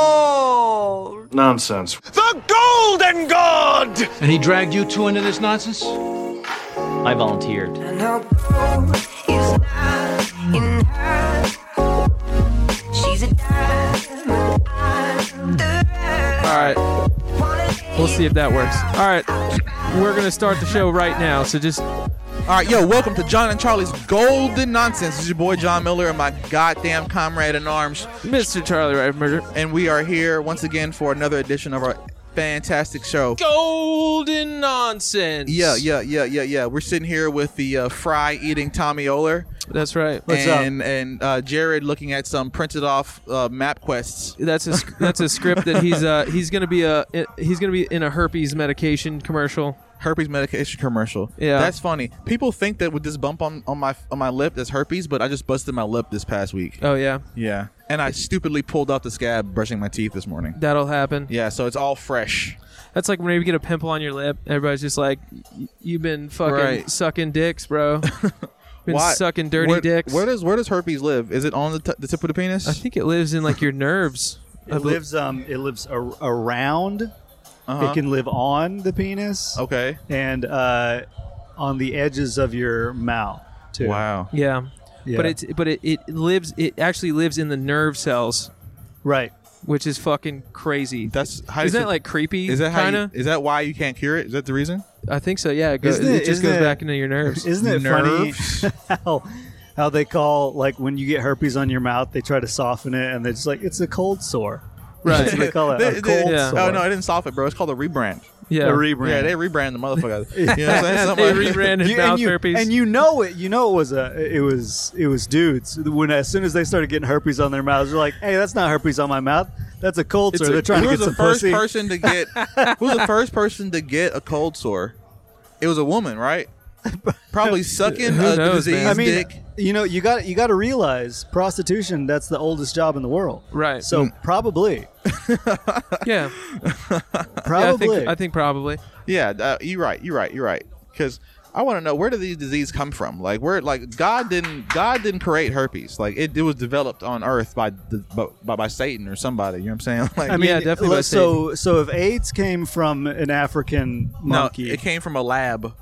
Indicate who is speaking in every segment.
Speaker 1: gold!
Speaker 2: Nonsense.
Speaker 3: The Golden God!
Speaker 4: And he dragged you two into this nonsense?
Speaker 5: I volunteered.
Speaker 1: And her gold is not in her. She's a diamond. I'm the rare.
Speaker 6: All right.
Speaker 1: Wanna
Speaker 6: We'll see if that works. All right. We're going to start the show right now. So just
Speaker 7: All right, yo, welcome to John and Charlie's Golden Nonsense. This is your boy John Miller and my goddamn comrade in arms,
Speaker 6: Mr. Charlie Reifenberger.
Speaker 7: and we are here once again for another edition of our fantastic show.
Speaker 6: Golden nonsense.
Speaker 7: Yeah, yeah, yeah, yeah, yeah. We're sitting here with the uh, fry eating Tommy Oler
Speaker 6: That's right.
Speaker 7: and and uh, Jared looking at some printed off uh, map quests.
Speaker 6: that's a sc- that's a script that he's uh he's gonna be a he's gonna be in a herpes medication commercial.
Speaker 7: Herpes medication commercial.
Speaker 6: Yeah.
Speaker 7: that's funny. People think that with this bump on, on my on my lip, that's herpes, but I just busted my lip this past week.
Speaker 6: Oh yeah,
Speaker 7: Yeah, and I stupidly pulled out the scab brushing my teeth this morning.
Speaker 6: that'll happen.
Speaker 7: Yeah, so it's all fresh.
Speaker 6: That's like whenever you get a pimple on your lip, everybody's just like, "Y- "You've been fucking
Speaker 7: Right.
Speaker 6: sucking dicks, bro. been
Speaker 7: Why-
Speaker 6: sucking dirty
Speaker 7: where,
Speaker 6: dicks." Uh,
Speaker 7: Where does where does herpes live? Is it on the, t- the tip of the penis?
Speaker 6: I think it lives in like your nerves.
Speaker 8: It lives um it lives ar- around.
Speaker 7: Uh-huh.
Speaker 8: It can live on the penis
Speaker 7: okay.
Speaker 8: and uh, on the edges of your mouth too.
Speaker 7: Wow.
Speaker 6: Yeah.
Speaker 8: Yeah.
Speaker 6: But it's but it, it lives it actually lives in the nerve cells,
Speaker 8: Right.
Speaker 6: which is fucking crazy.
Speaker 7: That's how
Speaker 6: Isn't
Speaker 7: you-
Speaker 6: that like creepy?
Speaker 7: Is that how you,
Speaker 6: kinda?
Speaker 7: is that why you can't cure it? Is that the reason?
Speaker 6: I think so. Yeah, it, goes,
Speaker 8: Isn't it-
Speaker 6: it just
Speaker 8: isn't
Speaker 6: goes
Speaker 8: it-
Speaker 6: back into your nerves.
Speaker 8: Isn't it
Speaker 7: Nerves.
Speaker 8: funny how how they call like when you get herpes on your mouth, they try to soften it and they're just like it's a cold sore. That's what they call it.
Speaker 7: They-
Speaker 8: a
Speaker 7: they-
Speaker 8: cold
Speaker 6: Yeah.
Speaker 8: sore.
Speaker 7: Oh no, I didn't solve it, bro. It's called a rebrand.
Speaker 6: Yeah.
Speaker 8: A rebrand.
Speaker 7: Yeah, they rebrand the motherfucker. you know what I'm saying?
Speaker 6: they
Speaker 7: Somebody-
Speaker 6: rebranded
Speaker 8: You-
Speaker 6: mouth
Speaker 8: and, you,
Speaker 6: herpes.
Speaker 8: and you know it. You know it was a. It was. It was dudes. When as soon as they started getting herpes on their mouths, they're like, "Hey, that's not herpes on my mouth. That's a cold
Speaker 6: It's
Speaker 8: sore."
Speaker 6: a-
Speaker 8: They're trying to
Speaker 7: who
Speaker 8: get
Speaker 7: was the
Speaker 8: some
Speaker 7: first
Speaker 8: pussy.
Speaker 7: person to get? Who was the first person to get a cold sore? It was a woman, right? Probably sucking
Speaker 6: Who
Speaker 7: a
Speaker 6: knows,
Speaker 7: disease
Speaker 6: man?
Speaker 8: I mean,
Speaker 7: dick.
Speaker 8: you know, you got you got to realize prostitution. That's the oldest job in the world.
Speaker 6: Right.
Speaker 8: So probably,
Speaker 6: yeah. Yeah, I
Speaker 8: probably.
Speaker 6: think I think probably.
Speaker 7: Yeah, uh, you're right. You're right. You're right. Because I want to know where do these diseases come from? Like where? Like God didn't God didn't create herpes. Like it, it was developed on Earth by the by, by Satan or somebody. You know what I'm saying? Like
Speaker 8: I mean,
Speaker 6: Yeah, definitely by
Speaker 8: look, So, so if AIDS came from an African
Speaker 7: no,
Speaker 8: monkey,
Speaker 7: it came from a lab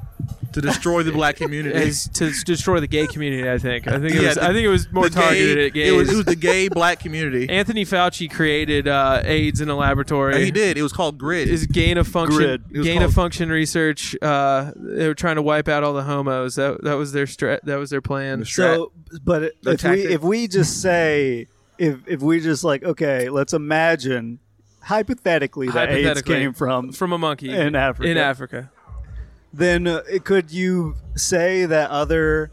Speaker 7: to destroy the black community.
Speaker 6: As to s- destroy the gay community, I think. I think it
Speaker 7: Yeah,
Speaker 6: was
Speaker 7: the-
Speaker 6: I think it was more
Speaker 7: The gay-
Speaker 6: targeted at gays.
Speaker 7: It was, it was the gay black community.
Speaker 6: Anthony Fauci created uh, AIDS in a laboratory.
Speaker 7: he did. It was called Grid.
Speaker 6: Is gain of
Speaker 8: Grid.
Speaker 6: function
Speaker 7: It was
Speaker 6: gain of
Speaker 7: called-
Speaker 6: function research? Uh, they were trying to wipe out all the homos. That that was their strat. That was their plan.
Speaker 8: So, but
Speaker 7: The
Speaker 8: if we
Speaker 7: tactic.
Speaker 8: if we just say if if we just like okay, let's imagine hypothetically that AIDS
Speaker 6: Hypothetically,
Speaker 8: came from,
Speaker 6: from a monkey
Speaker 8: in Africa.
Speaker 6: In Africa,
Speaker 8: then uh, it- could you say that other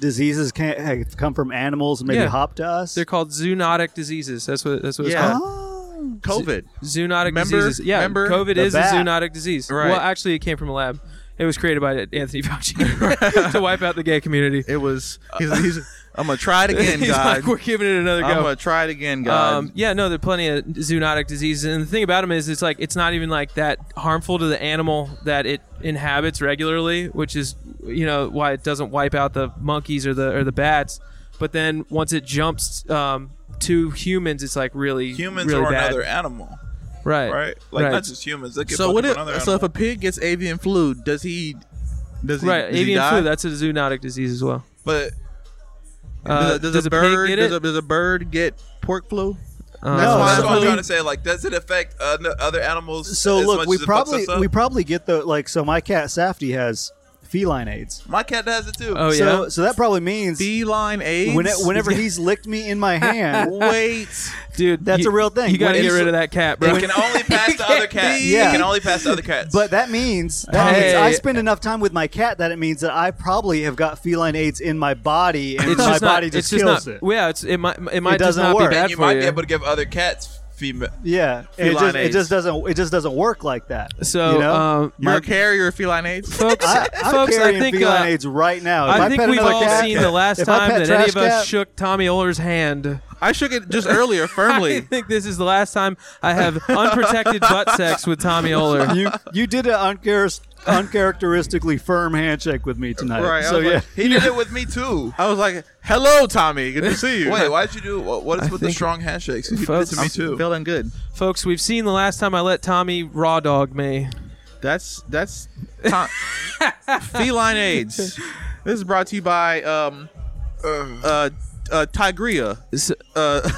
Speaker 8: diseases can have come from animals, and maybe
Speaker 6: Yeah.
Speaker 8: hop to us?
Speaker 6: they're called zoonotic diseases. That's what that's what it's
Speaker 7: Yeah.
Speaker 6: called.
Speaker 7: COVID.
Speaker 6: zoonotic
Speaker 7: Remember-
Speaker 6: diseases. Yeah,
Speaker 7: remember
Speaker 6: COVID
Speaker 8: the
Speaker 6: is a
Speaker 8: bat.
Speaker 6: zoonotic disease.
Speaker 7: Right.
Speaker 6: Well, actually, it came from a lab. It was created by Anthony Fauci to wipe out the gay community.
Speaker 7: It was. He's, he's, I'm gonna try it again,
Speaker 6: He's
Speaker 7: God.
Speaker 6: like, we're giving it another
Speaker 7: I'm
Speaker 6: go.
Speaker 7: gonna try it again, God.
Speaker 6: Um, yeah, no, there are plenty of zoonotic diseases, and the thing about them is, it's like it's not even like that harmful to the animal that it inhabits regularly, which is you know why it doesn't wipe out the monkeys or the or the bats. But then once it jumps um, to humans, it's like really
Speaker 9: humans
Speaker 6: really
Speaker 9: are
Speaker 6: bad.
Speaker 9: another animal,
Speaker 6: right,
Speaker 9: right? Like
Speaker 6: right.
Speaker 9: not just humans. They can
Speaker 7: so what? If,
Speaker 9: another
Speaker 7: so
Speaker 9: animal.
Speaker 7: if a pig gets avian flu, does he? Does he?
Speaker 6: right.
Speaker 7: does he
Speaker 6: Avian
Speaker 7: die?
Speaker 6: flu, that's a zoonotic disease as well.
Speaker 7: But
Speaker 6: Uh,
Speaker 7: does, a, does,
Speaker 6: does
Speaker 7: a
Speaker 6: a pig
Speaker 7: bird
Speaker 6: get
Speaker 7: does
Speaker 6: it?
Speaker 7: a, does a bird get pork flu?
Speaker 6: Uh,
Speaker 8: No,
Speaker 9: That's what I'm
Speaker 8: I
Speaker 9: trying
Speaker 8: mean-
Speaker 9: to say. Like, does it affect uh, n- other animals?
Speaker 8: so
Speaker 9: as
Speaker 8: look,
Speaker 9: much
Speaker 8: we
Speaker 9: as it fucks
Speaker 8: probably
Speaker 9: us up?
Speaker 8: we probably get the like. So my cat Safty has feline AIDS.
Speaker 9: my cat has it too.
Speaker 6: Oh
Speaker 8: so
Speaker 6: yeah.
Speaker 8: so that probably means
Speaker 7: Feline AIDS.
Speaker 8: when whenever he's licked me in my hand,
Speaker 7: wait,
Speaker 6: dude,
Speaker 8: That's a real thing.
Speaker 6: You gotta
Speaker 8: When
Speaker 6: get
Speaker 8: it's-
Speaker 6: rid of that cat, bro.
Speaker 9: it can only pass to other cats.
Speaker 8: Yeah.
Speaker 9: It can only pass to other cats.
Speaker 8: But that means that
Speaker 6: Hey.
Speaker 8: means I spend enough time with my cat that it means that I probably have got feline AIDS in my body, and my body
Speaker 6: it's
Speaker 8: just kills
Speaker 6: not,
Speaker 8: it.
Speaker 6: Yeah, it's, it might it might just
Speaker 8: doesn't
Speaker 6: not
Speaker 8: work.
Speaker 6: be bad
Speaker 9: you
Speaker 6: for
Speaker 9: might
Speaker 6: you.
Speaker 9: be able to give other cats female.
Speaker 8: yeah, it
Speaker 9: Feline
Speaker 8: just, it
Speaker 9: AIDS.
Speaker 8: just doesn't it just doesn't work like that.
Speaker 6: so,
Speaker 8: you know?
Speaker 6: um,
Speaker 7: you're
Speaker 6: my,
Speaker 7: a carrier of feline AIDS.
Speaker 6: folks,
Speaker 8: I, I'm
Speaker 6: folks, I
Speaker 8: carrying
Speaker 6: think
Speaker 8: feline
Speaker 6: uh,
Speaker 8: AIDS right now. If
Speaker 6: I
Speaker 8: pet
Speaker 6: think we've
Speaker 8: another
Speaker 6: all
Speaker 8: cat-
Speaker 6: seen the last
Speaker 8: if I
Speaker 6: time
Speaker 8: pet
Speaker 6: that any
Speaker 8: trash
Speaker 6: of us
Speaker 8: cat-
Speaker 6: shook Tommy Oler's hand.
Speaker 7: I shook it just earlier
Speaker 6: I
Speaker 7: firmly.
Speaker 6: think this is the last time I have unprotected butt sex with Tommy Oler.
Speaker 8: you you did an uncharacter- uncharacteristically firm handshake with me tonight.
Speaker 7: Right, I
Speaker 8: So
Speaker 7: was like-
Speaker 8: yeah,
Speaker 9: He did it with me too.
Speaker 7: I was like, "Hello, Tommy. Good to see you."
Speaker 9: Wait, why'd you do? What, what is
Speaker 6: I
Speaker 9: with the
Speaker 6: think-
Speaker 9: strong handshakes? He did it
Speaker 6: Folks,
Speaker 9: to me
Speaker 7: I'm
Speaker 9: too.
Speaker 7: feeling good.
Speaker 6: Folks, we've seen the last time I let Tommy raw dog me.
Speaker 7: That's that's Tom- feline AIDS. This is brought to you by um uh uh Tigria.
Speaker 6: So,
Speaker 7: Uh,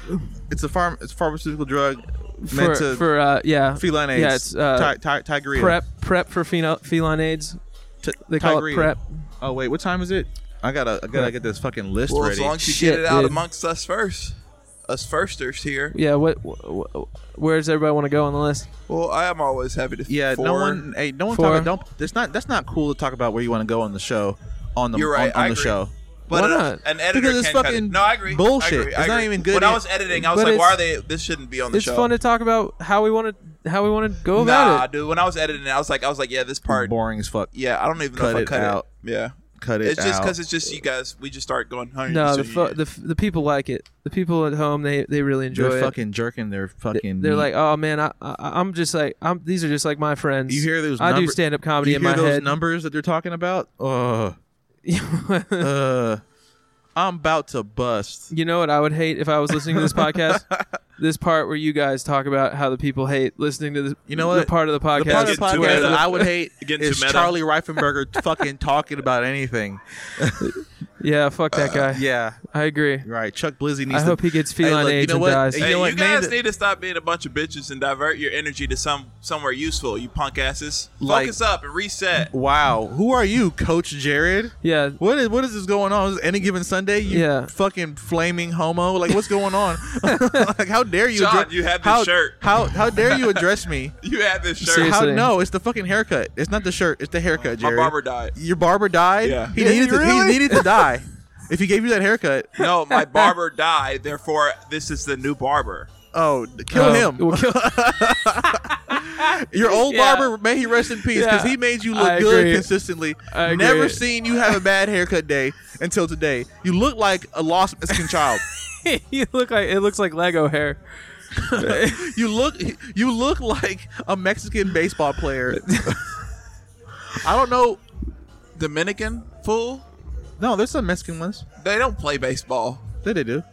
Speaker 7: it's a farm. It's a pharmaceutical drug
Speaker 6: for,
Speaker 7: meant to
Speaker 6: for uh, yeah,
Speaker 7: feline AIDS.
Speaker 6: Yeah, it's uh,
Speaker 7: Ti- ti- Tigria.
Speaker 6: prep prep for feno- feline AIDS.
Speaker 7: T-
Speaker 6: They call
Speaker 7: Tigria.
Speaker 6: it prep.
Speaker 7: Oh wait, what time is it? I gotta I gotta get this fucking list
Speaker 9: Well, as
Speaker 7: ready.
Speaker 9: long as you
Speaker 6: Shit,
Speaker 9: get it out
Speaker 6: dude.
Speaker 9: amongst us first, us firsters here.
Speaker 6: Yeah, what? wh- wh- where does everybody want to go on the list?
Speaker 9: Well, I am always happy to.
Speaker 7: yeah, no
Speaker 9: forward.
Speaker 7: one. Hey, no one.
Speaker 6: Four.
Speaker 7: Talk, don't. It's not. That's not cool to talk about where you want to go on the show. On the
Speaker 9: You're right,
Speaker 7: on, on
Speaker 9: I
Speaker 7: the
Speaker 9: agree.
Speaker 7: show.
Speaker 9: But
Speaker 6: Why
Speaker 9: an-
Speaker 6: not?
Speaker 9: an editor
Speaker 7: Because it's
Speaker 9: can cut
Speaker 7: fucking
Speaker 9: it. No, I agree.
Speaker 7: bullshit.
Speaker 9: I agree. I
Speaker 7: It's not
Speaker 9: agree.
Speaker 7: even good
Speaker 9: When
Speaker 7: yet.
Speaker 9: I was editing, I was
Speaker 6: But
Speaker 9: like, "Why
Speaker 6: it's-
Speaker 9: are they? This shouldn't be on the
Speaker 6: It's
Speaker 9: show."
Speaker 6: fun to talk about how we want to how we want to go about
Speaker 9: nah,
Speaker 6: it.
Speaker 9: dude. When I was editing, it, I was like, I was like, "Yeah, this part.
Speaker 7: Boring as fuck.
Speaker 9: Yeah, I don't even
Speaker 7: Cut
Speaker 9: know if I
Speaker 7: it
Speaker 9: cut
Speaker 7: out.
Speaker 9: it. Yeah,
Speaker 7: Cut it.
Speaker 9: it's just
Speaker 7: out.
Speaker 9: because it's just you guys. We just start going. "Honey,
Speaker 6: No,
Speaker 9: this
Speaker 6: the,
Speaker 9: is
Speaker 6: fo-
Speaker 9: you."
Speaker 6: the f- the people like it. The people at home they they really enjoy
Speaker 7: they're
Speaker 6: it.
Speaker 7: fucking jerking their fucking.
Speaker 6: They're
Speaker 7: meat.
Speaker 6: like, oh man, I, I I'm just like I'm. These are just like my friends.
Speaker 7: you hear those?
Speaker 6: I do
Speaker 7: number-
Speaker 6: stand up comedy
Speaker 7: you
Speaker 6: in
Speaker 7: hear
Speaker 6: my
Speaker 7: those
Speaker 6: head.
Speaker 7: Numbers that they're talking about. Ugh. uh, I'm about to bust.
Speaker 6: you know what I would hate if I was listening to this podcast? this part where you guys talk about how the people hate listening to this.
Speaker 7: You know
Speaker 6: The
Speaker 7: what?
Speaker 6: part of the podcast.
Speaker 7: The part of the
Speaker 9: Get too
Speaker 7: podcast
Speaker 9: meta.
Speaker 7: that I would hate
Speaker 9: Getting
Speaker 7: is
Speaker 9: too meta.
Speaker 7: Charlie Reifenberger fucking talking about anything.
Speaker 6: yeah, fuck that guy.
Speaker 7: Uh, Yeah,
Speaker 6: I agree.
Speaker 7: right. Chuck Blizzy needs
Speaker 6: I
Speaker 7: to.
Speaker 6: hope he gets feline
Speaker 7: look, you
Speaker 6: AIDS
Speaker 7: know
Speaker 6: and
Speaker 7: what?
Speaker 6: dies.
Speaker 7: You
Speaker 9: Hey,
Speaker 7: know
Speaker 9: you,
Speaker 7: what? Name
Speaker 9: guys
Speaker 7: the-
Speaker 9: need to stop being a bunch of bitches and divert your energy to some somewhere useful. You punk asses.
Speaker 7: Like-
Speaker 9: Focus up and reset.
Speaker 7: wow, who are you, Coach Jared?
Speaker 6: Yeah.
Speaker 7: What is what is this going on? Is it any given Sunday? You
Speaker 6: Yeah.
Speaker 7: fucking flaming homo. Like what's going on? like how dare you?
Speaker 9: John,
Speaker 7: addre-
Speaker 9: you have this
Speaker 7: how,
Speaker 9: shirt.
Speaker 7: How how dare you address me?
Speaker 9: You had this shirt.
Speaker 6: Seriously.
Speaker 7: How, no, it's the fucking haircut. It's not the shirt. It's the haircut,
Speaker 9: My
Speaker 7: Jared.
Speaker 9: barber died.
Speaker 7: Your barber died.
Speaker 9: Yeah.
Speaker 7: He
Speaker 8: Did
Speaker 7: needed
Speaker 8: he
Speaker 7: to.
Speaker 8: really?
Speaker 7: He needed to die. if he gave you that haircut,
Speaker 9: No, my barber died. Therefore, this is the new barber.
Speaker 7: oh, kill
Speaker 6: Oh,
Speaker 7: him.
Speaker 6: well, kill-
Speaker 7: Your old
Speaker 6: Yeah.
Speaker 7: barber, may he rest in peace, because
Speaker 6: Yeah.
Speaker 7: he made you look
Speaker 6: I
Speaker 7: good
Speaker 6: agree.
Speaker 7: consistently.
Speaker 6: I agree.
Speaker 7: Never seen you have a bad haircut day until today. You look like a lost Mexican child.
Speaker 6: you look like it looks like Lego hair.
Speaker 7: You look, you look like a Mexican baseball player. I don't know.
Speaker 9: Dominican fool.
Speaker 7: No, there's some Mexican ones.
Speaker 9: They don't play baseball.
Speaker 7: They they do.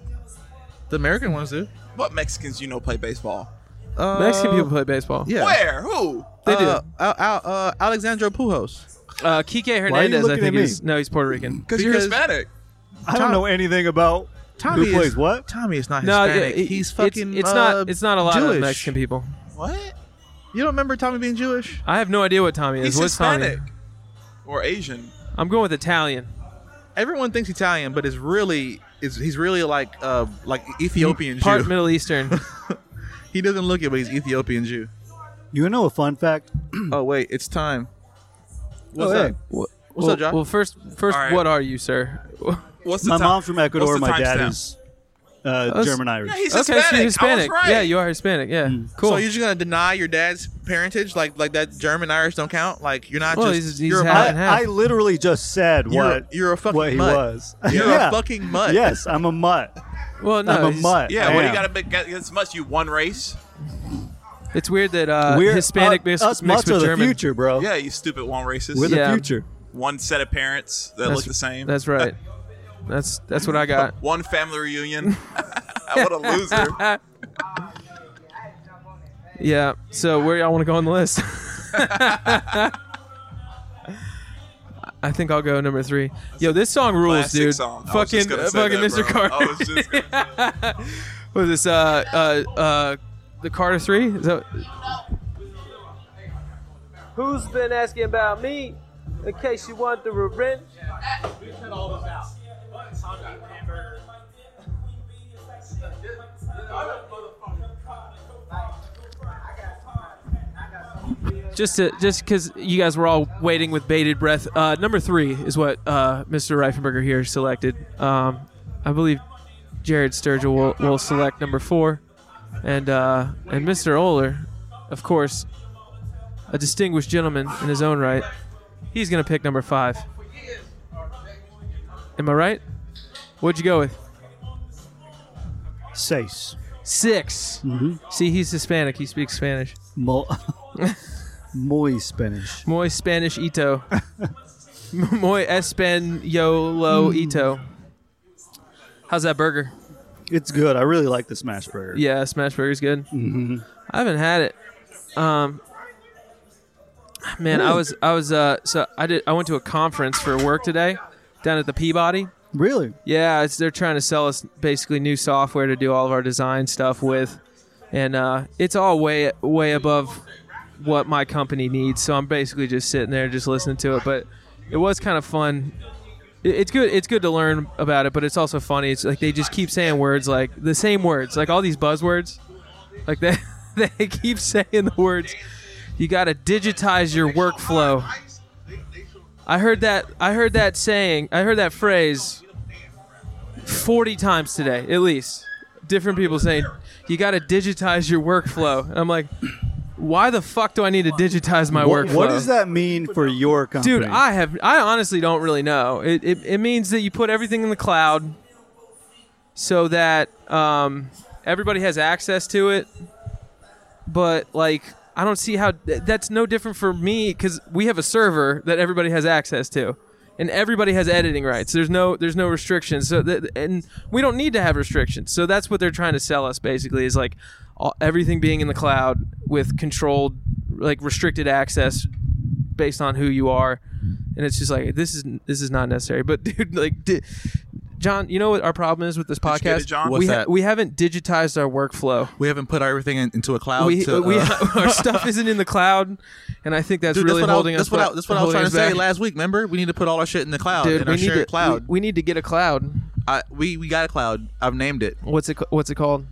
Speaker 7: The American ones do.
Speaker 9: What Mexicans you know play baseball?
Speaker 7: Uh,
Speaker 6: Mexican people play baseball.
Speaker 7: Yeah.
Speaker 9: Where? Who?
Speaker 6: They do.
Speaker 7: Uh, Al- Al- uh, Alexandro Pujos.
Speaker 6: Uh, Kike
Speaker 8: Why are you
Speaker 6: Hernandez, I
Speaker 8: looking
Speaker 6: think
Speaker 8: at me?
Speaker 6: is no, he's Puerto Rican.
Speaker 9: Because you're
Speaker 7: Because-
Speaker 9: Hispanic.
Speaker 8: I don't know anything about
Speaker 7: Tommy
Speaker 8: who plays
Speaker 7: is,
Speaker 8: what.
Speaker 7: Tommy is not
Speaker 6: No,
Speaker 7: Hispanic.
Speaker 6: it-
Speaker 7: He's
Speaker 6: it's-
Speaker 7: fucking.
Speaker 6: It's,
Speaker 7: uh,
Speaker 6: not. It's not a lot
Speaker 7: Jewish.
Speaker 6: of Mexican people.
Speaker 9: What?
Speaker 7: You don't remember Tommy being Jewish?
Speaker 6: I have no idea what Tommy is.
Speaker 9: He's
Speaker 6: What's
Speaker 9: Hispanic.
Speaker 6: Tommy?
Speaker 9: Or Asian.
Speaker 6: I'm going with Italian.
Speaker 7: Everyone thinks Italian, but it's really is he's really like uh like Ethiopian
Speaker 6: Part
Speaker 7: Jew.
Speaker 6: Middle Eastern.
Speaker 7: he doesn't look it, but he's Ethiopian Jew.
Speaker 8: You know a fun fact?
Speaker 7: oh wait, it's time. What's
Speaker 8: Oh,
Speaker 7: up?
Speaker 8: hey.
Speaker 6: What's
Speaker 7: up, Josh?
Speaker 6: Well, first, first,
Speaker 9: All right.
Speaker 6: what are you, sir?
Speaker 9: What's the
Speaker 8: My
Speaker 9: time-
Speaker 8: mom's from Ecuador.
Speaker 9: what's the
Speaker 8: My dad
Speaker 9: timestamp?
Speaker 8: is uh,
Speaker 6: Us-
Speaker 8: German Irish.
Speaker 9: Yeah, he's
Speaker 6: okay, so
Speaker 9: Hispanic.
Speaker 6: you're
Speaker 9: I was
Speaker 6: Hispanic.
Speaker 9: right.
Speaker 6: Yeah, you are Hispanic. Yeah,
Speaker 8: Hmm.
Speaker 6: cool.
Speaker 7: So you're just gonna deny your dad's parentage, like like that German Irish don't count? Like you're not
Speaker 6: Well,
Speaker 7: just
Speaker 6: he's- he's
Speaker 7: you're, a
Speaker 6: half
Speaker 7: mutt.
Speaker 8: I,
Speaker 6: and half.
Speaker 8: I literally just said
Speaker 7: You're-
Speaker 8: what
Speaker 7: you're a fucking
Speaker 8: what he
Speaker 7: mutt.
Speaker 8: was.
Speaker 7: You're
Speaker 8: Yeah.
Speaker 7: a fucking mutt.
Speaker 8: Yes, I'm a mutt.
Speaker 6: well, no,
Speaker 8: I'm a
Speaker 6: he's-
Speaker 8: mutt.
Speaker 9: Yeah,
Speaker 8: I
Speaker 9: what do
Speaker 8: am.
Speaker 9: you got to make as much? You one race?
Speaker 6: It's weird that uh,
Speaker 8: We're
Speaker 6: Hispanic
Speaker 8: uh,
Speaker 6: mixed,
Speaker 8: us
Speaker 6: mixed
Speaker 8: mutts
Speaker 6: with
Speaker 8: are the
Speaker 6: German.
Speaker 8: future, bro.
Speaker 9: Yeah, you stupid one racist.
Speaker 8: We're the
Speaker 6: Yeah.
Speaker 8: future.
Speaker 9: one set of parents that look the same.
Speaker 6: That's right. That's that's what I got.
Speaker 9: one family reunion. what a loser.
Speaker 6: Yeah. So where y'all want to go on the list? I think I'll go number three. Yo, this song rules,
Speaker 9: Classic
Speaker 6: dude.
Speaker 9: song. I was just
Speaker 6: Fucking,
Speaker 9: gonna
Speaker 6: uh,
Speaker 9: say
Speaker 6: fucking
Speaker 9: that,
Speaker 6: Mr.
Speaker 9: bro.
Speaker 6: Carter.
Speaker 9: I was just gonna say that.
Speaker 6: What is this? Uh, uh, uh, the Carter Three? Is that? Who's been asking about me? In case you want the revenge. Just to, just because you guys were all waiting with bated breath. Uh, number three is what uh, Mr. Reifenberger here selected. Um, I believe Jared Sturgill will, will select number four, and uh, and Mr. Oler, of course, a distinguished gentleman in his own right. He's gonna pick number five. Am I right? What'd you go with?
Speaker 8: Seis.
Speaker 6: 6 See, he's Hispanic. He speaks Spanish.
Speaker 8: Mo- Muy Spanish.
Speaker 6: Muy Spanish Ito. Muy Espanolo Ito. How's that burger?
Speaker 8: It's good. I really like the smash burger.
Speaker 6: Yeah, smash burger's good. Mm-hmm. I haven't had it. Um, man, I was I was uh so I did I went to a conference for work today down at the Peabody.
Speaker 8: Really?
Speaker 6: Yeah, it's, they're trying to sell us basically new software to do all of our design stuff with, and uh, it's all way way above what my company needs. So I'm basically just sitting there just listening to it. But it was kind of fun. It- It's good. It's good to learn about it, but it's also funny. It's like they just keep saying words like the same words, like all these buzzwords. Like they they keep saying the words. You got to digitize your workflow. I heard that. I heard that saying. I heard that phrase 40 times today, at least. Different people saying, you got to digitize your workflow. And I'm like, why the fuck do I need to digitize my
Speaker 8: What,
Speaker 6: workflow?
Speaker 8: what does that mean for your company?
Speaker 6: Dude, I have. I honestly don't really know. It, it, it means that you put everything in the cloud so that um, everybody has access to it. But, like, I don't see how th- that's no different for me because we have a server that everybody has access to. And everybody has editing rights. There's no, there's no restrictions. So, th- and we don't need to have restrictions. So that's what they're trying to sell us. Basically, is like all, everything being in the cloud with controlled, like restricted access based on who you are and it's just like this is this is not necessary but dude like di- john you know what our problem is with this
Speaker 9: you get it,
Speaker 6: podcast
Speaker 9: John?
Speaker 6: we
Speaker 9: What's
Speaker 7: that?
Speaker 6: we haven't digitized our workflow
Speaker 7: We haven't put everything in, into a cloud.
Speaker 6: we,
Speaker 7: to,
Speaker 6: we
Speaker 7: uh,
Speaker 6: our stuff isn't in the cloud and i think that's
Speaker 7: dude,
Speaker 6: really
Speaker 7: that's what
Speaker 6: holding
Speaker 7: I,
Speaker 6: us
Speaker 7: that's what I,
Speaker 6: back-
Speaker 7: that's what I
Speaker 6: holding
Speaker 7: was trying to
Speaker 6: us
Speaker 7: say
Speaker 6: back.
Speaker 7: last week. Remember, we need to put all our shit in the cloud,
Speaker 6: dude
Speaker 7: in
Speaker 6: we
Speaker 7: our
Speaker 6: need
Speaker 7: shared
Speaker 6: to
Speaker 7: cloud.
Speaker 6: We, we need to get a cloud
Speaker 7: I, we we got a cloud. I've named it
Speaker 6: what's it ca- what's it called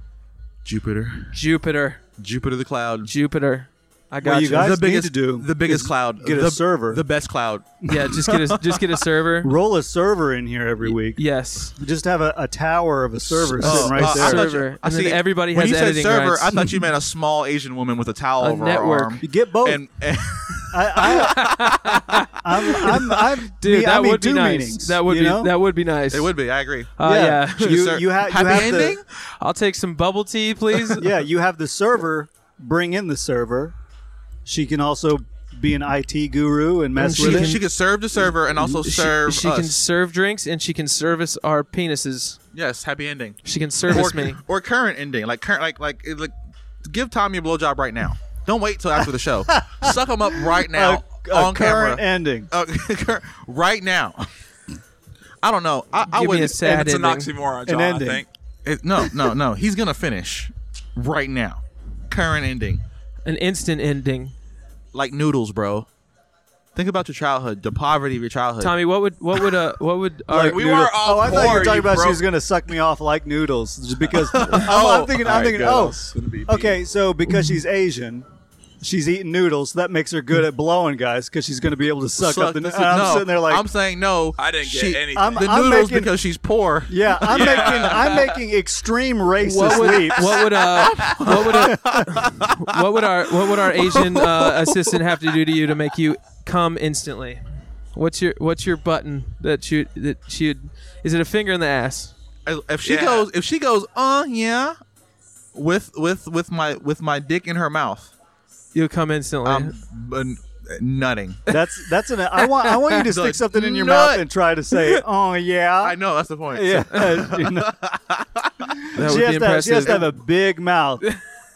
Speaker 7: Jupiter.
Speaker 6: jupiter
Speaker 7: Jupiter the cloud.
Speaker 6: jupiter i got
Speaker 8: Well, you guys
Speaker 7: the biggest
Speaker 8: need to do
Speaker 7: the biggest
Speaker 8: is
Speaker 7: cloud.
Speaker 8: Get
Speaker 7: the,
Speaker 8: a server.
Speaker 7: The best cloud.
Speaker 6: yeah just get a just get a server
Speaker 8: Roll a server in here every week.
Speaker 6: yes
Speaker 8: Just have a, a tower of a server sitting right
Speaker 7: uh,
Speaker 8: there.
Speaker 7: I thought you-
Speaker 6: Server.
Speaker 7: I
Speaker 6: And then
Speaker 7: see.
Speaker 6: everybody
Speaker 7: when
Speaker 6: has
Speaker 7: you said
Speaker 6: editing
Speaker 7: server,
Speaker 6: rights.
Speaker 7: I thought you meant a small Asian woman with a towel
Speaker 6: A
Speaker 7: over
Speaker 6: network.
Speaker 7: her arm.
Speaker 8: you get both.
Speaker 7: And, and
Speaker 8: I, I, I'm, I'm, I'm,
Speaker 6: dude
Speaker 8: me- I
Speaker 6: that
Speaker 8: mean,
Speaker 6: would be
Speaker 8: two
Speaker 6: nice
Speaker 8: meetings,
Speaker 6: that would
Speaker 8: you
Speaker 6: be
Speaker 8: know?
Speaker 6: that would be nice
Speaker 7: it would be. I agree.
Speaker 6: uh, yeah,
Speaker 8: You,
Speaker 7: Sir-
Speaker 8: you, ha- you
Speaker 7: happy
Speaker 8: have
Speaker 7: ending.
Speaker 8: The,
Speaker 6: i'll take some bubble tea please
Speaker 8: yeah, you have the server bring in the server. She can also be an IT guru and mess
Speaker 6: And
Speaker 7: she,
Speaker 8: with
Speaker 7: can,
Speaker 8: it.
Speaker 7: she can serve the server and also serve
Speaker 6: she, she
Speaker 7: us.
Speaker 6: can serve drinks and she can service our penises
Speaker 7: yes, happy ending.
Speaker 6: she can
Speaker 7: Or,
Speaker 6: service me
Speaker 7: or current ending, like current, like like it- like, give Tommy a blowjob right now. Don't wait till after the show. Suck him up right now
Speaker 8: a, a
Speaker 7: on camera.
Speaker 8: current ending.
Speaker 7: Uh, cur- right now. I don't know. I, I
Speaker 6: Give me
Speaker 7: would
Speaker 6: a sad
Speaker 9: It's an
Speaker 6: ending.
Speaker 9: oxymoron,
Speaker 8: An
Speaker 9: John. I
Speaker 8: ending.
Speaker 9: think.
Speaker 7: It- no, no, no. He's gonna finish right now. Current ending,
Speaker 6: an instant ending
Speaker 7: like noodles, bro. Think about your childhood, the poverty of your childhood.
Speaker 6: tommy what would what would uh what would our,
Speaker 9: we were all
Speaker 8: oh, I thought you
Speaker 9: poor,
Speaker 8: were talking about she
Speaker 9: broke-
Speaker 8: was going to suck me off like noodles, just because. I'm, I'm thinking,
Speaker 9: all
Speaker 8: I'm
Speaker 9: right,
Speaker 8: thinking,
Speaker 9: good.
Speaker 8: oh,
Speaker 9: It's gonna be beef.
Speaker 8: okay, so because she's Asian, she's eating noodles. That makes her good at blowing guys because she's going to be able to suck,
Speaker 7: Suck
Speaker 8: up the.
Speaker 7: this-
Speaker 8: noodles. I'm
Speaker 7: no,
Speaker 8: sitting there like,
Speaker 7: I'm saying no.
Speaker 9: I didn't get
Speaker 7: She-
Speaker 9: anything.
Speaker 8: I'm-
Speaker 7: The noodles
Speaker 8: making-
Speaker 7: because she's poor.
Speaker 8: yeah, I'm making, I'm making extreme racist
Speaker 6: what would,
Speaker 8: leaps.
Speaker 6: what would uh what would uh, what would our what would our Asian uh, assistant have to do to you to make you come instantly? What's your what's your button that you that she is it a finger in the ass?
Speaker 7: If she
Speaker 9: Yeah.
Speaker 7: goes, if she goes, uh, yeah, with with with my with my dick in her mouth,
Speaker 6: You'll come instantly.
Speaker 7: I'm
Speaker 8: Um,
Speaker 7: bun- nutting.
Speaker 8: That's that's an. I want I want you to stick something in your
Speaker 7: nut.
Speaker 8: mouth and try to say, "Oh yeah,
Speaker 7: I know that's the point.
Speaker 8: yeah." You know,
Speaker 6: that would
Speaker 8: she,
Speaker 6: be
Speaker 8: has to have,
Speaker 6: impressive.
Speaker 8: she has to have a big mouth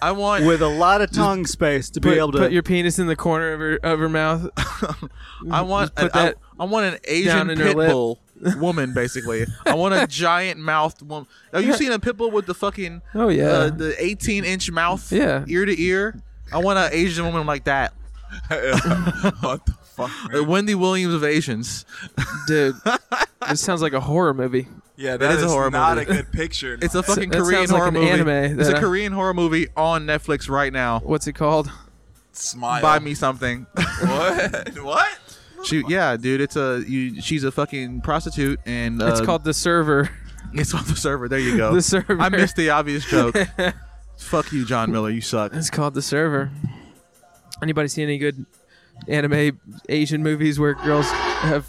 Speaker 7: I want
Speaker 8: with a lot of tongue space to
Speaker 6: put,
Speaker 8: be able to.
Speaker 6: put your penis in the corner of her of her mouth.
Speaker 7: I
Speaker 6: Just
Speaker 7: want
Speaker 6: put
Speaker 7: I- I-
Speaker 6: that
Speaker 7: I, want an
Speaker 6: down
Speaker 7: Asian
Speaker 6: in her
Speaker 7: pit
Speaker 6: lip.
Speaker 7: bull woman, basically. I want a giant mouthed woman. Have you seen a pit bull with the fucking
Speaker 6: Oh, yeah.
Speaker 7: uh, the eighteen inch mouth,
Speaker 6: Yeah.
Speaker 7: ear to ear? I want an Asian woman like that,
Speaker 9: what the fuck?
Speaker 7: Uh,
Speaker 9: man?
Speaker 7: Wendy Williams of Asians.
Speaker 6: Dude, this sounds like a horror movie.
Speaker 9: Yeah, that
Speaker 7: is
Speaker 9: is,
Speaker 7: a horror
Speaker 9: not
Speaker 7: movie.
Speaker 9: a good picture.
Speaker 7: It's a fucking
Speaker 6: that
Speaker 7: Korean
Speaker 6: sounds like
Speaker 7: horror
Speaker 6: an
Speaker 7: movie.
Speaker 6: anime
Speaker 7: it's a
Speaker 6: that I-
Speaker 7: Korean horror movie on Netflix right now.
Speaker 6: What's it called?
Speaker 9: smile.
Speaker 7: Buy me something.
Speaker 9: What? what?
Speaker 7: She, yeah, dude, it's a you, she's a fucking prostitute, and uh,
Speaker 6: It's called The Server.
Speaker 7: it's on the server. There you go.
Speaker 6: The Server.
Speaker 7: I missed the obvious joke. Fuck you, John Miller. You suck.
Speaker 6: It's called The Server. Anybody see any good anime Asian movies where girls have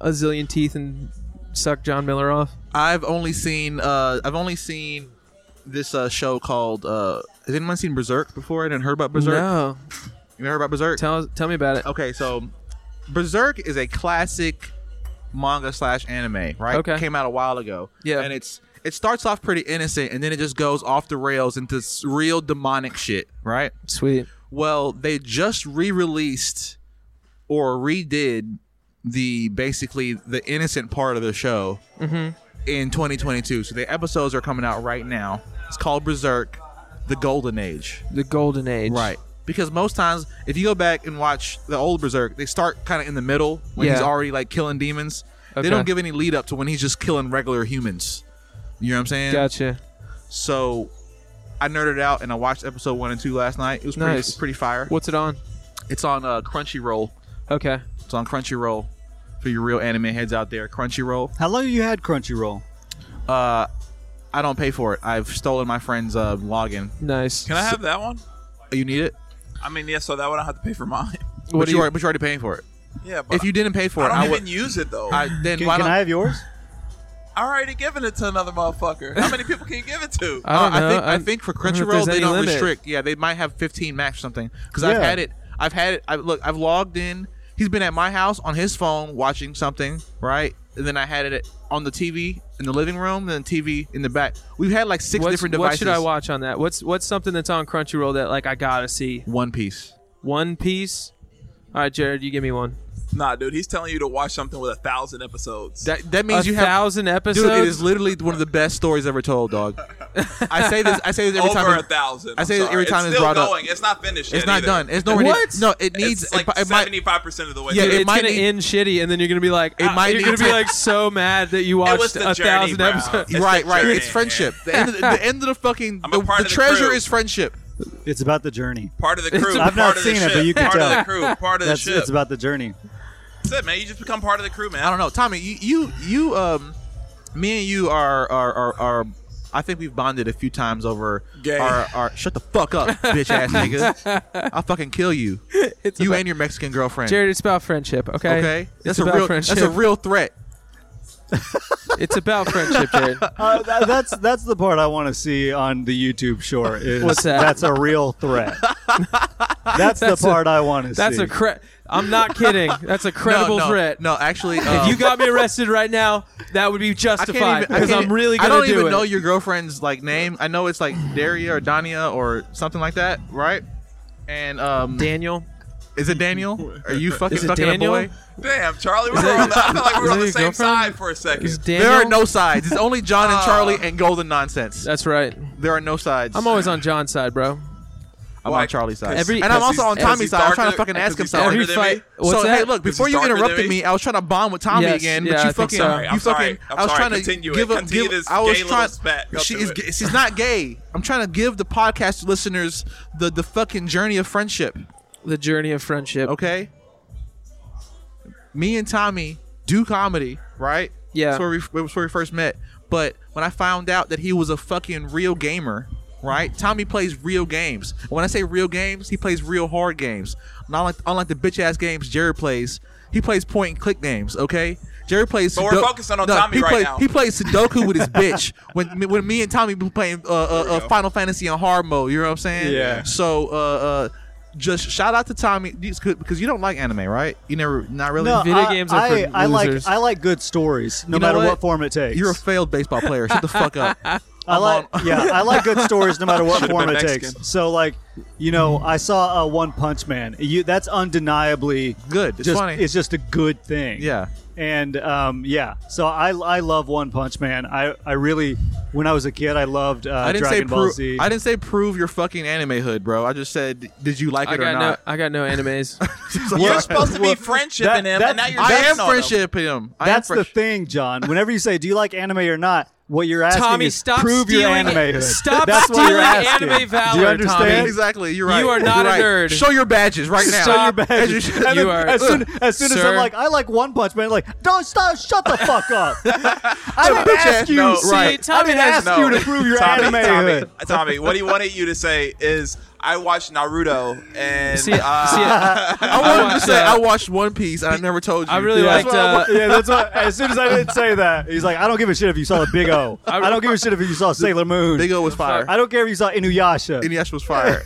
Speaker 6: a zillion teeth and suck John Miller off?
Speaker 7: I've only seen uh I've only seen this uh, show called. Uh, has anyone seen Berserk before? And heard about Berserk?
Speaker 6: No,
Speaker 7: You never heard about Berserk?
Speaker 6: tell tell me about it.
Speaker 7: okay, so Berserk is a classic manga slash anime, right?
Speaker 6: Okay.
Speaker 7: came out a while ago.
Speaker 6: Yeah.
Speaker 7: and it's it starts off pretty innocent, and then it just goes off the rails into s- real demonic shit, right?
Speaker 6: Sweet.
Speaker 7: Well, they just re-released or redid the basically the innocent part of the show
Speaker 6: Mm-hmm.
Speaker 7: in 2022. So the episodes are coming out right now. It's called Berserk: The Golden Age.
Speaker 6: The golden age.
Speaker 7: Right. Because most times, if you go back and watch the old Berserk, they start kind of in the middle when he's
Speaker 6: Yeah.
Speaker 7: already like killing demons.
Speaker 6: Okay.
Speaker 7: They don't give any lead up to when he's just killing regular humans. You know what I'm saying?
Speaker 6: Gotcha.
Speaker 7: So I nerded out and I watched episode one and two last night. It was pretty,
Speaker 6: Nice.
Speaker 7: pretty fire.
Speaker 6: What's it on?
Speaker 7: It's on uh, Crunchyroll.
Speaker 6: Okay.
Speaker 7: It's on Crunchyroll for your real anime heads out there. Crunchyroll.
Speaker 8: How long have you had Crunchyroll?
Speaker 7: I don't pay for it. I've stolen my friend's uh, login.
Speaker 6: Nice.
Speaker 9: Can I have that one?
Speaker 7: You need it,
Speaker 9: I mean, yeah, so that one I have to pay for mine.
Speaker 6: What
Speaker 7: but
Speaker 6: do
Speaker 7: you,
Speaker 6: you?
Speaker 7: are but you're already paying for it.
Speaker 9: Yeah, but
Speaker 7: If you didn't pay for
Speaker 9: I
Speaker 7: it,
Speaker 9: don't
Speaker 7: I
Speaker 9: even
Speaker 7: would.
Speaker 9: use it though.
Speaker 7: I,
Speaker 9: I,
Speaker 7: then
Speaker 8: Can,
Speaker 7: why
Speaker 8: can
Speaker 7: don't uh,
Speaker 8: I have yours?
Speaker 9: already given it to another motherfucker. How many people can you give it to?
Speaker 6: I don't
Speaker 7: Uh,
Speaker 6: know.
Speaker 7: I think I, think for
Speaker 6: don't know if there's
Speaker 7: Crunchyroll they
Speaker 6: any
Speaker 7: don't
Speaker 6: limit.
Speaker 7: restrict. Yeah, they might have 15 max or something. Because I've
Speaker 8: Yeah.
Speaker 7: had it. I've had it. I, look, I've logged in. He's been at my house on his phone watching something, right? And then I had it on the TV in the living room, then TV in the back. We've had like six
Speaker 6: What's-
Speaker 7: different
Speaker 6: what
Speaker 7: devices.
Speaker 6: should I watch on that? What's what's something that's on Crunchyroll that like I gotta see?
Speaker 7: One Piece.
Speaker 6: One Piece. All right, Jared, you give me one.
Speaker 9: Nah, dude, he's telling you to watch something with a thousand episodes.
Speaker 7: That that
Speaker 6: A
Speaker 7: means you have.
Speaker 6: thousand episodes.
Speaker 7: Dude, it is literally one of the best stories ever told, dog. I say this. I say this every
Speaker 9: Over
Speaker 7: time.
Speaker 9: a
Speaker 7: it's-
Speaker 9: thousand.
Speaker 7: I
Speaker 9: I'm
Speaker 7: say this
Speaker 9: sorry.
Speaker 7: every time
Speaker 9: it's
Speaker 7: it's
Speaker 9: still
Speaker 7: brought up.
Speaker 9: going. It's not finished.
Speaker 7: It's
Speaker 9: yet
Speaker 7: not
Speaker 9: either.
Speaker 7: done. It's nowhere.
Speaker 6: What?
Speaker 7: Near, no, it needs.
Speaker 9: It's like
Speaker 7: it, might,
Speaker 9: seventy-five percent of the way.
Speaker 7: Yeah,
Speaker 9: through.
Speaker 6: Dude,
Speaker 7: it Uh,
Speaker 6: it's
Speaker 7: might
Speaker 6: gonna
Speaker 7: need-
Speaker 6: end shitty, and then you're gonna be like,
Speaker 7: It
Speaker 6: ah,
Speaker 7: might
Speaker 6: you're
Speaker 7: need
Speaker 6: gonna be
Speaker 7: to-
Speaker 6: like so mad that you
Speaker 9: It was
Speaker 6: watched
Speaker 9: the
Speaker 6: a
Speaker 9: journey,
Speaker 6: thousand
Speaker 9: bro.
Speaker 6: episodes.
Speaker 9: It's the
Speaker 7: right, right. It's
Speaker 9: journey.
Speaker 7: friendship. The end, of the, the end of the fucking.
Speaker 9: I'm a
Speaker 7: The,
Speaker 9: part
Speaker 7: the
Speaker 9: of the
Speaker 7: treasure
Speaker 9: crew.
Speaker 7: is friendship.
Speaker 8: It's about the journey.
Speaker 9: Part of the crew.
Speaker 8: I've
Speaker 9: part
Speaker 8: not
Speaker 9: of
Speaker 8: seen
Speaker 9: the
Speaker 8: it,
Speaker 9: ship,
Speaker 8: but you can
Speaker 9: part of
Speaker 8: tell.
Speaker 9: the crew. Part of the
Speaker 8: That's
Speaker 9: ship.
Speaker 8: it's about the journey.
Speaker 9: That's it, man. You just become part of the crew, man.
Speaker 7: I don't know, Tommy. You, you, you um, me and you are are are. are I think we've bonded a few times over
Speaker 9: Gay.
Speaker 7: our, our shut the fuck up, bitch ass nigga. I'll fucking kill you. you and your Mexican girlfriend.
Speaker 6: Jared, it's about friendship, okay?
Speaker 7: okay?
Speaker 6: it's
Speaker 7: That's a
Speaker 6: about
Speaker 7: real
Speaker 6: friendship.
Speaker 7: that's a real threat.
Speaker 6: it's about friendship, Jared.
Speaker 8: Uh, that, that's that's the part I want to see on the YouTube short. Is
Speaker 6: What's that?
Speaker 8: That's a real threat. that's,
Speaker 6: That's a-
Speaker 8: the part I want to see.
Speaker 6: That's a cre- I'm not kidding. That's a credible
Speaker 7: no, no,
Speaker 6: threat.
Speaker 7: No, actually
Speaker 6: If
Speaker 7: um,
Speaker 6: you got me arrested right now, that would be
Speaker 7: I can't
Speaker 6: justified
Speaker 7: even- I
Speaker 6: because
Speaker 7: can't-
Speaker 6: I'm really
Speaker 7: I
Speaker 6: gonna
Speaker 7: don't
Speaker 6: do
Speaker 7: even
Speaker 6: it.
Speaker 7: know your girlfriend's like name. I know it's like Daria or Dania or something like that, right? And um
Speaker 6: Daniel,
Speaker 7: is it Daniel? Are you fucking
Speaker 6: Is it
Speaker 7: fucking
Speaker 6: Daniel?
Speaker 7: a boy?
Speaker 9: Damn, Charlie, we were on the, I felt like we
Speaker 6: is
Speaker 9: were on
Speaker 6: that
Speaker 9: the
Speaker 6: your
Speaker 9: same
Speaker 6: girlfriend?
Speaker 9: side for a second.
Speaker 6: is Daniel.
Speaker 7: There are no sides. It's only John
Speaker 9: Ah.
Speaker 7: and Charlie and Golden Nonsense.
Speaker 6: That's right.
Speaker 7: There are no sides.
Speaker 6: I'm always on John's side, bro.
Speaker 7: I'm
Speaker 9: Why?
Speaker 7: on Charlie's side.
Speaker 6: Every-
Speaker 7: and I'm
Speaker 6: because
Speaker 7: also on
Speaker 6: he's-
Speaker 9: because
Speaker 7: Tommy's side.
Speaker 9: he's
Speaker 7: I'm trying
Speaker 9: darker-
Speaker 7: to fucking
Speaker 9: because
Speaker 7: ask him
Speaker 9: he's darker
Speaker 7: something.
Speaker 6: Every
Speaker 9: than
Speaker 6: fight.
Speaker 9: me?
Speaker 6: What's
Speaker 7: so
Speaker 6: that?
Speaker 7: hey, look! Before
Speaker 9: he's
Speaker 7: you
Speaker 9: darker than
Speaker 7: interrupted
Speaker 9: me?
Speaker 7: me, I was trying to bond with Tommy
Speaker 6: Yes,
Speaker 7: again,
Speaker 6: yeah, I
Speaker 7: but you
Speaker 6: think
Speaker 7: fucking,
Speaker 6: so.
Speaker 9: Sorry, I'm
Speaker 7: you
Speaker 9: sorry.
Speaker 7: fucking,
Speaker 9: I'm
Speaker 7: I was
Speaker 9: sorry.
Speaker 7: trying to
Speaker 9: Continue it.
Speaker 7: give a
Speaker 9: Continue
Speaker 7: give.
Speaker 9: this
Speaker 7: I was
Speaker 9: gay little
Speaker 7: trying.
Speaker 9: spat. Go
Speaker 7: She
Speaker 9: through
Speaker 7: is.
Speaker 9: it.
Speaker 7: ga- She's not gay. I'm trying to give the podcast listeners the the fucking journey of friendship.
Speaker 6: The journey of friendship.
Speaker 7: Okay. Me and Tommy do comedy, right?
Speaker 6: Yeah.
Speaker 7: That's where we that's where we first met. But when I found out that he was a fucking real gamer, right? Tommy plays real games. And When I say real games, he plays real hard games. Not like unlike the bitch ass games Jared plays. He plays point and click games, okay? Jared plays.
Speaker 9: But we're focusing on Tommy
Speaker 7: he
Speaker 9: right
Speaker 7: plays-
Speaker 9: now.
Speaker 7: He plays Sudoku with his bitch when when me and Tommy be playing uh, uh, uh, Final Fantasy on hard mode. You know what I'm saying?
Speaker 8: Yeah.
Speaker 7: So uh, uh, just shout out to Tommy these- because you don't like anime, right? You never, not really.
Speaker 8: no,
Speaker 6: Video
Speaker 8: I,
Speaker 6: games are for
Speaker 8: I, I
Speaker 6: losers.
Speaker 8: like I like good stories, no
Speaker 7: You know
Speaker 8: matter
Speaker 7: what?
Speaker 8: what? form it takes.
Speaker 7: You're a failed baseball player. Shut the fuck up.
Speaker 8: I like yeah, I like good stories no matter what form
Speaker 9: been
Speaker 8: it
Speaker 9: Mexican.
Speaker 8: takes. So like, you know, I saw uh, One Punch Man. You that's undeniably
Speaker 7: Good. It's
Speaker 8: just,
Speaker 7: funny.
Speaker 8: It's just a good thing.
Speaker 7: Yeah.
Speaker 8: And um, yeah, so I I love One Punch Man. I I really when I was a kid I loved uh,
Speaker 7: I didn't
Speaker 8: Dragon
Speaker 7: say
Speaker 8: Ball
Speaker 7: prove.
Speaker 8: Z.
Speaker 7: I didn't say prove your fucking anime hood, bro. I just said did you like
Speaker 6: I
Speaker 7: it or
Speaker 6: got no.
Speaker 7: not?
Speaker 6: I got no animes.
Speaker 9: You're supposed to be
Speaker 8: Well,
Speaker 9: friendship
Speaker 8: that-
Speaker 9: in him,
Speaker 8: that-
Speaker 9: and now you're
Speaker 7: I am
Speaker 9: down on him.
Speaker 7: friendship him. I am
Speaker 8: That's the
Speaker 7: friendship.
Speaker 8: thing, John. Whenever you say, "Do you like anime or not?" What you're asking
Speaker 6: Tommy,
Speaker 8: is
Speaker 6: stop
Speaker 8: prove your
Speaker 6: stealing-
Speaker 8: anime. hood.
Speaker 6: stop
Speaker 8: That's what you're
Speaker 6: stealing
Speaker 8: asking.
Speaker 6: anime
Speaker 8: Do
Speaker 6: valor,
Speaker 8: you understand?
Speaker 7: Exactly. You're right.
Speaker 6: You are
Speaker 7: You're
Speaker 6: not a
Speaker 7: right.
Speaker 6: nerd.
Speaker 7: Show your badges right now.
Speaker 6: Show your
Speaker 8: badges.
Speaker 7: As
Speaker 8: And then
Speaker 6: You are-
Speaker 8: as soon, as, soon as
Speaker 6: Sir.
Speaker 8: I'm like, I like One Punch Man, like, don't stop, shut the fuck up. I didn't
Speaker 7: bitch
Speaker 8: ask
Speaker 7: ass-
Speaker 8: you,
Speaker 7: no,
Speaker 8: see,
Speaker 7: right.
Speaker 8: I
Speaker 6: Tommy
Speaker 8: didn't
Speaker 6: has
Speaker 8: ask you to prove your
Speaker 9: Tommy,
Speaker 8: anime
Speaker 9: Tommy,
Speaker 8: hood.
Speaker 9: Tommy, what he wanted you to say is, I watched Naruto and
Speaker 6: See, see,
Speaker 9: uh,
Speaker 6: I
Speaker 7: I wanted to
Speaker 6: watched,
Speaker 7: say
Speaker 6: uh,
Speaker 7: I watched One Piece and I never told you.
Speaker 6: I really
Speaker 7: That's
Speaker 6: liked.
Speaker 7: what I
Speaker 6: Uh,
Speaker 8: yeah, that's what. As soon as I didn't say that, he's like, "I don't give a shit if you saw a Big O. I, I don't give a shit if you saw Sailor Moon.
Speaker 7: Big O was fire.
Speaker 8: I don't care if you saw Inuyasha.
Speaker 7: Inuyasha was fire.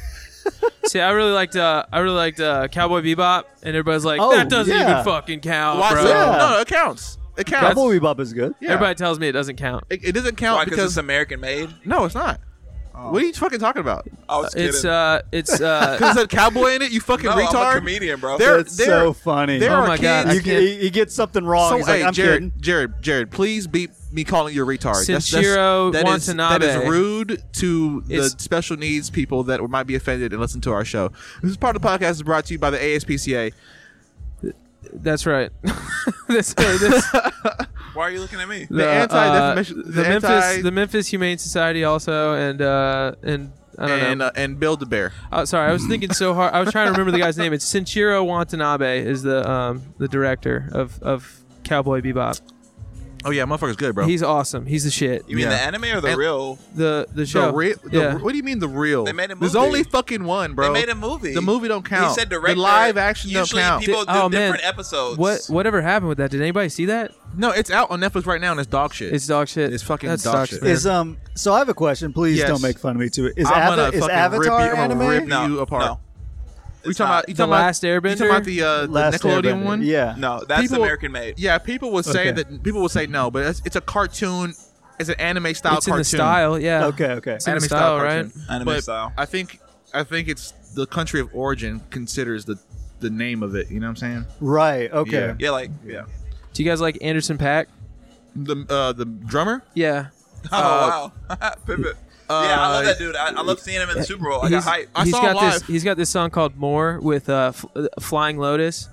Speaker 6: see, I really liked. Uh, I really liked uh, Cowboy Bebop, and everybody's like,
Speaker 8: Oh,
Speaker 6: that doesn't
Speaker 8: yeah.
Speaker 6: even fucking count,
Speaker 7: Why-
Speaker 6: bro.
Speaker 8: Yeah.
Speaker 7: No, it counts. It counts.
Speaker 8: Double Bebop is good.
Speaker 7: Yeah.
Speaker 6: Everybody tells me it doesn't count.
Speaker 7: It, it doesn't count
Speaker 9: why? Because
Speaker 7: because
Speaker 9: it's American made.
Speaker 7: no, it's not.
Speaker 9: Oh.
Speaker 7: What are you fucking talking about?
Speaker 9: I was kidding.
Speaker 6: It's uh, it's uh,
Speaker 7: Because that cowboy in it, you fucking
Speaker 9: no,
Speaker 7: retard.
Speaker 9: I'm a comedian, bro.
Speaker 7: They're-
Speaker 8: That's so funny.
Speaker 7: There
Speaker 6: Oh
Speaker 7: are
Speaker 6: my God,
Speaker 7: kids.
Speaker 6: I
Speaker 8: You get- he, he gets something wrong.
Speaker 7: So,
Speaker 8: he's like,
Speaker 7: hey,
Speaker 8: "I'm
Speaker 7: Jared,
Speaker 8: kidding."
Speaker 7: Jared, Jared, please beat me calling you a retard. That's- that's-
Speaker 6: Sinchiro
Speaker 7: that is-
Speaker 6: Watanabe.
Speaker 7: that is rude to the
Speaker 6: It's-
Speaker 7: special needs people that might be offended and listen to our show. This part of the podcast is brought to you by the ASPCA.
Speaker 6: that's right. this, this,
Speaker 9: why are you looking at me?
Speaker 7: The
Speaker 6: uh,
Speaker 7: anti-defamation,
Speaker 6: uh,
Speaker 7: the,
Speaker 6: the Memphis,
Speaker 7: anti,
Speaker 6: the Memphis Humane Society also, and uh, and I don't
Speaker 7: and
Speaker 6: know.
Speaker 7: uh, and Build a Bear.
Speaker 6: Oh, sorry, I was thinking so hard. I was trying to remember the guy's name. It's Sinchiro Watanabe is the um, the director of of Cowboy Bebop.
Speaker 7: Oh yeah, motherfucker's good, bro.
Speaker 6: He's awesome. He's the shit.
Speaker 9: You mean
Speaker 7: Yeah.
Speaker 9: the anime or the
Speaker 7: And-
Speaker 9: real?
Speaker 6: The the show.
Speaker 7: the real.
Speaker 6: yeah.
Speaker 7: What do you mean the real?
Speaker 9: They made a
Speaker 7: There's
Speaker 9: movie.
Speaker 7: only fucking one, bro.
Speaker 9: They made a movie.
Speaker 7: The movie don't count.
Speaker 9: He said
Speaker 7: The
Speaker 9: director.
Speaker 7: live action don't
Speaker 9: usually
Speaker 7: count.
Speaker 9: people do
Speaker 6: oh man,
Speaker 9: different episodes.
Speaker 6: What whatever happened with that? Did anybody see that?
Speaker 7: No, it's out on Netflix right now, and it's dog shit.
Speaker 6: It's dog shit.
Speaker 7: It's fucking
Speaker 6: That's
Speaker 7: dog
Speaker 6: sucks,
Speaker 7: shit.
Speaker 6: man.
Speaker 8: Is um. So I have a question. Please
Speaker 7: Yes.
Speaker 8: don't make fun of me too. Is,
Speaker 7: I'm
Speaker 8: Ava-
Speaker 7: gonna
Speaker 8: is
Speaker 7: fucking
Speaker 8: Avatar
Speaker 7: rip you, I'm
Speaker 8: anime?
Speaker 7: gonna rip
Speaker 9: No,
Speaker 7: you apart.
Speaker 9: no.
Speaker 7: you
Speaker 9: It's
Speaker 7: talking
Speaker 9: not.
Speaker 7: about? You talking
Speaker 6: The
Speaker 7: about
Speaker 6: Last Airbender?
Speaker 7: You talking about the, uh,
Speaker 8: Last
Speaker 7: the Nickelodeon
Speaker 8: Airbender.
Speaker 7: one?
Speaker 8: Yeah.
Speaker 9: No, that's
Speaker 7: People-
Speaker 9: American made.
Speaker 7: Yeah, people would say
Speaker 8: Okay.
Speaker 7: that people would say no, but it's, it's a cartoon. It's an anime style
Speaker 6: It's
Speaker 7: cartoon.
Speaker 6: in the style. Yeah.
Speaker 8: Okay. Okay.
Speaker 6: in
Speaker 7: Anime
Speaker 6: the
Speaker 7: style,
Speaker 6: style, right?
Speaker 7: cartoon.
Speaker 9: Anime
Speaker 7: but
Speaker 9: style.
Speaker 7: I think I think it's the country of origin considers the the name of it. You know what I'm saying?
Speaker 8: Right. Okay.
Speaker 7: Yeah.
Speaker 9: Yeah, like yeah.
Speaker 6: Do you guys like Anderson Pack?
Speaker 7: The uh, the drummer.
Speaker 6: Yeah.
Speaker 9: Oh wow, pivot. yeah, I love that dude. I, I love seeing him in the Super Bowl. I got hype.
Speaker 7: I
Speaker 6: he's
Speaker 7: saw him
Speaker 6: got this.
Speaker 7: live.
Speaker 6: He's got this song called "More" with uh, F- uh, Flying Lotus.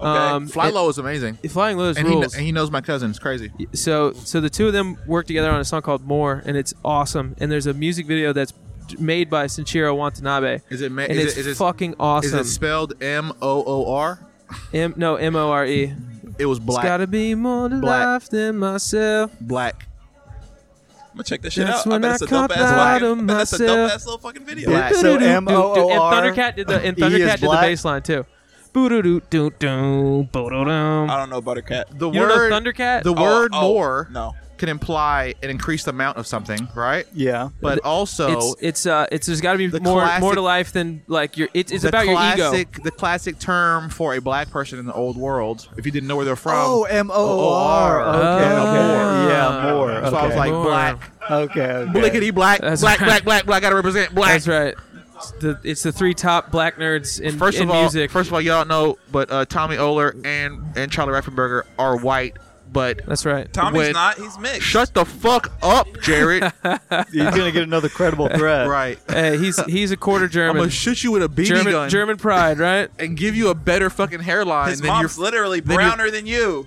Speaker 6: Um,
Speaker 7: Fly
Speaker 6: it-
Speaker 7: Low is amazing,
Speaker 6: Flying Lotus
Speaker 7: and he, kn-
Speaker 6: rules.
Speaker 7: and he knows my cousin. It's crazy.
Speaker 6: so so the two of them work together on a song called "More," and it's awesome. And there's a music video that's d- made by Sinchiro Watanabe.
Speaker 7: Is it ma-
Speaker 6: and
Speaker 7: is
Speaker 6: it's
Speaker 7: it- is it-
Speaker 6: fucking
Speaker 7: Is
Speaker 6: awesome.
Speaker 7: it spelled M O O R?
Speaker 6: M- no, M O R E.
Speaker 7: It was
Speaker 6: It's
Speaker 7: black.
Speaker 6: gotta be more to
Speaker 7: Black.
Speaker 6: life than myself.
Speaker 7: black.
Speaker 9: I'm gonna check that shit
Speaker 6: That's
Speaker 9: out. I
Speaker 6: when
Speaker 9: bet
Speaker 6: I
Speaker 9: it's a
Speaker 6: caught
Speaker 9: dope ass
Speaker 6: out
Speaker 9: fucking.
Speaker 6: of
Speaker 9: I bet That's a dope
Speaker 6: myself.
Speaker 9: ass little fucking video.
Speaker 8: Yeah. So M O O R.
Speaker 6: And Thundercat did the and
Speaker 8: E is
Speaker 6: Thundercat did the
Speaker 8: black.
Speaker 6: bass line too. Boo doo doo doo doo boo doo doo.
Speaker 9: I don't know Buttercat.
Speaker 7: The
Speaker 6: You don't know
Speaker 7: word
Speaker 6: Thundercat?
Speaker 7: The
Speaker 6: Oh,
Speaker 7: word
Speaker 9: oh,
Speaker 7: more
Speaker 9: no.
Speaker 7: can imply an increased amount of something, right?
Speaker 8: Yeah.
Speaker 7: But also
Speaker 6: It's it's uh it's there's got to be
Speaker 7: Oh. The
Speaker 6: more
Speaker 7: classic-
Speaker 6: more to life than like your it, it's
Speaker 7: the
Speaker 6: about your ego.
Speaker 7: classic the classic term for a black person in the old world, if you didn't know where they're from.
Speaker 8: Oh, M O O R.
Speaker 7: Oh,
Speaker 8: Okay.
Speaker 6: more.
Speaker 8: Okay. Yeah. More.
Speaker 7: That's why Oh. I was
Speaker 8: Okay.
Speaker 7: like
Speaker 6: Ah, More.
Speaker 7: black.
Speaker 8: Okay. okay.
Speaker 7: Blickety black,
Speaker 6: That's
Speaker 7: black,
Speaker 6: right.
Speaker 7: black, black, black. Gotta represent black.
Speaker 6: That's right. It's the, it's the three top black nerds in,
Speaker 7: First
Speaker 6: in
Speaker 7: of all,
Speaker 6: music.
Speaker 7: first of all, y'all know, but uh, Tommy Oler and and Charlie Raffenberger are white. But
Speaker 6: That's right.
Speaker 9: Tommy's
Speaker 7: when-
Speaker 9: not. He's mixed.
Speaker 7: shut the fuck up, Jared.
Speaker 8: You're gonna get another credible threat.
Speaker 7: right.
Speaker 6: Hey, he's he's a quarter
Speaker 7: I'm
Speaker 6: German.
Speaker 7: gonna shoot you with a BB
Speaker 6: German
Speaker 7: gun
Speaker 6: German pride, right?
Speaker 7: and give you a better fucking hairline
Speaker 9: His
Speaker 7: than your
Speaker 9: mom's literally
Speaker 7: then you're-
Speaker 9: browner than you.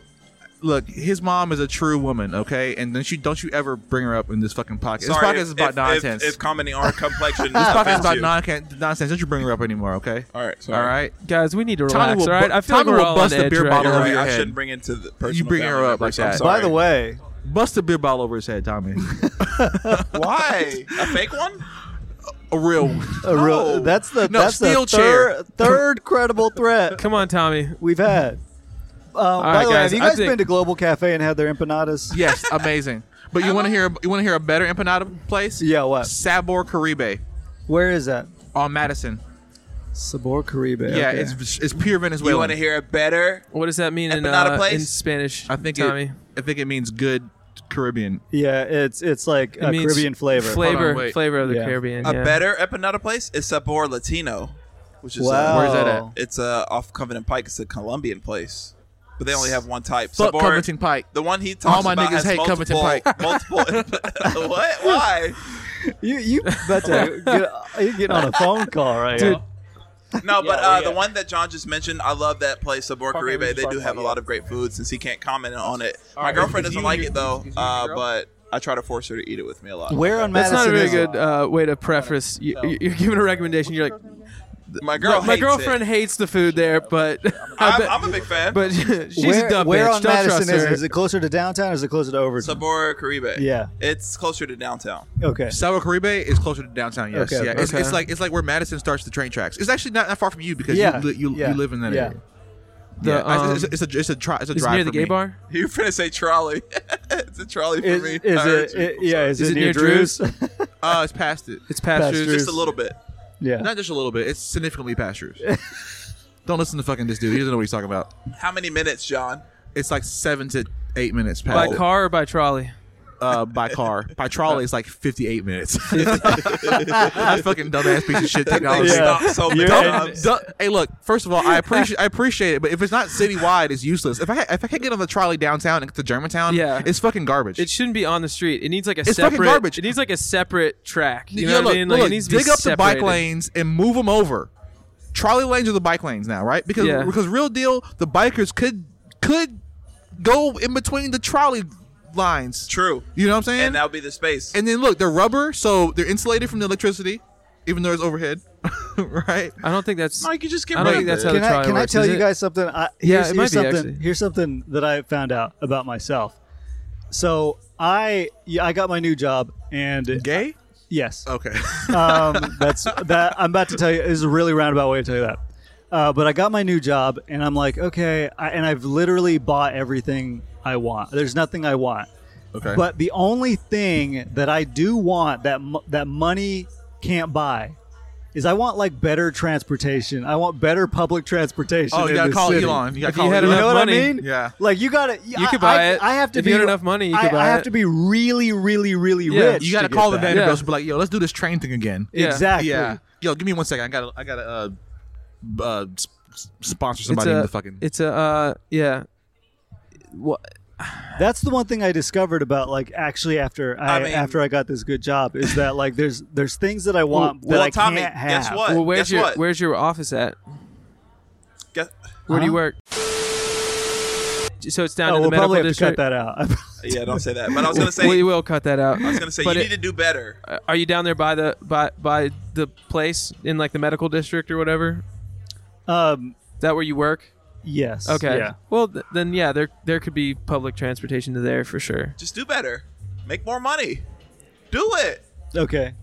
Speaker 7: look, his mom is a true woman, okay? And then she don't you ever bring her up in this fucking podcast.
Speaker 9: Sorry,
Speaker 7: this podcast
Speaker 9: if-
Speaker 7: is about
Speaker 9: if,
Speaker 7: nonsense.
Speaker 9: If, if commenting on her complexion,
Speaker 7: this podcast is
Speaker 9: offends
Speaker 7: about
Speaker 9: you.
Speaker 7: nonsense. nonsense. Don't you bring her up anymore, okay?
Speaker 9: All right, sorry.
Speaker 7: All right.
Speaker 6: Guys, we need to
Speaker 7: Tommy
Speaker 6: relax,
Speaker 7: will
Speaker 6: all right?
Speaker 7: bu-
Speaker 6: I feel
Speaker 7: Tommy
Speaker 6: like we're
Speaker 7: will
Speaker 6: all
Speaker 7: bust
Speaker 6: on
Speaker 7: a
Speaker 6: edge
Speaker 7: beer
Speaker 6: right
Speaker 7: bottle
Speaker 9: You're
Speaker 6: now.
Speaker 7: over
Speaker 9: right.
Speaker 7: your
Speaker 9: I
Speaker 7: head.
Speaker 9: shouldn't bring into the person.
Speaker 7: bring her up like that.
Speaker 8: By the way,
Speaker 7: Bust a beer bottle over his head, Tommy.
Speaker 9: why a fake one?
Speaker 7: a real one.
Speaker 8: a real, that's the
Speaker 7: No,
Speaker 8: that's
Speaker 7: steel
Speaker 8: the
Speaker 7: chair.
Speaker 8: third, third credible threat
Speaker 6: Come on, Tommy.
Speaker 8: we've had. Um, by
Speaker 6: right,
Speaker 8: the way,
Speaker 6: guys,
Speaker 8: have you
Speaker 6: I
Speaker 8: guys
Speaker 6: think-
Speaker 8: been to Global Cafe and had their empanadas?
Speaker 7: yes, amazing. But you want to hear you want to hear a better empanada place?
Speaker 8: Yeah, what?
Speaker 7: Sabor Caribe
Speaker 8: Where is that?
Speaker 7: on Madison.
Speaker 8: Sabor Caribe.
Speaker 7: Yeah,
Speaker 8: okay.
Speaker 7: it's it's pure Venezuelan.
Speaker 9: You want to hear a better?
Speaker 6: What does that mean in,
Speaker 9: Empanada
Speaker 6: uh,
Speaker 9: place?
Speaker 6: in Spanish?
Speaker 7: I think
Speaker 6: Tommy.
Speaker 7: it, I think it means good Caribbean.
Speaker 8: yeah, it's it's like a
Speaker 6: means
Speaker 8: Caribbean flavor.
Speaker 7: Hold
Speaker 6: Flavor,
Speaker 7: on, wait.
Speaker 6: flavor of the
Speaker 8: Yeah.
Speaker 6: Caribbean.
Speaker 9: A
Speaker 6: yeah.
Speaker 9: better empanada place is Sabor Latino, which is uh,
Speaker 8: Wow.
Speaker 7: Where's that at?
Speaker 9: It's uh, off Covenant Pike. It's a Colombian place, but they only have one type.
Speaker 7: Fuck
Speaker 9: Sabor-
Speaker 7: Covington Pike.
Speaker 9: The one he talks
Speaker 7: All my
Speaker 9: about has
Speaker 7: niggas hate Covington
Speaker 9: multiple,
Speaker 7: Pike.
Speaker 9: Multiple. what? Why?
Speaker 8: You you about to get, you're getting on a phone call right now.
Speaker 9: No, but
Speaker 6: oh,
Speaker 9: uh, the one that John just mentioned, I love that place, Sabor Caribe. They do have a lot of great food. Since he can't comment on it, my girlfriend doesn't like it though. Uh, but I try to force her to eat it with me a lot.
Speaker 8: Where on
Speaker 6: That's
Speaker 8: Madison?
Speaker 6: not a very
Speaker 8: is it?
Speaker 6: good uh, way to preface. You, you- you're giving a recommendation. You're like,
Speaker 9: My girl,
Speaker 6: my
Speaker 9: hates it.
Speaker 6: girlfriend hates the food there, but I
Speaker 9: I'm,
Speaker 6: bet-
Speaker 9: I'm a big fan.
Speaker 6: but she's
Speaker 8: where,
Speaker 6: a dumb
Speaker 8: where
Speaker 6: bitch.
Speaker 8: on
Speaker 6: Don't
Speaker 8: Madison
Speaker 6: trust
Speaker 8: is it?
Speaker 6: her.
Speaker 8: Is it closer to downtown or is it closer to Overton?
Speaker 9: Sabora Caribe.
Speaker 8: Yeah.
Speaker 9: it's closer to downtown.
Speaker 8: okay.
Speaker 7: Sabo Caribe is closer to downtown. Yes,
Speaker 8: Okay,
Speaker 7: yeah. It's,
Speaker 6: okay.
Speaker 7: it's like it's like where Madison starts the train tracks. It's actually not that far from you because
Speaker 8: Yeah,
Speaker 7: you, li- you,
Speaker 8: yeah,
Speaker 7: you live in that
Speaker 8: yeah.
Speaker 7: area.
Speaker 6: The,
Speaker 7: yeah, I-
Speaker 6: um,
Speaker 7: it's, it's a it's a tri- it's a
Speaker 6: Is it
Speaker 7: drive
Speaker 6: near the
Speaker 7: for
Speaker 6: gay
Speaker 7: me.
Speaker 6: bar?
Speaker 9: You're finna say trolley. it's a trolley for
Speaker 8: Is,
Speaker 9: me.
Speaker 8: is
Speaker 9: I heard
Speaker 8: it,
Speaker 9: you.
Speaker 8: it-
Speaker 9: I'm
Speaker 8: yeah?
Speaker 9: sorry.
Speaker 8: Is,
Speaker 6: Is
Speaker 8: it
Speaker 6: it
Speaker 8: near
Speaker 6: near
Speaker 8: Drew's?
Speaker 7: Uh, it's past it.
Speaker 6: It's past
Speaker 8: Pastures.
Speaker 6: Drew's.
Speaker 9: just a little bit?
Speaker 8: yeah.
Speaker 7: Not just a little bit. It's significantly past yours. Don't listen to fucking this dude. He doesn't know what he's talking about.
Speaker 9: How many minutes, John?
Speaker 7: It's like seven to eight minutes
Speaker 6: By
Speaker 7: past.
Speaker 6: car or by trolley?
Speaker 7: Uh, by car. By trolley, it's like fifty-eight minutes. that fucking dumbass piece of shit technology.
Speaker 8: Yeah.
Speaker 9: Stop so many
Speaker 8: You're
Speaker 7: Dumb,
Speaker 9: times.
Speaker 7: dumb- hey, look. First of all, I appreciate I appreciate it, but if it's not citywide, it's useless. If I if I can't get on the trolley downtown and get to Germantown,
Speaker 6: Yeah.
Speaker 7: it's fucking garbage.
Speaker 6: It shouldn't be on the street. It needs like a
Speaker 7: It's fucking
Speaker 6: separate.
Speaker 7: garbage.
Speaker 6: It needs like a separate track. You
Speaker 7: Yeah,
Speaker 6: know what
Speaker 7: look,
Speaker 6: I mean? Like
Speaker 7: look,
Speaker 6: it needs to
Speaker 7: dig
Speaker 6: be
Speaker 7: up the
Speaker 6: separated.
Speaker 7: bike lanes and move them over. Trolley lanes are the bike lanes now, right? Because
Speaker 6: Yeah.
Speaker 7: because real deal, the bikers could could go in between the trolley lines.
Speaker 9: True.
Speaker 7: You know what I'm saying?
Speaker 9: And that would be the space.
Speaker 7: And then look, they're rubber, so they're insulated from the electricity, even though it's overhead, right?
Speaker 6: I don't think that's.
Speaker 9: no, you could just get
Speaker 6: I
Speaker 9: rid
Speaker 6: don't
Speaker 9: of
Speaker 6: think that's
Speaker 9: it.
Speaker 6: how
Speaker 8: Can
Speaker 6: the
Speaker 8: I,
Speaker 6: trolley
Speaker 8: can I
Speaker 6: works,
Speaker 8: tell
Speaker 6: is
Speaker 8: you
Speaker 6: it?
Speaker 8: guys something? I, here's,
Speaker 6: it might
Speaker 8: here's
Speaker 6: be,
Speaker 8: something.
Speaker 6: actually.
Speaker 8: Here's something that I found out about myself. So I yeah, I got my new job and
Speaker 7: Gay?
Speaker 8: yes,
Speaker 6: Oh,
Speaker 7: Okay.
Speaker 8: um, that's that. I'm about to tell you is a really roundabout way to tell you that. Uh, but I got my new job, and I'm like, okay, I, and I've literally bought everything I want. There's nothing I want.
Speaker 7: Okay.
Speaker 8: But the only thing that I do want that mo- that money can't buy is I want like better transportation. I want better public transportation.
Speaker 7: oh, you
Speaker 8: in
Speaker 7: gotta
Speaker 8: this
Speaker 7: call
Speaker 8: city.
Speaker 7: Elon. You gotta
Speaker 6: If you
Speaker 7: call
Speaker 6: had
Speaker 8: You
Speaker 7: Elon.
Speaker 8: know
Speaker 6: enough
Speaker 8: what I
Speaker 6: money.
Speaker 8: mean?
Speaker 7: Yeah.
Speaker 8: Like you gotta, you
Speaker 6: could buy it.
Speaker 8: I have to
Speaker 6: If
Speaker 8: be
Speaker 6: you had enough money, you could
Speaker 8: I-
Speaker 6: buy
Speaker 8: I have
Speaker 6: it.
Speaker 8: to be really, really, really
Speaker 6: Yeah.
Speaker 8: rich.
Speaker 7: You gotta
Speaker 8: to get
Speaker 7: call the
Speaker 8: that.
Speaker 7: Vanderbilts and be like, yo, let's do this train thing again.
Speaker 6: Yeah.
Speaker 8: Exactly.
Speaker 7: Yeah. Yo, give me one second. I gotta I gotta uh, b- uh s- s- sponsor
Speaker 6: It's
Speaker 7: somebody in
Speaker 6: a.
Speaker 7: the fucking
Speaker 6: It's a. Uh, yeah. What?
Speaker 9: Uh,
Speaker 8: That's the one thing I discovered about like actually after I,
Speaker 9: I mean-
Speaker 8: after I got this good job is that like there's there's things that I want
Speaker 9: Well,
Speaker 8: that I
Speaker 9: Tommy,
Speaker 8: can't have.
Speaker 9: guess what?
Speaker 6: Well, where's
Speaker 9: guess
Speaker 6: your
Speaker 9: what?
Speaker 6: Where's your office at?
Speaker 9: Guess-
Speaker 6: Where do you
Speaker 8: Huh?
Speaker 6: work? So it's down
Speaker 8: Oh,
Speaker 6: in the
Speaker 8: we'll
Speaker 6: medical
Speaker 8: probably have
Speaker 6: district.
Speaker 8: to cut that out.
Speaker 9: yeah, don't say that. But I was gonna say,
Speaker 6: we will cut that out.
Speaker 9: I was gonna say, you
Speaker 6: but Uh,
Speaker 9: need to do better.
Speaker 6: it- are you down there by the by by the place in like the medical district or whatever?
Speaker 8: um,
Speaker 6: Is that where you work?
Speaker 8: yes.
Speaker 6: Okay.
Speaker 8: Yeah.
Speaker 6: Well, th- then yeah, there there could be public transportation to there for sure.
Speaker 9: Just do better. Make more money. Do it.
Speaker 8: Okay.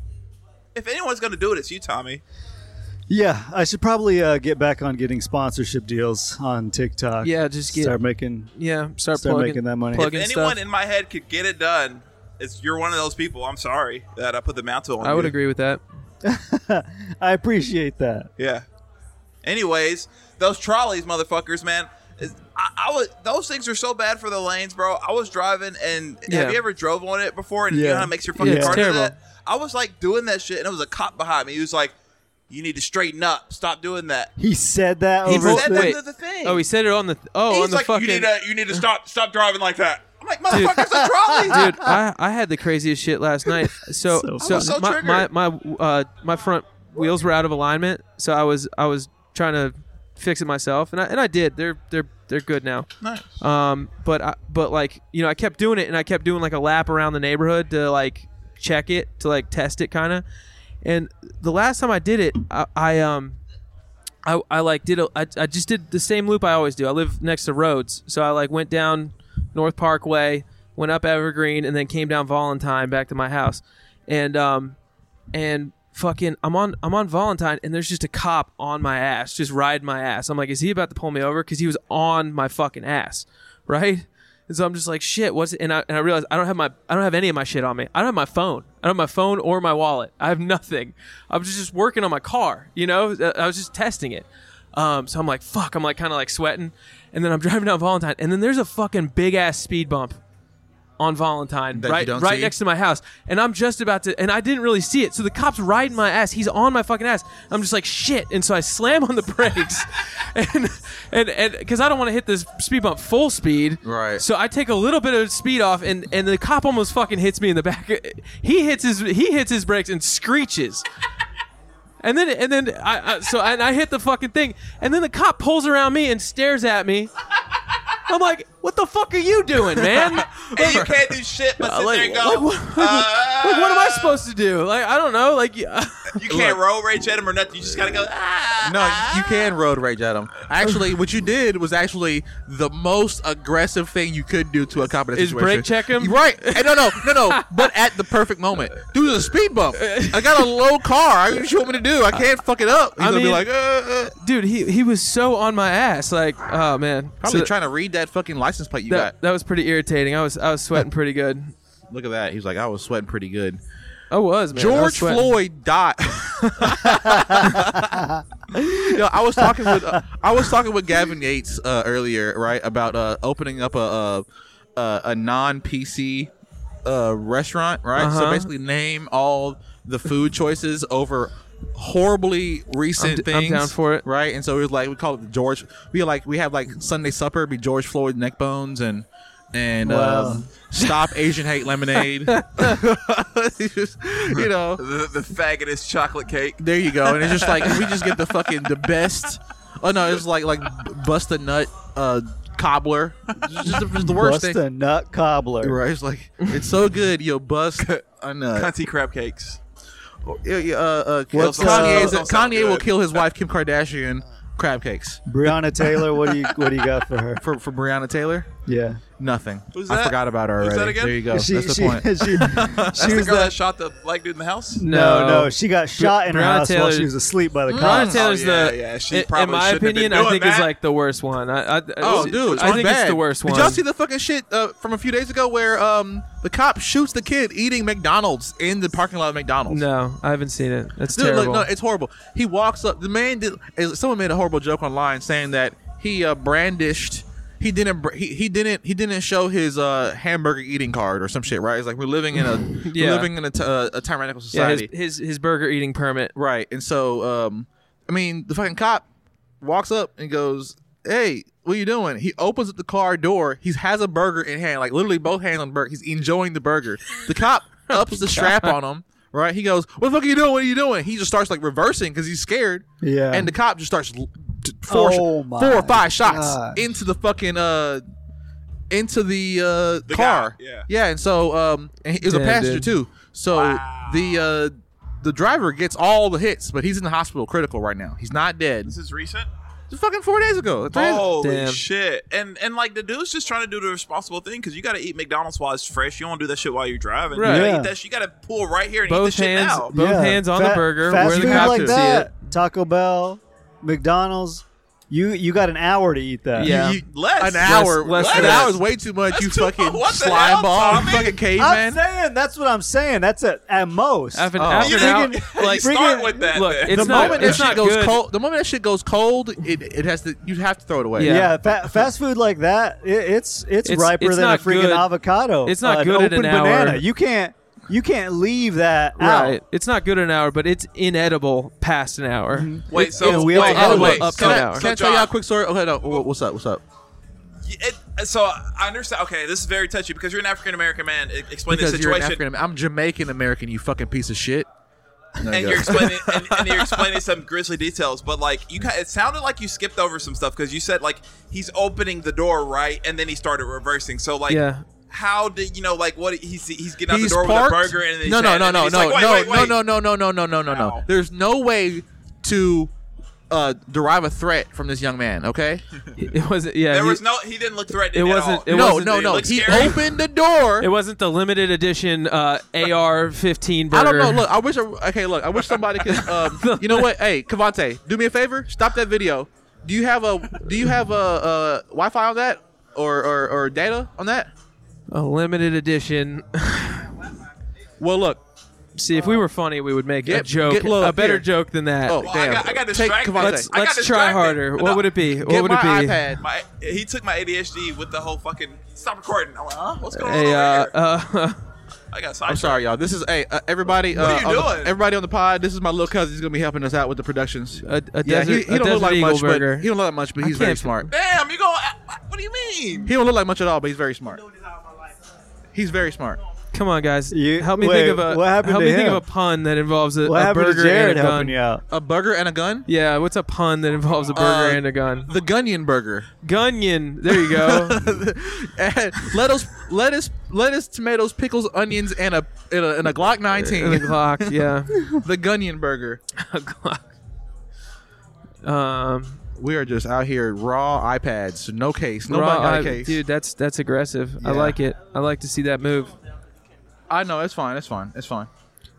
Speaker 9: If anyone's gonna do it, it's you, Tommy.
Speaker 8: Yeah, I should probably uh, get back on getting sponsorship deals on TikTok.
Speaker 6: Yeah, just get-
Speaker 8: start making.
Speaker 6: Yeah, start,
Speaker 8: Start
Speaker 6: plugging,
Speaker 8: making that money.
Speaker 6: plugging
Speaker 9: if anyone
Speaker 6: stuff.
Speaker 9: in my head could get it done, it's you're one of those people. I'm sorry that I put the mantle on.
Speaker 6: I would
Speaker 9: you.
Speaker 6: agree with that.
Speaker 8: I appreciate that.
Speaker 9: Yeah. Anyways, those trolleys, motherfuckers, man. is- I, I was those things are so bad for the lanes, bro. I was driving, and
Speaker 6: Yeah.
Speaker 9: have you ever drove on it before? And you
Speaker 8: Yeah.
Speaker 9: know how it makes your fucking
Speaker 8: Yeah.
Speaker 9: car
Speaker 6: It's
Speaker 9: do
Speaker 6: terrible.
Speaker 9: that. I was like doing that shit, and it was a cop behind me. He was like, "You need to straighten up. Stop doing that."
Speaker 8: He said that.
Speaker 6: He
Speaker 8: over
Speaker 6: wrote-
Speaker 9: said
Speaker 8: the-
Speaker 9: that
Speaker 6: wait.
Speaker 9: to the thing.
Speaker 6: Oh, he said it on the th- oh
Speaker 9: He's
Speaker 6: on the
Speaker 9: like,
Speaker 6: fucking
Speaker 9: "You need to, you need to stop, stop driving like that." I'm like, "Motherfucker's a trolley,
Speaker 6: dude. I, I had the craziest shit last night. So
Speaker 8: So
Speaker 6: so,
Speaker 9: funny.
Speaker 6: my,
Speaker 9: So
Speaker 6: my my uh my front wheels were out of alignment. So I was I was trying to fix it myself, and I and I did. They're they're they're good now.
Speaker 9: Nice.
Speaker 6: Um, but I, but like you know, I kept doing it, and I kept doing like a lap around the neighborhood to like check it, to like test it, kind of. And the last time I did it, I, I um, I, I like did a, I, I just did the same loop I always do. I live next to roads, so I like went down North Parkway, went up Evergreen, and then came down Valentine back to my house, and um, and fucking I'm on I'm on Valentine and there's just a cop on my ass just riding my ass. I'm like, is he about to pull me over? Because he was on my fucking ass, right? And so I'm just like, shit. What's it? and I and I realized I don't have my I don't have any of my shit on me. I don't have my phone. I don't have my phone or my wallet. I have nothing. I was just working on my car. You know, I I was just testing it. Um, so I'm like, fuck. I'm like kind of like sweating, and then I'm driving down Valentine, and then there's a fucking big ass speed bump on Valentine,
Speaker 7: That you
Speaker 6: right,
Speaker 7: don't
Speaker 6: right
Speaker 7: see?
Speaker 6: next to my house, and I'm just about to, and I didn't really see it. So the cop's riding my ass. He's on my fucking ass. I'm just like shit, and so I slam on the brakes, and and and because I don't want to hit this speed bump full speed,
Speaker 7: Right.
Speaker 6: So I take a little bit of speed off, and and the cop almost fucking hits me in the back. He hits his he hits his brakes and screeches. And then, and then, I, I so and I hit the fucking thing, and then the cop pulls around me and stares at me. I'm like, What the fuck are you doing, man?
Speaker 9: And you can't do shit but
Speaker 6: Uh,
Speaker 9: sit
Speaker 6: like,
Speaker 9: there and go. "Ah,
Speaker 6: like, what- like, what am I supposed to do? Like, I don't know. Like,
Speaker 9: You can't roll Rage at him or nothing. You just gotta go. Ah,
Speaker 7: No,
Speaker 9: ah.
Speaker 7: you can road rage at him. Actually, what you did was actually the most aggressive thing you could do to accommodate
Speaker 6: Is
Speaker 7: situation.
Speaker 6: brake check him?
Speaker 7: Right. And no, no, no, no. but at the perfect moment. Dude, there's a speed bump. I got a low car. I- What you want me to do? I can't fuck it up. He's
Speaker 6: I
Speaker 7: gonna be
Speaker 6: mean-
Speaker 7: like, uh, uh.
Speaker 6: dude, he he was so on my ass. Like, oh man,
Speaker 7: probably
Speaker 6: So
Speaker 7: trying to read that fucking license plate you
Speaker 6: that,
Speaker 7: got.
Speaker 6: that was pretty irritating. I was I was sweating pretty good.
Speaker 7: Look at that. He's like, I was sweating pretty good.
Speaker 6: I was man. I was
Speaker 7: George
Speaker 6: sweating.
Speaker 7: Floyd died. Yo, I was talking with uh, I was talking with Gavin Yates uh, earlier, right, about uh, opening up a a, a, a non PC uh, restaurant, right? So
Speaker 6: Uh-huh.
Speaker 7: basically, name all the food choices over horribly recent
Speaker 6: I'm d- I'm
Speaker 7: things.
Speaker 6: down for it.
Speaker 7: right? And so it was like we call it George. We like we have like Sunday supper be George Floyd neck bones and and um, stop Asian hate lemonade. It's just, you know,
Speaker 9: The, the faggotest chocolate cake.
Speaker 7: there you go. And it's just like we just get the fucking the best. Oh no, it's like like bust a nut uh, cobbler. It's just, the- just the worst
Speaker 8: Bust
Speaker 7: thing.
Speaker 8: a nut cobbler.
Speaker 7: Right, it's like it's so good. Yo, bust a nut.
Speaker 9: Cunty crab cakes.
Speaker 7: Yeah, yeah, Uh, uh,
Speaker 8: What's,
Speaker 7: Kanye, is-
Speaker 9: uh,
Speaker 7: Kanye will
Speaker 9: good.
Speaker 7: kill his wife Kim Kardashian crab cakes
Speaker 8: Breonna Taylor, what do you what do you got for her?
Speaker 7: for for Breonna Taylor.
Speaker 8: Yeah,
Speaker 7: Nothing.
Speaker 9: Who's
Speaker 7: I
Speaker 9: that?
Speaker 7: forgot about her
Speaker 9: Who's
Speaker 7: already.
Speaker 9: that again?
Speaker 7: There you
Speaker 6: Oh,
Speaker 7: go.
Speaker 8: she
Speaker 7: That's the
Speaker 8: she,
Speaker 7: point.
Speaker 8: she, she
Speaker 9: The
Speaker 8: was
Speaker 9: girl that
Speaker 8: the,
Speaker 9: shot the black dude in the house.
Speaker 8: no no she got shot in her
Speaker 6: Breonna
Speaker 8: house while
Speaker 6: Taylor-
Speaker 8: she was asleep by the
Speaker 6: Breonna
Speaker 8: cops.
Speaker 6: Taylor's
Speaker 9: Oh, yeah,
Speaker 6: the
Speaker 9: yeah, she
Speaker 6: in- in
Speaker 9: probably
Speaker 6: my
Speaker 9: shouldn't have been
Speaker 6: opinion, I
Speaker 9: doing
Speaker 6: think is
Speaker 9: that.
Speaker 6: like the worst one. I, I
Speaker 7: Oh, dude,
Speaker 6: I think
Speaker 7: bad.
Speaker 6: it's the worst one.
Speaker 7: Did y'all see the fucking shit uh, from a few days ago where um the cop shoots the kid eating McDonald's in the parking lot of McDonald's?
Speaker 6: no, I haven't seen it. That's
Speaker 7: Dude,
Speaker 6: terrible.
Speaker 7: look, no, it's horrible. He walks up. The man did. is- Someone made a horrible joke online saying that he uh, brandished. He didn't. br- He, he didn't. He didn't show his uh, hamburger eating card or some shit. Right? It's like we're living in a
Speaker 6: Yeah.
Speaker 7: we're living in a, t- uh, a tyrannical
Speaker 6: yeah, his,
Speaker 7: society.
Speaker 6: his his burger eating permit.
Speaker 7: Right. And so, um, I mean, the fucking cop walks up and goes, "Hey, what you doing?" He opens up the car door. He has a burger in hand, like literally both hands on the burger. He's enjoying the burger. The cop ups the strap on him. Right. He goes, "What the fuck are you doing? What are you doing?" He just starts like reversing because he's scared.
Speaker 8: Yeah.
Speaker 7: And the cop just starts l- t- four,
Speaker 8: Oh
Speaker 7: sh- four
Speaker 8: my
Speaker 7: or five shots
Speaker 8: gosh.
Speaker 7: into the fucking uh. Into the, uh,
Speaker 9: guy,
Speaker 7: car,
Speaker 9: yeah.
Speaker 7: yeah, and so um, and he, it was a
Speaker 6: Damn,
Speaker 7: passenger
Speaker 6: dude.
Speaker 7: too. So the uh, the driver gets all the hits, but he's in the hospital, critical right now. He's not dead.
Speaker 9: This is Oh, recent.
Speaker 7: It's fucking four days ago. Three days-
Speaker 9: Holy
Speaker 6: Damn.
Speaker 9: shit! And and like the dude's just trying to do the responsible thing because you got to eat McDonald's while it's fresh. You don't do that shit while you're driving.
Speaker 6: Right.
Speaker 9: You gotta
Speaker 8: Yeah.
Speaker 9: eat that shit. You got to pull right here and
Speaker 6: Both
Speaker 9: eat the
Speaker 6: hands-
Speaker 9: shit now.
Speaker 6: both hands on the burger,
Speaker 8: Fast
Speaker 6: where the
Speaker 8: food
Speaker 6: cops
Speaker 8: like
Speaker 6: can see
Speaker 8: that, Taco Bell, McDonald's. You you got an hour to eat that.
Speaker 6: Yeah.
Speaker 7: You-
Speaker 9: Less.
Speaker 7: an hour.
Speaker 6: less
Speaker 7: an
Speaker 6: than
Speaker 7: hour
Speaker 6: that.
Speaker 7: is way too much.
Speaker 9: That's
Speaker 7: you
Speaker 9: too
Speaker 7: fucking
Speaker 9: much. What the
Speaker 7: slime
Speaker 9: hell,
Speaker 7: ball, you
Speaker 9: Tommy?
Speaker 7: fucking
Speaker 8: I'm
Speaker 7: caveman.
Speaker 8: saying that's what I'm saying. That's at at most. Uh,
Speaker 6: I've been,
Speaker 7: Oh.
Speaker 6: I've
Speaker 9: You
Speaker 6: been
Speaker 9: didn't
Speaker 6: out,
Speaker 9: even
Speaker 6: like
Speaker 9: start with that.
Speaker 6: Look,
Speaker 9: then.
Speaker 6: it's
Speaker 7: the
Speaker 6: not-
Speaker 7: moment that
Speaker 6: it's
Speaker 7: shit
Speaker 6: not
Speaker 7: goes
Speaker 6: good.
Speaker 7: cold, the moment that shit goes cold, it, it has to. You have to throw it away.
Speaker 6: Yeah.
Speaker 8: yeah, fa- fast food like that, it, it's, it's
Speaker 6: It's-
Speaker 8: riper
Speaker 6: it's
Speaker 8: than a
Speaker 6: not
Speaker 8: freaking
Speaker 6: good.
Speaker 8: avocado.
Speaker 6: It's not
Speaker 8: Uh,
Speaker 6: good
Speaker 8: an
Speaker 6: at
Speaker 8: open
Speaker 6: an hour.
Speaker 8: banana. You can't you can't leave that
Speaker 6: Right,
Speaker 8: out.
Speaker 6: it's not good an hour, but it's inedible past an hour.
Speaker 9: Wait, so
Speaker 8: yeah, we
Speaker 9: wait,
Speaker 8: all-
Speaker 9: oh,
Speaker 6: all
Speaker 9: wait,
Speaker 6: up
Speaker 9: so-
Speaker 6: to an
Speaker 7: uh, Can
Speaker 6: hour.
Speaker 7: I,
Speaker 9: so
Speaker 7: can I tell y'all a
Speaker 9: John,
Speaker 7: quick story? Okay, no. wha- What's up? What's up?
Speaker 9: it- so I understand. Okay, this is very touchy because you're an African American man. e- Explain the
Speaker 7: Because you're an
Speaker 9: situation,
Speaker 7: African. I'm Jamaican American. You fucking piece of shit. There you
Speaker 9: and
Speaker 7: go.
Speaker 9: you're explaining and, and you're explaining some grisly details. But like you, ki- it sounded like you skipped over some stuff because you said like he's opening the door right, and then he started reversing. So like,
Speaker 6: Yeah.
Speaker 9: how did you know? Like what he's he's getting out
Speaker 7: he's
Speaker 9: the door
Speaker 7: parked.
Speaker 9: with a burger, and then he's
Speaker 7: no, no,
Speaker 9: saying-
Speaker 7: no,
Speaker 9: and then
Speaker 7: no,
Speaker 9: he's
Speaker 7: no,
Speaker 9: like, wait,
Speaker 7: no,
Speaker 9: wait, wait.
Speaker 7: no, no, no, no, no, no, no, no.
Speaker 9: Ow.
Speaker 7: There's no way to uh, derive a threat from this young man. Okay,
Speaker 6: It wasn't. Yeah,
Speaker 9: There
Speaker 6: he-
Speaker 9: was no. He didn't look threatened.
Speaker 6: It
Speaker 9: at
Speaker 6: wasn't-
Speaker 9: all.
Speaker 6: it
Speaker 7: no,
Speaker 6: wasn't-
Speaker 7: no,
Speaker 9: it
Speaker 7: no.
Speaker 9: looked
Speaker 7: He
Speaker 9: scary.
Speaker 7: opened the door.
Speaker 6: It wasn't the limited edition uh, AR-15 burger.
Speaker 7: I don't know. Look, I wish. I, okay, look, I wish somebody could. Um, you know what? Hey, Cavante, do me a favor. Stop that video. Do you have a Do you have a, uh Wi-Fi on that or, or or data on that?
Speaker 6: a limited edition.
Speaker 7: Well, look.
Speaker 6: See, if we were funny, we would make a
Speaker 7: Get-
Speaker 6: joke,
Speaker 7: get low
Speaker 6: a
Speaker 7: up
Speaker 6: better
Speaker 7: here.
Speaker 6: joke than that.
Speaker 7: Oh,
Speaker 9: Well, I
Speaker 7: damn.
Speaker 9: got- I got
Speaker 7: Take
Speaker 9: distracted.
Speaker 7: Cavante.
Speaker 6: let's
Speaker 9: I got
Speaker 6: let's try
Speaker 9: distracted.
Speaker 6: harder.
Speaker 9: No.
Speaker 6: What would it be?
Speaker 7: Get
Speaker 6: What would
Speaker 7: my
Speaker 6: it be?
Speaker 7: iPad.
Speaker 9: My, he took my ADHD with the whole fucking stop recording. I went, huh? What's going
Speaker 6: Hey,
Speaker 9: on?
Speaker 6: uh,
Speaker 9: over here?
Speaker 6: uh,
Speaker 9: I got
Speaker 7: I'm
Speaker 9: sidetracked.
Speaker 7: sorry, y'all. This is hey uh, everybody.
Speaker 9: What are
Speaker 7: uh,
Speaker 9: you
Speaker 7: on the-
Speaker 9: doing?
Speaker 7: everybody on the pod. This is my little cousin. He's gonna be helping us out with the productions.
Speaker 6: A- a
Speaker 7: yeah, he,
Speaker 6: desert- a
Speaker 7: he don't look
Speaker 6: desert
Speaker 7: like
Speaker 6: eagle
Speaker 7: much,
Speaker 6: burger.
Speaker 7: but he don't look like much, but he's very
Speaker 6: can't-
Speaker 7: smart.
Speaker 9: Damn, you going? What do you mean?
Speaker 7: He don't look like much at all, but he's very smart. He's very smart.
Speaker 6: Come on, guys.
Speaker 8: You-
Speaker 6: help me
Speaker 8: wait,
Speaker 6: think of a
Speaker 8: what happened
Speaker 6: help
Speaker 8: to
Speaker 6: me think
Speaker 8: him?
Speaker 6: of a pun that involves a,
Speaker 8: What
Speaker 6: a
Speaker 8: happened
Speaker 6: burger
Speaker 8: to Jared
Speaker 6: and a gun.
Speaker 8: helping you out?
Speaker 7: A burger and a gun?
Speaker 6: Yeah, what's a pun that involves a burger
Speaker 7: Uh,
Speaker 6: and a gun?
Speaker 7: The Gunion burger.
Speaker 6: Gunion. There you go.
Speaker 7: And lettuce, lettuce, lettuce, tomatoes, pickles, onions, and a and a, and a Glock
Speaker 6: and a
Speaker 7: 19.
Speaker 6: Glock. Yeah,
Speaker 7: the Gunion burger.
Speaker 6: a Glock. Um,
Speaker 7: We are just out here raw iPads, no case, no
Speaker 6: raw,
Speaker 7: got
Speaker 6: I-
Speaker 7: a case.
Speaker 6: dude, that's that's aggressive. I
Speaker 7: Yeah.
Speaker 6: like it. I like to see that move.
Speaker 7: I know it's fine, it's fine, it's fine.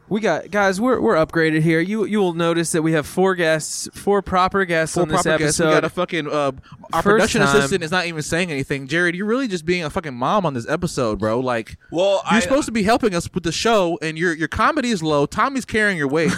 Speaker 6: We got guys. We're we're upgraded here. You you will notice that we have four guests, four proper guests
Speaker 7: Full
Speaker 6: on this
Speaker 7: proper guest. We
Speaker 6: episode.
Speaker 7: got a fucking uh, our
Speaker 6: First
Speaker 7: production
Speaker 6: time-
Speaker 7: assistant is not even saying anything. Jared, you're really just being a fucking mom on this episode, bro. Like,
Speaker 9: Well,
Speaker 7: you're
Speaker 9: I-
Speaker 7: supposed to be helping us with the show, and your your comedy is low. Tommy's carrying your weight.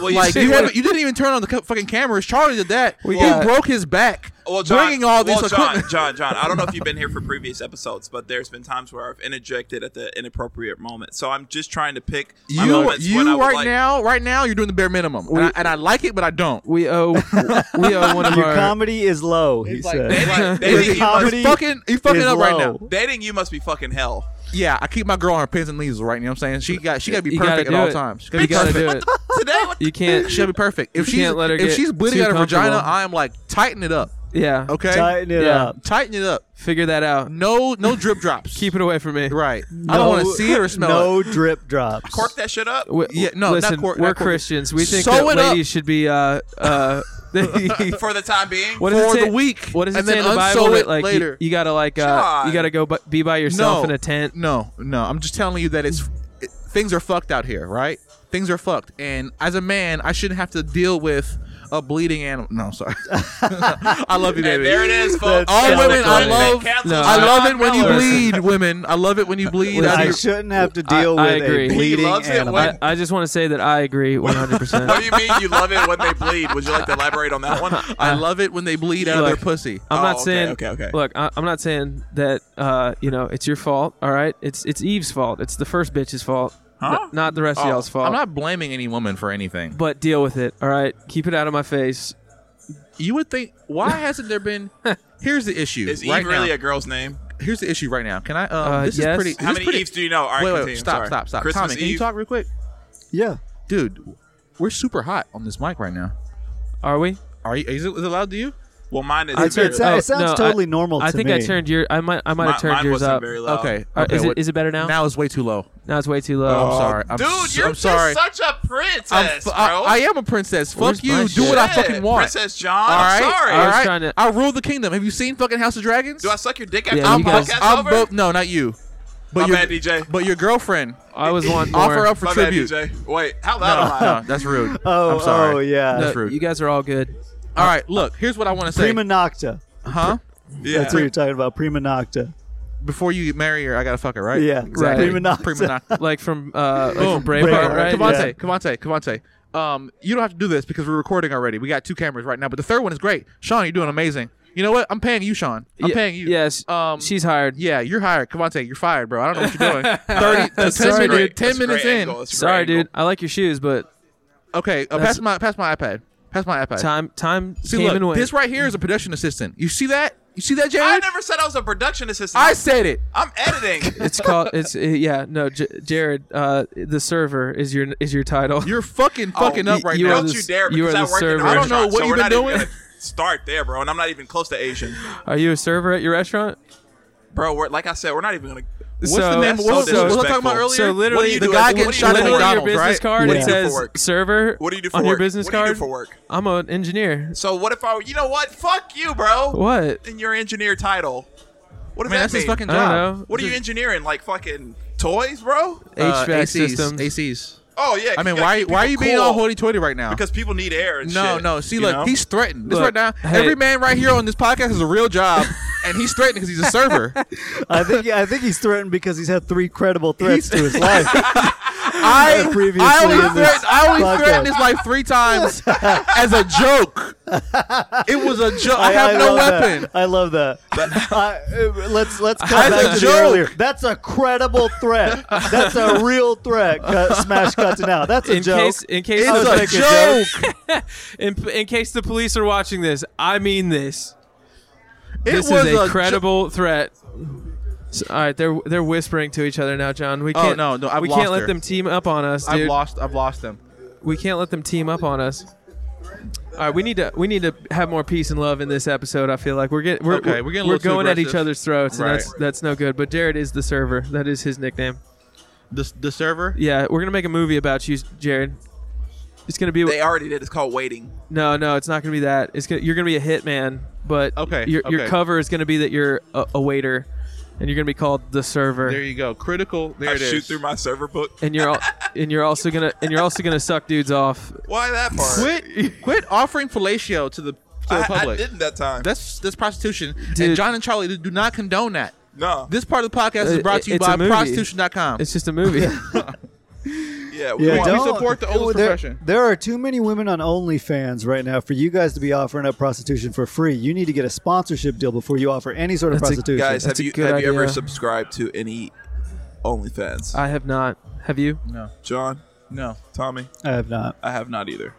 Speaker 9: Well, you
Speaker 7: like
Speaker 9: see
Speaker 7: you,
Speaker 9: what-
Speaker 7: haven't, you didn't even turn on the co- fucking cameras. Charlie did that.
Speaker 6: We
Speaker 7: he
Speaker 6: got-
Speaker 7: broke his back.
Speaker 9: Well, John,
Speaker 7: bringing all these
Speaker 9: well, John,
Speaker 7: equipment.
Speaker 9: John, John, I don't know if you've been here for previous episodes, but there's been times where I've interjected at the inappropriate moment. So I'm just trying to pick my
Speaker 7: You,
Speaker 9: moments when I
Speaker 7: you
Speaker 9: would
Speaker 7: right
Speaker 9: like-
Speaker 7: now, right now, you're doing the bare minimum, and, I, and I like it, but I don't.
Speaker 6: we owe we owe one of
Speaker 8: Your
Speaker 6: our
Speaker 8: comedy is low, he said.
Speaker 9: They think- they
Speaker 8: Your
Speaker 9: think you must-
Speaker 8: comedy
Speaker 7: You're fucking- you're fucking
Speaker 8: is
Speaker 7: up right
Speaker 8: low.
Speaker 7: now.
Speaker 9: Dating you must be fucking hell.
Speaker 7: Yeah, I keep my girl on her pins and needles. Right, you know what I'm saying? She got she got to be
Speaker 6: You gotta
Speaker 7: perfect at
Speaker 6: do
Speaker 7: all
Speaker 6: it.
Speaker 7: times. She
Speaker 6: You
Speaker 7: gotta be
Speaker 6: gotta
Speaker 7: perfect.
Speaker 6: do it.
Speaker 9: Today, what
Speaker 6: You can't.
Speaker 7: She gotta be perfect. If
Speaker 6: You
Speaker 7: she's
Speaker 6: can't let her
Speaker 7: if
Speaker 6: get
Speaker 7: she's bleeding
Speaker 6: too
Speaker 7: out her vagina,
Speaker 6: comfortable.
Speaker 7: I am like tighten it up.
Speaker 6: Yeah.
Speaker 7: Okay,
Speaker 8: Tighten it
Speaker 6: Yeah.
Speaker 8: up.
Speaker 7: Tighten it up.
Speaker 6: Figure that out.
Speaker 7: No, no drip drops.
Speaker 6: Keep it away from me.
Speaker 7: right. I don't want to see it or smell it.
Speaker 8: No drip drops.
Speaker 9: cork that shit up?
Speaker 6: W-
Speaker 7: Yeah, no, not
Speaker 6: listen,
Speaker 7: cor- not
Speaker 6: we're
Speaker 7: cor-
Speaker 6: Christians. We think
Speaker 7: Sew
Speaker 6: that
Speaker 7: it up.
Speaker 6: ladies should be uh uh.
Speaker 9: For the time being,
Speaker 6: What does
Speaker 7: For
Speaker 6: it say?
Speaker 7: the week,
Speaker 6: what does it
Speaker 7: and
Speaker 6: say in
Speaker 7: then
Speaker 6: the Bible?
Speaker 7: unsew
Speaker 6: that,
Speaker 7: it
Speaker 6: like you-
Speaker 7: later.
Speaker 6: You, gotta like uh,
Speaker 9: John.
Speaker 6: you gotta go b- be by yourself in a tent.
Speaker 7: No, no. I'm just telling you that it's it, things are fucked out here, right? Things are fucked, and as a man, I shouldn't have to deal with a bleeding animal. No, I'm sorry. I love
Speaker 9: and
Speaker 7: you, baby.
Speaker 9: there it is, folks.
Speaker 8: That's All
Speaker 9: That's
Speaker 8: women,
Speaker 9: the
Speaker 8: I
Speaker 9: clip.
Speaker 7: love-
Speaker 9: That cancels
Speaker 6: no,
Speaker 7: I
Speaker 9: John
Speaker 7: love it when you
Speaker 9: Mellor.
Speaker 7: bleed, women. I love it when you bleed. out of
Speaker 8: I
Speaker 7: your-
Speaker 8: shouldn't have to deal
Speaker 6: I- I
Speaker 8: with
Speaker 6: agree.
Speaker 8: a
Speaker 6: He
Speaker 8: bleeding
Speaker 9: loves it
Speaker 8: animal.
Speaker 9: when-
Speaker 6: I, I just want to say that I agree 100. percent
Speaker 9: What do you mean you love it when they bleed? Would you like to elaborate on that one?
Speaker 7: I love it when they bleed out of their
Speaker 6: Look,
Speaker 7: pussy.
Speaker 6: I'm
Speaker 9: Oh,
Speaker 6: not
Speaker 9: okay,
Speaker 6: saying.
Speaker 9: okay, okay.
Speaker 6: Look, I, I'm not saying that. Uh, you know, it's your fault. All right, it's it's Eve's fault. It's the first bitch's fault.
Speaker 9: Huh?
Speaker 6: N- not the rest of y'all's fault.
Speaker 7: I'm not blaming any woman for anything.
Speaker 6: but deal with it. All right, keep it out of my face.
Speaker 7: You would think why hasn't there been? Here's the issue.
Speaker 9: Is Eve
Speaker 7: right
Speaker 9: really
Speaker 7: now.
Speaker 9: a girl's name?
Speaker 7: Here's the issue right now. Can I? Um,
Speaker 6: Uh,
Speaker 7: this
Speaker 6: yes.
Speaker 7: is pretty.
Speaker 9: How
Speaker 7: this is
Speaker 9: many
Speaker 7: pretty,
Speaker 9: Eves do you know? All right,
Speaker 7: Wait, wait,
Speaker 9: continue.
Speaker 7: stop,
Speaker 9: Sorry.
Speaker 7: stop, stop.
Speaker 9: Christmas
Speaker 7: Tommy, can you
Speaker 9: Eve?
Speaker 7: talk real quick,
Speaker 8: Yeah.
Speaker 7: dude? We're super hot on this mic right now.
Speaker 6: Are we?
Speaker 7: Are you? Is it, is it loud to you?
Speaker 9: Well, mine is.
Speaker 6: I
Speaker 8: It's-
Speaker 6: turned-
Speaker 8: it sounds
Speaker 6: no, I-
Speaker 8: totally normal
Speaker 6: I
Speaker 8: to
Speaker 6: think I
Speaker 8: me.
Speaker 6: turned your. I might. I might
Speaker 9: mine,
Speaker 6: have turned
Speaker 9: mine
Speaker 6: yours
Speaker 9: wasn't
Speaker 6: up.
Speaker 9: very loud.
Speaker 7: Okay.
Speaker 6: Uh,
Speaker 7: okay
Speaker 6: is it-
Speaker 7: what-
Speaker 6: is it better now?
Speaker 7: Now it's way too low.
Speaker 6: Now it's way too
Speaker 7: I'm
Speaker 6: low.
Speaker 7: sorry. I'm,
Speaker 9: Oh. Dude,
Speaker 7: s-
Speaker 9: you're
Speaker 7: I'm sorry.
Speaker 9: just such a princess,
Speaker 7: I'm f-
Speaker 9: bro.
Speaker 7: I, I am a princess.
Speaker 6: Where's
Speaker 7: Fuck you.
Speaker 6: my
Speaker 7: Do
Speaker 6: shit?
Speaker 7: what I
Speaker 9: Yeah,
Speaker 7: fucking want.
Speaker 9: Princess John.
Speaker 7: All
Speaker 9: I'm
Speaker 7: right.
Speaker 9: sorry.
Speaker 7: All
Speaker 6: was
Speaker 7: right.
Speaker 6: trying to-
Speaker 7: I rule the kingdom. Have you seen fucking House of Dragons?
Speaker 9: Do I suck your dick after
Speaker 6: Yeah,
Speaker 9: the
Speaker 6: you guys-
Speaker 9: podcast
Speaker 7: I'm
Speaker 9: over?
Speaker 7: both. No, not you. But
Speaker 9: My
Speaker 7: your,
Speaker 9: bad, DJ.
Speaker 7: But your girlfriend.
Speaker 6: I was wanting more.
Speaker 7: Offer up for
Speaker 9: My bad,
Speaker 7: tribute.
Speaker 9: DJ. Wait, how
Speaker 7: No,
Speaker 9: loud am I?
Speaker 7: no, that's rude.
Speaker 8: Oh,
Speaker 7: I'm sorry.
Speaker 8: oh, yeah.
Speaker 7: That's
Speaker 6: Look,
Speaker 7: rude.
Speaker 6: You guys are all good.
Speaker 7: All right. Look, here's what I want to say.
Speaker 8: Prima nocta.
Speaker 7: huh?
Speaker 9: Yeah.
Speaker 8: That's what you're talking about. Prima nocta.
Speaker 7: Before you marry her, I gotta fuck her, right?
Speaker 8: Yeah.
Speaker 6: Exactly.
Speaker 8: Prima nocta.
Speaker 7: Prima nocta.
Speaker 6: Like from uh, like
Speaker 7: Boom.
Speaker 6: from Braveheart, right?
Speaker 8: Braveheart.
Speaker 7: Cavante, Cavante, Cavante. Um, you don't have to do this because we're recording already. We got two cameras right now, but the third one is great. Sean, you're doing amazing. You know what? I'm paying you, Sean. I'm
Speaker 6: Ye-
Speaker 7: paying you.
Speaker 6: Yes.
Speaker 7: Um,
Speaker 6: she's hired.
Speaker 7: yeah, you're hired. Cavante, you're fired, bro. I don't know what you're doing. Thirty, uh, ten
Speaker 6: Sorry,
Speaker 7: minutes,
Speaker 9: That's
Speaker 7: ten
Speaker 9: a
Speaker 7: minutes
Speaker 9: great
Speaker 7: in.
Speaker 9: angle. That's a great
Speaker 6: Sorry,
Speaker 9: angle.
Speaker 6: dude. I like your shoes, but
Speaker 7: Okay, uh,
Speaker 6: That's-
Speaker 7: pass my pass my iPad. Pass my iPad.
Speaker 6: time time
Speaker 7: See,
Speaker 6: came
Speaker 7: look,
Speaker 6: and went.
Speaker 7: this right here is a production assistant. You see that? You see that,
Speaker 9: I
Speaker 7: Jared?
Speaker 9: never said I was a production assistant.
Speaker 7: I said it.
Speaker 9: I'm editing.
Speaker 6: It's called. It's uh, yeah. No, J- Jared. Uh, the server is your is your title.
Speaker 7: You're fucking fucking up
Speaker 6: y-
Speaker 7: right
Speaker 6: you
Speaker 7: now.
Speaker 6: are
Speaker 9: Don't
Speaker 6: the-
Speaker 9: Oh, you dare
Speaker 6: you
Speaker 9: because
Speaker 6: are
Speaker 9: I
Speaker 6: the
Speaker 9: work in
Speaker 6: server.
Speaker 9: a
Speaker 6: I
Speaker 7: don't know
Speaker 9: restaurant,
Speaker 7: what
Speaker 9: so
Speaker 7: you've
Speaker 9: we're
Speaker 7: been
Speaker 9: not even
Speaker 7: doing.
Speaker 9: gonna Start there, bro. And I'm not even close to Asian,
Speaker 6: Are you a server at your restaurant?
Speaker 9: bro. We're, like I said, we're not even gonna.
Speaker 7: What's the name?
Speaker 9: that's
Speaker 7: What was
Speaker 9: so
Speaker 7: what was I
Speaker 9: disrespectful.
Speaker 7: talking about earlier?
Speaker 6: So literally,
Speaker 9: What do you
Speaker 7: the
Speaker 9: do
Speaker 7: guy
Speaker 9: as-
Speaker 7: getting
Speaker 9: what do you
Speaker 7: shot
Speaker 9: do
Speaker 7: at
Speaker 9: as-
Speaker 6: literally your
Speaker 7: McDonald's,
Speaker 6: business
Speaker 7: right?
Speaker 6: card
Speaker 8: What do
Speaker 6: it
Speaker 8: you do
Speaker 9: for
Speaker 6: says
Speaker 9: work?
Speaker 6: server.
Speaker 9: What do you do for
Speaker 6: on your
Speaker 9: work?
Speaker 6: business
Speaker 9: What do you
Speaker 6: card?
Speaker 9: do for work?
Speaker 6: I'm an engineer.
Speaker 9: So what if I? were- You know what? Fuck you, bro.
Speaker 6: What?
Speaker 9: In your engineer title, what does
Speaker 7: Man,
Speaker 9: that
Speaker 7: that's his
Speaker 9: mean?
Speaker 7: fucking
Speaker 6: I don't
Speaker 7: job.
Speaker 6: know.
Speaker 9: What are you engineering? Like fucking toys, bro?
Speaker 7: Uh,
Speaker 6: HVAC
Speaker 7: ACs,
Speaker 6: systems.
Speaker 7: ACs.
Speaker 9: Oh yeah.
Speaker 7: I mean,
Speaker 9: you gotta
Speaker 7: why
Speaker 9: keep
Speaker 7: why are you
Speaker 9: people
Speaker 7: being
Speaker 9: cool.
Speaker 7: all hoity-toity right now?
Speaker 9: Because people need air and
Speaker 7: no,
Speaker 9: shit.
Speaker 7: no. See,
Speaker 9: you
Speaker 7: look,
Speaker 9: know?
Speaker 7: he's threatened. This
Speaker 6: Look,
Speaker 7: right now,
Speaker 6: hey.
Speaker 7: every man right here on this podcast has a real job, and he's threatened because he's a server.
Speaker 8: I think I think he's threatened because he's had three credible threats to his life.
Speaker 7: I,
Speaker 8: Previously
Speaker 7: I only
Speaker 8: in this
Speaker 7: threatened, I only
Speaker 8: podcast.
Speaker 7: threatened his life three times as a joke. It was a joke. I, have no
Speaker 8: love that.
Speaker 7: weapon.
Speaker 8: I love that. I- uh, let's let's
Speaker 7: As
Speaker 8: cut
Speaker 7: a
Speaker 8: back to the
Speaker 7: joke.
Speaker 8: earlier. That's a credible threat. That's a real threat. Cut, smash cut to now. That's a
Speaker 6: in
Speaker 8: joke.
Speaker 6: case in case
Speaker 7: It's
Speaker 8: was
Speaker 7: a
Speaker 6: the,
Speaker 8: like a
Speaker 7: joke.
Speaker 6: in, in case the police are watching this, I mean this.
Speaker 7: It
Speaker 6: this
Speaker 7: was
Speaker 6: is a,
Speaker 7: jo-
Speaker 6: credible threat. So, all right, they're they're whispering to each other now, John. We
Speaker 7: Oh,
Speaker 6: can't.
Speaker 7: no, no, I've
Speaker 6: we
Speaker 7: lost
Speaker 6: can't let
Speaker 7: her.
Speaker 6: them team up on us,
Speaker 7: I've
Speaker 6: dude.
Speaker 7: lost. I've lost them.
Speaker 6: We can't let them team up on us. All right, we need to we need to have more peace and love in this episode. I feel like we're getting we're,
Speaker 7: Okay,
Speaker 6: we're,
Speaker 7: we're getting a
Speaker 6: we're
Speaker 7: little too
Speaker 6: going at each
Speaker 7: aggressive.
Speaker 6: other's throats, and
Speaker 7: Right.
Speaker 6: that's that's no good. But Jared is the server. That is his nickname.
Speaker 7: The the server.
Speaker 6: Yeah, we're gonna make a movie about you, Jared. It's gonna be
Speaker 9: They already did. It's called waiting.
Speaker 6: no, no. It's not gonna be that. It's gonna, you're gonna be a hitman, but
Speaker 7: Okay,
Speaker 6: your, your
Speaker 7: okay.
Speaker 6: cover is gonna be that you're a, a waiter, and you're gonna be called the server.
Speaker 7: There you go. Critical. There
Speaker 9: I
Speaker 7: it is.
Speaker 9: shoot through my server book.
Speaker 6: and you're al- and you're also gonna and you're also gonna suck dudes off.
Speaker 9: Why that part?
Speaker 7: quit. Quit offering fellatio to the to the
Speaker 9: I, I
Speaker 7: public.
Speaker 9: didn't that time.
Speaker 7: That's that's prostitution.
Speaker 6: Dude.
Speaker 7: And John and Charlie do not condone that.
Speaker 9: no.
Speaker 7: This part of the podcast
Speaker 6: Uh,
Speaker 7: is brought to you
Speaker 6: it's a
Speaker 7: by
Speaker 6: movie.
Speaker 7: prostitution.com.
Speaker 6: It's just a movie.
Speaker 9: yeah. We
Speaker 8: Yeah,
Speaker 9: want-
Speaker 8: don't,
Speaker 7: support the oldest
Speaker 8: there,
Speaker 7: profession.
Speaker 8: There are too many women on OnlyFans right now for you guys to be offering up prostitution for free. You need to get a sponsorship deal before you offer any sort of
Speaker 6: That's a-
Speaker 8: prostitution.
Speaker 9: guys,
Speaker 6: That's
Speaker 9: have
Speaker 6: a
Speaker 9: you
Speaker 6: good
Speaker 9: have you ever
Speaker 6: idea.
Speaker 9: subscribed to any OnlyFans?
Speaker 6: I have not. Have you?
Speaker 9: John,
Speaker 7: no.
Speaker 9: Tommy,
Speaker 8: I have not.
Speaker 9: I have not either.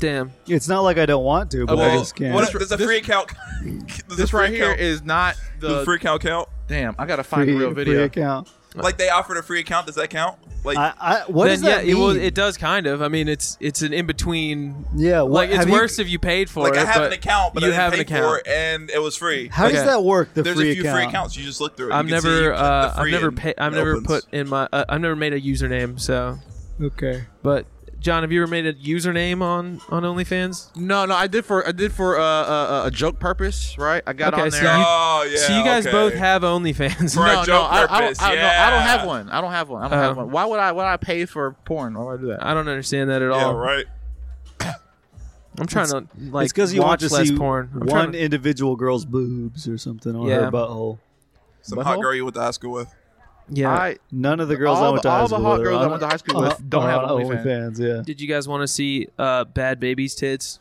Speaker 6: Damn.
Speaker 8: It's not like I don't want to, but I
Speaker 7: Well,
Speaker 8: just can't.
Speaker 9: What, does a
Speaker 7: This-
Speaker 9: free account? does a
Speaker 7: This
Speaker 9: free
Speaker 7: right here
Speaker 9: account-
Speaker 7: is not
Speaker 9: does
Speaker 7: the
Speaker 9: a free account count?
Speaker 7: damn. I gotta find
Speaker 8: free,
Speaker 7: a real
Speaker 8: free
Speaker 7: video.
Speaker 8: account.
Speaker 9: Like they offered a free account. Does that count? Like
Speaker 8: I, I, what
Speaker 6: then
Speaker 8: does that
Speaker 6: yeah,
Speaker 8: mean?
Speaker 6: It, well, it does kind of. I mean, it's it's an in between.
Speaker 8: Yeah, what-
Speaker 6: like it's
Speaker 8: have you-
Speaker 6: worse if you paid for
Speaker 9: like
Speaker 6: it.
Speaker 9: I have
Speaker 6: but
Speaker 9: an account, but
Speaker 6: you
Speaker 9: I didn't
Speaker 6: have
Speaker 9: pay
Speaker 6: an account.
Speaker 9: for it, and it was free.
Speaker 8: How does
Speaker 6: okay.
Speaker 8: that work? The
Speaker 9: There's
Speaker 8: free
Speaker 9: a few
Speaker 8: account.
Speaker 9: free accounts. You just look through. it.
Speaker 6: I've
Speaker 9: You can see you
Speaker 6: never,
Speaker 9: click
Speaker 6: uh,
Speaker 9: the
Speaker 6: I've
Speaker 9: free
Speaker 6: never,
Speaker 9: and
Speaker 6: pay, I've
Speaker 9: it
Speaker 6: never
Speaker 9: opens.
Speaker 6: put in my, uh, I've never made a username. So,
Speaker 8: Okay.
Speaker 6: but John, have you ever made a username on on OnlyFans?
Speaker 7: No, no, I did for I did for uh, uh, uh, a joke purpose, right? I got
Speaker 6: Okay,
Speaker 7: on
Speaker 6: so
Speaker 7: there.
Speaker 6: you-
Speaker 9: Oh yeah.
Speaker 6: so you guys
Speaker 9: okay.
Speaker 6: both have OnlyFans.
Speaker 9: For a
Speaker 7: no, no,
Speaker 9: joke
Speaker 7: I, I,
Speaker 9: purpose,
Speaker 7: don't- I, no, I don't
Speaker 9: yeah.
Speaker 7: have one. I don't have one. I don't
Speaker 6: Oh.
Speaker 7: have one. Why would I? Why would I pay for porn? Why would I do that?
Speaker 6: I don't understand that at all.
Speaker 9: Yeah, right.
Speaker 6: I'm trying to like
Speaker 8: it's because you want
Speaker 6: watch
Speaker 8: to
Speaker 6: less
Speaker 8: see
Speaker 6: porn. I'm
Speaker 8: one
Speaker 6: trying to-
Speaker 8: individual girl's boobs or something on
Speaker 6: Yeah.
Speaker 8: her butthole.
Speaker 9: Some hot
Speaker 7: Butthole?
Speaker 9: girl you went to high school with.
Speaker 6: yeah.
Speaker 7: I
Speaker 8: None of the girls I
Speaker 7: All
Speaker 8: went
Speaker 7: the-
Speaker 8: to high
Speaker 7: all the
Speaker 8: school
Speaker 7: hot
Speaker 8: with
Speaker 7: girls
Speaker 8: are
Speaker 7: I
Speaker 8: on-
Speaker 7: went to high school
Speaker 6: Uh-huh.
Speaker 7: with
Speaker 8: on-
Speaker 7: don't have
Speaker 8: on OnlyFans.
Speaker 7: OnlyFans.
Speaker 8: Yeah.
Speaker 6: Did you guys want to see uh, Bad Baby's tits?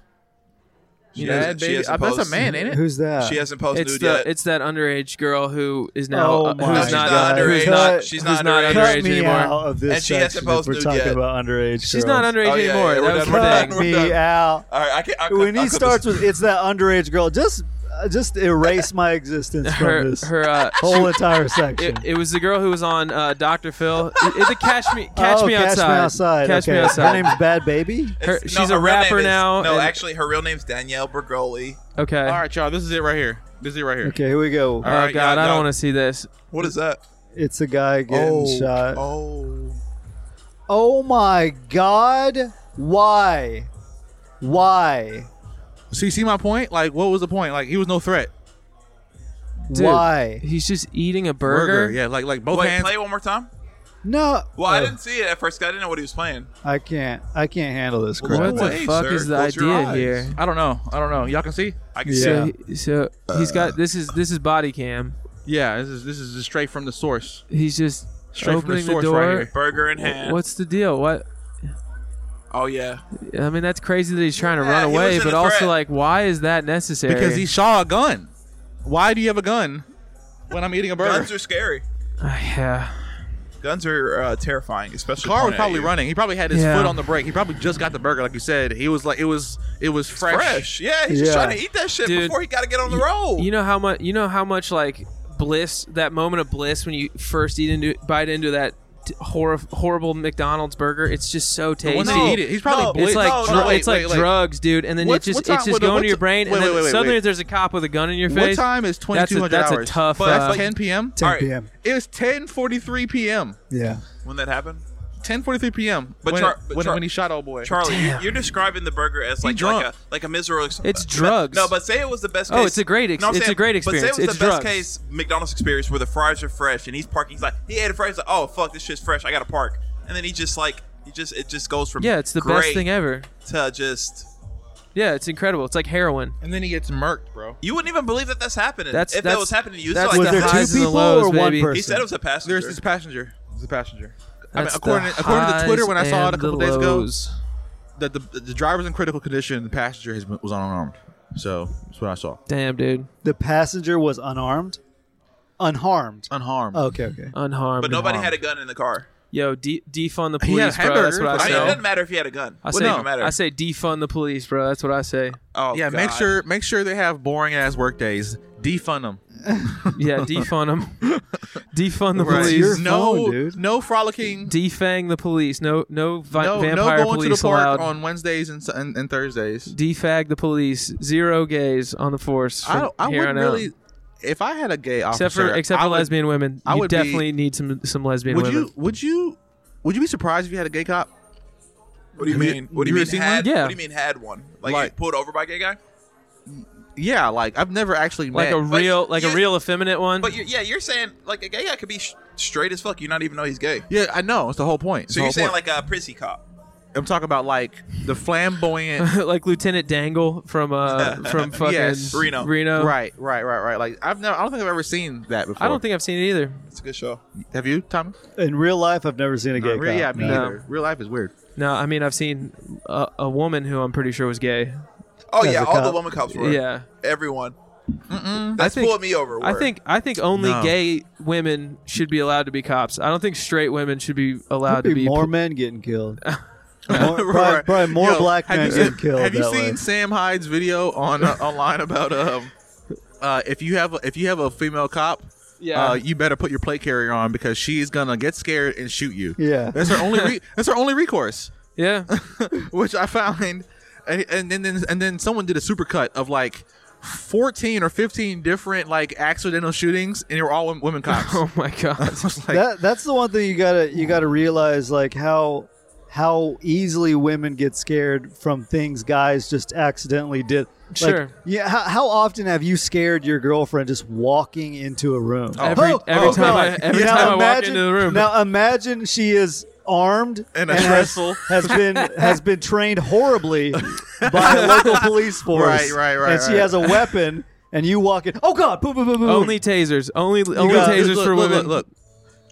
Speaker 9: She
Speaker 7: Bad
Speaker 9: hasn't- she
Speaker 7: baby.
Speaker 9: hasn't
Speaker 7: Uh, that's a
Speaker 9: posted-
Speaker 7: man, ain't it?
Speaker 8: Who's that?
Speaker 9: She hasn't posted
Speaker 6: it's
Speaker 9: nude
Speaker 6: the
Speaker 9: yet.
Speaker 6: it's that underage girl who is now
Speaker 8: Oh
Speaker 6: uh,
Speaker 8: my
Speaker 6: who's
Speaker 9: she's
Speaker 6: not,
Speaker 9: not
Speaker 6: who's
Speaker 9: underage.
Speaker 6: not
Speaker 9: She's
Speaker 6: who's
Speaker 9: not
Speaker 6: not
Speaker 9: underage.
Speaker 6: underage
Speaker 8: Cut me
Speaker 6: anymore.
Speaker 8: out of this
Speaker 9: And she hasn't
Speaker 8: section if
Speaker 9: posted
Speaker 8: we're
Speaker 9: nude
Speaker 8: talking
Speaker 9: yet.
Speaker 8: about underage
Speaker 6: She's not
Speaker 8: girls.
Speaker 6: underage
Speaker 9: Oh, yeah, yeah,
Speaker 6: anymore.
Speaker 9: we're
Speaker 6: that was
Speaker 9: done, we're
Speaker 6: the
Speaker 9: done.
Speaker 6: thing.
Speaker 8: Cut me
Speaker 9: done.
Speaker 8: out.
Speaker 9: All right, I can't. I
Speaker 8: When
Speaker 9: cut- I
Speaker 8: he
Speaker 9: cut
Speaker 8: starts
Speaker 9: this-
Speaker 8: with "It's that underage girl," just uh, just erase my existence from
Speaker 6: Her
Speaker 8: this
Speaker 6: her uh,
Speaker 8: whole entire section.
Speaker 6: it, it was the girl who was on uh, Dr. Phil. It, it's the catch me catch
Speaker 8: oh,
Speaker 6: me outside.
Speaker 8: Catch me outside.
Speaker 6: Catch
Speaker 8: okay.
Speaker 6: me outside.
Speaker 8: Her name's Bad Baby.
Speaker 6: her-
Speaker 9: It's-
Speaker 6: she's a
Speaker 9: her real
Speaker 6: rapper
Speaker 9: name is-
Speaker 6: now,
Speaker 9: No,
Speaker 6: and-
Speaker 9: actually, her real name's Danielle Bergoli.
Speaker 6: okay.
Speaker 7: All right, y'all. This is it right here. This is it right here.
Speaker 8: Okay, here we
Speaker 6: Oh
Speaker 8: go.
Speaker 9: All right,
Speaker 6: god,
Speaker 9: yeah,
Speaker 6: I don't
Speaker 9: no.
Speaker 6: want to see this.
Speaker 9: What is that?
Speaker 8: It's a guy getting shot. Oh.
Speaker 9: Oh.
Speaker 8: my God! Why? Why?
Speaker 7: So you see my point? Like, what was the point? Like, he was no threat.
Speaker 6: Dude,
Speaker 8: Why?
Speaker 6: He's just eating a burger.
Speaker 7: yeah. Like, like both
Speaker 9: Wait,
Speaker 7: hands.
Speaker 9: play it one more time.
Speaker 8: No.
Speaker 9: Well, I
Speaker 8: Oh,
Speaker 9: didn't see it at first. 'cause I didn't know what he was playing.
Speaker 8: I can't. I can't handle this crap.
Speaker 6: What the
Speaker 9: Hey,
Speaker 6: fuck
Speaker 9: sir,
Speaker 6: is the
Speaker 9: close your
Speaker 6: idea
Speaker 9: eyes.
Speaker 6: here?
Speaker 7: I don't know. I don't know. Y'all can see.
Speaker 9: I can
Speaker 8: Yeah.
Speaker 9: see.
Speaker 6: So, he- so he's
Speaker 9: Uh.
Speaker 6: got this is this is body cam.
Speaker 7: Yeah. This is this is straight from the source.
Speaker 6: He's just
Speaker 7: Straight from the
Speaker 6: opening
Speaker 7: source
Speaker 6: door.
Speaker 7: right here.
Speaker 9: Burger in hand.
Speaker 6: What's the deal? What
Speaker 9: Oh yeah.
Speaker 6: I mean, that's crazy that he's trying to
Speaker 9: Yeah,
Speaker 6: run
Speaker 9: he
Speaker 6: away,
Speaker 9: was in
Speaker 6: but
Speaker 9: a
Speaker 6: also
Speaker 9: threat.
Speaker 6: like, why is that necessary?
Speaker 7: Because he saw a gun. Why do you have a gun when I'm eating a burger?
Speaker 9: Guns are scary.
Speaker 6: Uh, yeah.
Speaker 9: Guns are uh, terrifying, especially.
Speaker 7: car was
Speaker 9: pointed at
Speaker 7: probably
Speaker 9: you.
Speaker 7: running. He probably had his
Speaker 6: Yeah.
Speaker 7: foot on the brake. He probably just got the burger, like you said. He was like, it was, it was fresh.
Speaker 9: Fresh. Yeah, he's
Speaker 8: Yeah.
Speaker 9: just trying to eat that shit
Speaker 6: Dude,
Speaker 9: before he got to get on the road.
Speaker 6: You know how much you know how much like bliss that moment of bliss when you first eat into bite into that t- hor- horrible McDonald's burger. It's just so
Speaker 7: But
Speaker 6: tasty.
Speaker 7: Once he eat it, he's probably
Speaker 9: no,
Speaker 7: blitzed.
Speaker 6: It's like
Speaker 9: No,
Speaker 6: dr-
Speaker 9: no, wait,
Speaker 6: it's like drugs, dude, and then it
Speaker 7: What's-
Speaker 6: just
Speaker 7: what's
Speaker 6: it's
Speaker 7: time-
Speaker 6: just
Speaker 7: what-
Speaker 6: going to
Speaker 7: what's-
Speaker 6: your brain, and
Speaker 7: wait,
Speaker 6: then
Speaker 7: wait, wait, wait,
Speaker 6: suddenly
Speaker 7: wait.
Speaker 6: there's a cop with a gun in your
Speaker 7: What
Speaker 6: face.
Speaker 7: time
Speaker 6: That's
Speaker 7: is
Speaker 6: a-
Speaker 7: 2200
Speaker 6: that's a
Speaker 7: hours?
Speaker 6: tough,
Speaker 7: Well, that's
Speaker 6: uh,
Speaker 7: like 10 p.m.
Speaker 8: 10
Speaker 9: Alright.
Speaker 8: p.m.
Speaker 7: It was 10:43 p.m.
Speaker 8: Yeah.
Speaker 9: when that happened,
Speaker 7: 10:43 p.m.
Speaker 9: But
Speaker 7: when,
Speaker 9: Char- but
Speaker 7: when,
Speaker 9: Char-
Speaker 7: when he shot old boy.
Speaker 9: Charlie, you, you're describing the burger as like
Speaker 7: drunk.
Speaker 9: like a like a miserable. Ex-
Speaker 6: It's
Speaker 9: no,
Speaker 6: drugs.
Speaker 9: No, but say it was the best.
Speaker 6: Oh,
Speaker 9: case.
Speaker 6: it's a great ex-
Speaker 9: No, I'm
Speaker 6: it's
Speaker 9: saying-
Speaker 6: a great
Speaker 9: But say it was
Speaker 6: experience.
Speaker 9: the
Speaker 6: It's
Speaker 9: best
Speaker 6: drugs.
Speaker 9: case McDonald's experience where the fries are fresh and he's parking. He's like, he ate a fries. Like, oh fuck, this shit's fresh. I gotta park. And then he just like he just it just goes from
Speaker 6: yeah, it's the best
Speaker 9: great
Speaker 6: thing e- ever.
Speaker 9: to just
Speaker 6: Yeah, it's incredible. It's like heroin.
Speaker 7: and then he gets murked, bro.
Speaker 9: you wouldn't even believe that that's happening.
Speaker 6: That's-
Speaker 9: if that
Speaker 6: that's-
Speaker 9: was happening to you,
Speaker 6: that's
Speaker 9: so
Speaker 6: the
Speaker 8: Was
Speaker 9: like
Speaker 8: there
Speaker 9: that's-
Speaker 8: two
Speaker 6: highs and the
Speaker 8: people
Speaker 6: lows,
Speaker 8: or one
Speaker 6: baby.
Speaker 8: person?
Speaker 9: he said it was a passenger.
Speaker 7: There's this passenger. There's a passenger. I mean,
Speaker 6: That's
Speaker 7: according,
Speaker 6: the
Speaker 7: according to Twitter,
Speaker 6: highs
Speaker 7: when I saw it a
Speaker 6: and
Speaker 7: couple
Speaker 6: the
Speaker 7: days ago,
Speaker 6: lows.
Speaker 7: that the, the driver's in critical condition, the passenger has been, was unarmed. So that's what I saw.
Speaker 6: Damn, dude,
Speaker 8: The passenger was unarmed, unharmed.
Speaker 7: Unharmed.
Speaker 6: Oh,
Speaker 8: Oh, Okay, okay.
Speaker 6: unharmed.
Speaker 9: but nobody had a gun in the car.
Speaker 6: Yo, de- defund the
Speaker 7: He had
Speaker 6: police, bro. That's
Speaker 7: hamburgers,
Speaker 6: what
Speaker 9: I
Speaker 6: I
Speaker 9: mean, it
Speaker 6: say.
Speaker 9: doesn't matter if he had a gun.
Speaker 6: I
Speaker 9: It
Speaker 6: say,
Speaker 9: doesn't matter.
Speaker 6: I say defund the police, bro. That's what I say.
Speaker 9: oh,
Speaker 7: yeah, make
Speaker 9: God.
Speaker 7: sure make sure they have boring ass work days. Defund them.
Speaker 6: Yeah, defund them. defund the
Speaker 7: Right.
Speaker 6: police.
Speaker 8: your
Speaker 7: no,
Speaker 8: phone, dude.
Speaker 7: no frolicking.
Speaker 6: defang the police. No, no vi-
Speaker 7: no,
Speaker 6: vampire
Speaker 7: no going to the
Speaker 6: police allowed.
Speaker 7: park on Wednesdays and, and, and Thursdays.
Speaker 6: Defag the police. Zero gays on the force.
Speaker 7: I
Speaker 6: From
Speaker 7: don't, I
Speaker 6: here
Speaker 7: wouldn't
Speaker 6: on out.
Speaker 7: really. If I had a gay officer,
Speaker 6: except for except
Speaker 7: I
Speaker 6: for
Speaker 7: would-
Speaker 6: lesbian women.
Speaker 7: I
Speaker 6: you
Speaker 7: would be-
Speaker 6: definitely need some some lesbian
Speaker 7: Would
Speaker 6: women.
Speaker 7: you? Would you? Would you be surprised if you had a gay cop?
Speaker 9: What do you
Speaker 7: You-
Speaker 9: mean? What do
Speaker 7: you
Speaker 9: you mean
Speaker 7: ever seen
Speaker 9: had?
Speaker 6: one? Yeah.
Speaker 9: What do you mean had one? Like,
Speaker 7: Like-
Speaker 9: you pulled over by a gay guy?
Speaker 7: Yeah, like I've never actually
Speaker 6: like
Speaker 7: met.
Speaker 6: a
Speaker 9: but
Speaker 6: real like a
Speaker 9: you-
Speaker 6: real effeminate one.
Speaker 9: But you're, yeah, you're saying like a gay guy could be sh- straight as fuck. You not even know he's gay.
Speaker 7: yeah, I know. It's the whole point. It's
Speaker 9: So you're
Speaker 7: the whole
Speaker 9: saying
Speaker 7: point.
Speaker 9: like a prissy cop?
Speaker 7: I'm talking about like the flamboyant.
Speaker 6: like Lieutenant Dangle from uh from fucking
Speaker 7: Yes,
Speaker 9: Reno.
Speaker 6: Reno.
Speaker 7: right, right, right, right. Like I've never. I don't think I've ever seen that before.
Speaker 6: I don't think I've seen it either.
Speaker 9: It's a good show.
Speaker 7: Have you, Tommy?
Speaker 8: In real life, I've never seen a gay
Speaker 7: Not really,
Speaker 8: cop.
Speaker 7: yeah, me
Speaker 6: No.
Speaker 7: either. Real life is weird.
Speaker 6: No, I mean I've seen a, a woman who I'm pretty sure was gay.
Speaker 9: Oh
Speaker 8: As
Speaker 9: yeah,
Speaker 8: a
Speaker 9: all the
Speaker 8: cop.
Speaker 9: woman cops were.
Speaker 6: Yeah.
Speaker 9: everyone. Mm-mm, that's
Speaker 6: I think-
Speaker 9: pulled me over.
Speaker 6: I
Speaker 9: word.
Speaker 6: think I think only
Speaker 7: No.
Speaker 6: gay women should be allowed to be cops. I don't think straight women should be allowed
Speaker 8: There'd be
Speaker 6: to be
Speaker 8: more
Speaker 6: pol-
Speaker 8: men getting killed. More, probably,
Speaker 7: Right.
Speaker 8: probably more
Speaker 7: Yo,
Speaker 8: black
Speaker 7: have
Speaker 8: men
Speaker 7: you seen-
Speaker 8: getting killed.
Speaker 7: Have you
Speaker 8: that way.
Speaker 7: seen Sam Hyde's video on uh, online about um, uh, if you have a, if you have a female cop,
Speaker 6: Yeah.
Speaker 7: uh, you better put your plate carrier on because she's gonna get scared and shoot you.
Speaker 8: Yeah.
Speaker 7: that's her only re- that's her only recourse,
Speaker 6: yeah.
Speaker 7: which I find, and and then- then and then someone did a supercut of like. 14 or 15 different like accidental shootings and they were all wom- women cops.
Speaker 6: Oh my god.
Speaker 7: I was like,
Speaker 8: that that's the one thing you gotta you gotta realize like how how easily women get scared from things guys just accidentally did. Like,
Speaker 6: Sure.
Speaker 8: Yeah. How, how often have you scared your girlfriend just walking into a room?
Speaker 6: Every
Speaker 7: Oh,
Speaker 6: every
Speaker 7: oh,
Speaker 6: time I,
Speaker 7: God.
Speaker 6: every
Speaker 8: Now
Speaker 6: time I walk
Speaker 8: imagine-
Speaker 6: into the room.
Speaker 8: Now imagine she is armed
Speaker 7: And a
Speaker 8: has-
Speaker 7: trestle.
Speaker 8: has, been has been trained horribly by a local police force.
Speaker 7: Right, right, right,
Speaker 8: And she
Speaker 7: right.
Speaker 8: has a weapon, and you walk in. Oh God! Boom, boom, boom, boom.
Speaker 6: only tasers. Only only
Speaker 8: got-
Speaker 6: tasers
Speaker 7: look,
Speaker 6: for
Speaker 7: look,
Speaker 6: women.
Speaker 7: Look, look.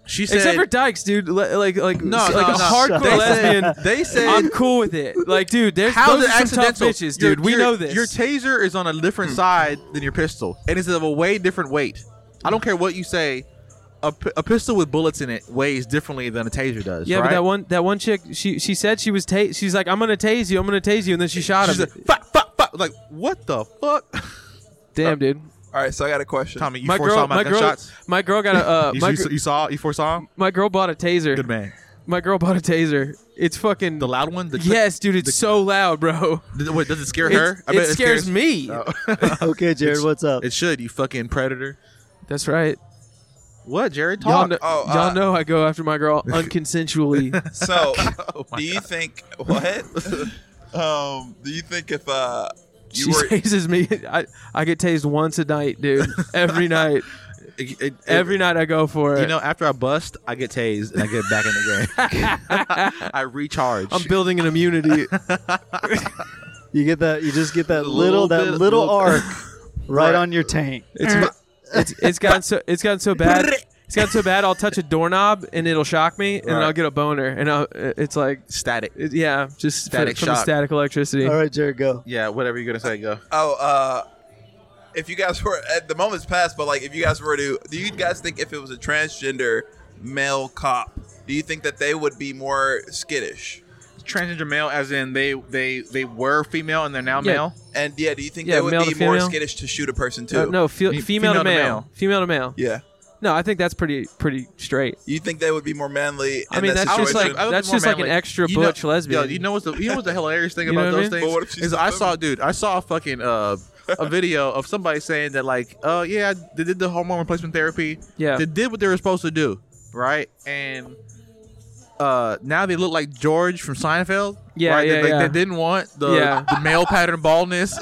Speaker 7: she said
Speaker 6: Except for Dykes, dude. Li- Like like
Speaker 7: No,
Speaker 6: like
Speaker 7: no,
Speaker 6: a
Speaker 7: no.
Speaker 6: hardcore
Speaker 7: They said-
Speaker 6: lesbian.
Speaker 7: they said-
Speaker 6: I'm cool with it. Like, dude, there's
Speaker 7: How
Speaker 6: those
Speaker 7: the
Speaker 6: are some tough
Speaker 7: accidental
Speaker 6: bitches,
Speaker 7: Your-
Speaker 6: dude. we
Speaker 7: your-
Speaker 6: know this.
Speaker 7: Your taser is on a different side than your pistol, and it's of a way different weight. I don't care what you say. A, p- a pistol with bullets in it weighs differently than a taser does.
Speaker 6: yeah,
Speaker 7: right?
Speaker 6: but that one that one chick, she she said she was ta- she's like, I'm gonna tase you, I'm gonna tase you, and then she shot
Speaker 7: She's
Speaker 6: him.
Speaker 7: like, fuck, fuck, fuck. Like, what the fuck,
Speaker 6: Damn, dude.
Speaker 9: All right, so I got a question.
Speaker 7: Tommy? You
Speaker 6: my
Speaker 7: foresaw
Speaker 6: girl,
Speaker 7: my,
Speaker 6: my girl,
Speaker 7: gunshots.
Speaker 6: my girl got a uh,
Speaker 7: You,
Speaker 6: my,
Speaker 7: you,
Speaker 6: gr-
Speaker 7: you saw, you foresaw him.
Speaker 6: my girl bought a taser.
Speaker 7: Good man.
Speaker 6: My girl bought a taser. It's fucking
Speaker 7: The loud one. The click-
Speaker 6: yes, dude. It's
Speaker 7: the-
Speaker 6: so loud, bro.
Speaker 7: Th- Wait, does it Oh. scare
Speaker 6: It's-
Speaker 7: her? I
Speaker 6: it,
Speaker 7: bet
Speaker 6: scares, me.
Speaker 8: Okay, Jared, what's up?
Speaker 7: It should. You fucking predator.
Speaker 6: That's right.
Speaker 7: What, Jared?
Speaker 6: Y'all,
Speaker 7: Talk.
Speaker 6: know,
Speaker 9: Oh, uh,
Speaker 6: y'all know I go after my girl unconsensually.
Speaker 9: So, do you think what? um, do you think if uh, you
Speaker 6: she
Speaker 9: were
Speaker 6: tases me. I, I get tased once a night, dude. Every night.
Speaker 7: It- it- it-
Speaker 6: Every night I go for it.
Speaker 7: You know, after I bust, I get tased and I get back in the game. I recharge.
Speaker 6: I'm building an immunity.
Speaker 8: You get that. You just get that little,
Speaker 7: little
Speaker 8: that
Speaker 7: bit-
Speaker 8: little
Speaker 7: little-
Speaker 8: arc right,
Speaker 7: Right.
Speaker 8: on your tank.
Speaker 6: It's it's it's gotten so it's gotten so bad. It's gotten so bad. I'll touch a doorknob and it'll shock me, and then
Speaker 7: Right.
Speaker 6: I'll get a boner, and I'll, it's like
Speaker 7: static.
Speaker 6: it- yeah, just fr-
Speaker 7: Static
Speaker 6: from the
Speaker 7: shock. Uh,
Speaker 6: static electricity.
Speaker 8: All right, Jared, go.
Speaker 7: Yeah, whatever you're gonna say, go.
Speaker 9: oh uh, if you guys were at the moment's past, but like if you guys were to, do you guys think if it was a transgender male cop, do you think that they would be more skittish?
Speaker 7: Transgender male, as in they they they were female and they're now
Speaker 6: Yeah.
Speaker 7: male.
Speaker 9: And yeah, do you think
Speaker 6: Yeah,
Speaker 9: they would
Speaker 6: male
Speaker 9: be
Speaker 6: to
Speaker 9: more
Speaker 6: female?
Speaker 9: skittish to shoot a person too?
Speaker 6: Uh, no, fe-
Speaker 7: Me-
Speaker 6: female, to male, female to male.
Speaker 9: Yeah.
Speaker 6: No, I think that's pretty pretty straight.
Speaker 9: You think they would be more manly? In
Speaker 6: I mean,
Speaker 9: that
Speaker 6: that's just
Speaker 9: situation?
Speaker 6: like that's just like an extra
Speaker 7: You know-
Speaker 6: butch lesbian.
Speaker 7: Yo, you know what's the you know what's the hilarious thing
Speaker 6: You know
Speaker 7: about
Speaker 6: what I
Speaker 7: those
Speaker 6: mean?
Speaker 7: things
Speaker 9: But what if she's
Speaker 7: is
Speaker 9: a
Speaker 7: I saw dude, I saw a fucking uh, a video of somebody saying that like, uh, yeah, they did the hormone replacement therapy.
Speaker 6: Yeah.
Speaker 7: they did what they were supposed to do, right? And uh, now they look like George from Seinfeld.
Speaker 6: Yeah,
Speaker 7: right?
Speaker 6: yeah,
Speaker 7: they,
Speaker 6: yeah.
Speaker 7: they didn't want the,
Speaker 6: Yeah.
Speaker 7: the male pattern baldness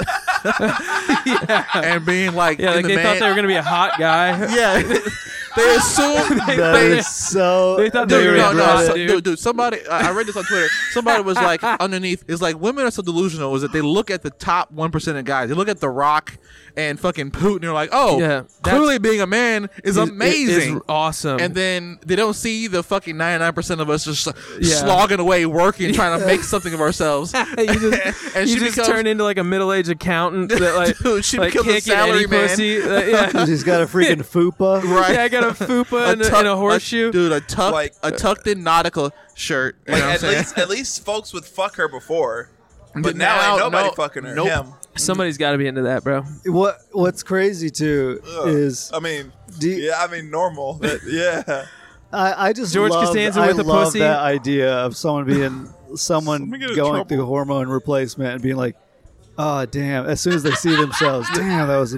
Speaker 7: and being like,
Speaker 6: yeah,
Speaker 7: in
Speaker 6: like
Speaker 7: the
Speaker 6: they
Speaker 7: man-
Speaker 6: thought they were gonna be a hot guy.
Speaker 7: Yeah, they assumed
Speaker 8: That
Speaker 7: they-
Speaker 8: is so.
Speaker 6: They thought they
Speaker 7: Dude,
Speaker 6: were
Speaker 7: no,
Speaker 6: in
Speaker 7: no,
Speaker 6: Reddit,
Speaker 7: so-
Speaker 6: dude.
Speaker 7: dude. dude, Somebody, I I read this on Twitter. Somebody was like, underneath is like, women are so delusional. Is that they look at the top one percent of guys? They look at The Rock and fucking Putin. They're like, oh,
Speaker 6: Yeah,
Speaker 7: clearly being a man is
Speaker 6: It's- it-
Speaker 7: amazing.
Speaker 6: it's awesome.
Speaker 7: and then they don't see the fucking ninety nine percent of us just
Speaker 6: Yeah.
Speaker 7: slogging away, working, trying to make something of ourselves.
Speaker 6: Hey, you just,
Speaker 7: And
Speaker 6: you
Speaker 7: she
Speaker 6: just
Speaker 7: becomes-
Speaker 6: turn into like a middle-aged accountant that like,
Speaker 7: Dude, she
Speaker 6: like
Speaker 7: becomes a
Speaker 6: can't get any
Speaker 7: salaryman.
Speaker 6: pussy. Uh, yeah.
Speaker 8: She's got a freaking fupa.
Speaker 7: Right?
Speaker 6: yeah, I got a fupa and, a,
Speaker 7: tuck-
Speaker 6: and a horseshoe.
Speaker 7: dude. A tucked,
Speaker 9: Like-
Speaker 7: a tucked in nautical shirt. You
Speaker 9: Like,
Speaker 7: know what I'm
Speaker 9: at
Speaker 7: saying?
Speaker 9: least, at least folks would fuck her before. But now, ain't nobody
Speaker 7: no-
Speaker 9: fucking her.
Speaker 7: nope.
Speaker 9: Him.
Speaker 6: Somebody's got to be into that, bro.
Speaker 8: What What's crazy too
Speaker 9: Ugh.
Speaker 8: is
Speaker 9: I mean,
Speaker 8: Do you-
Speaker 9: yeah, I mean normal. That- yeah.
Speaker 8: I, I just
Speaker 6: George
Speaker 8: love,
Speaker 6: Costanza
Speaker 8: I
Speaker 6: with a
Speaker 8: love
Speaker 6: pussy?
Speaker 8: that idea of someone being someone
Speaker 9: get in
Speaker 8: going
Speaker 9: trouble.
Speaker 8: through hormone replacement and being like, "Oh damn!" As soon as they see themselves, damn, that was a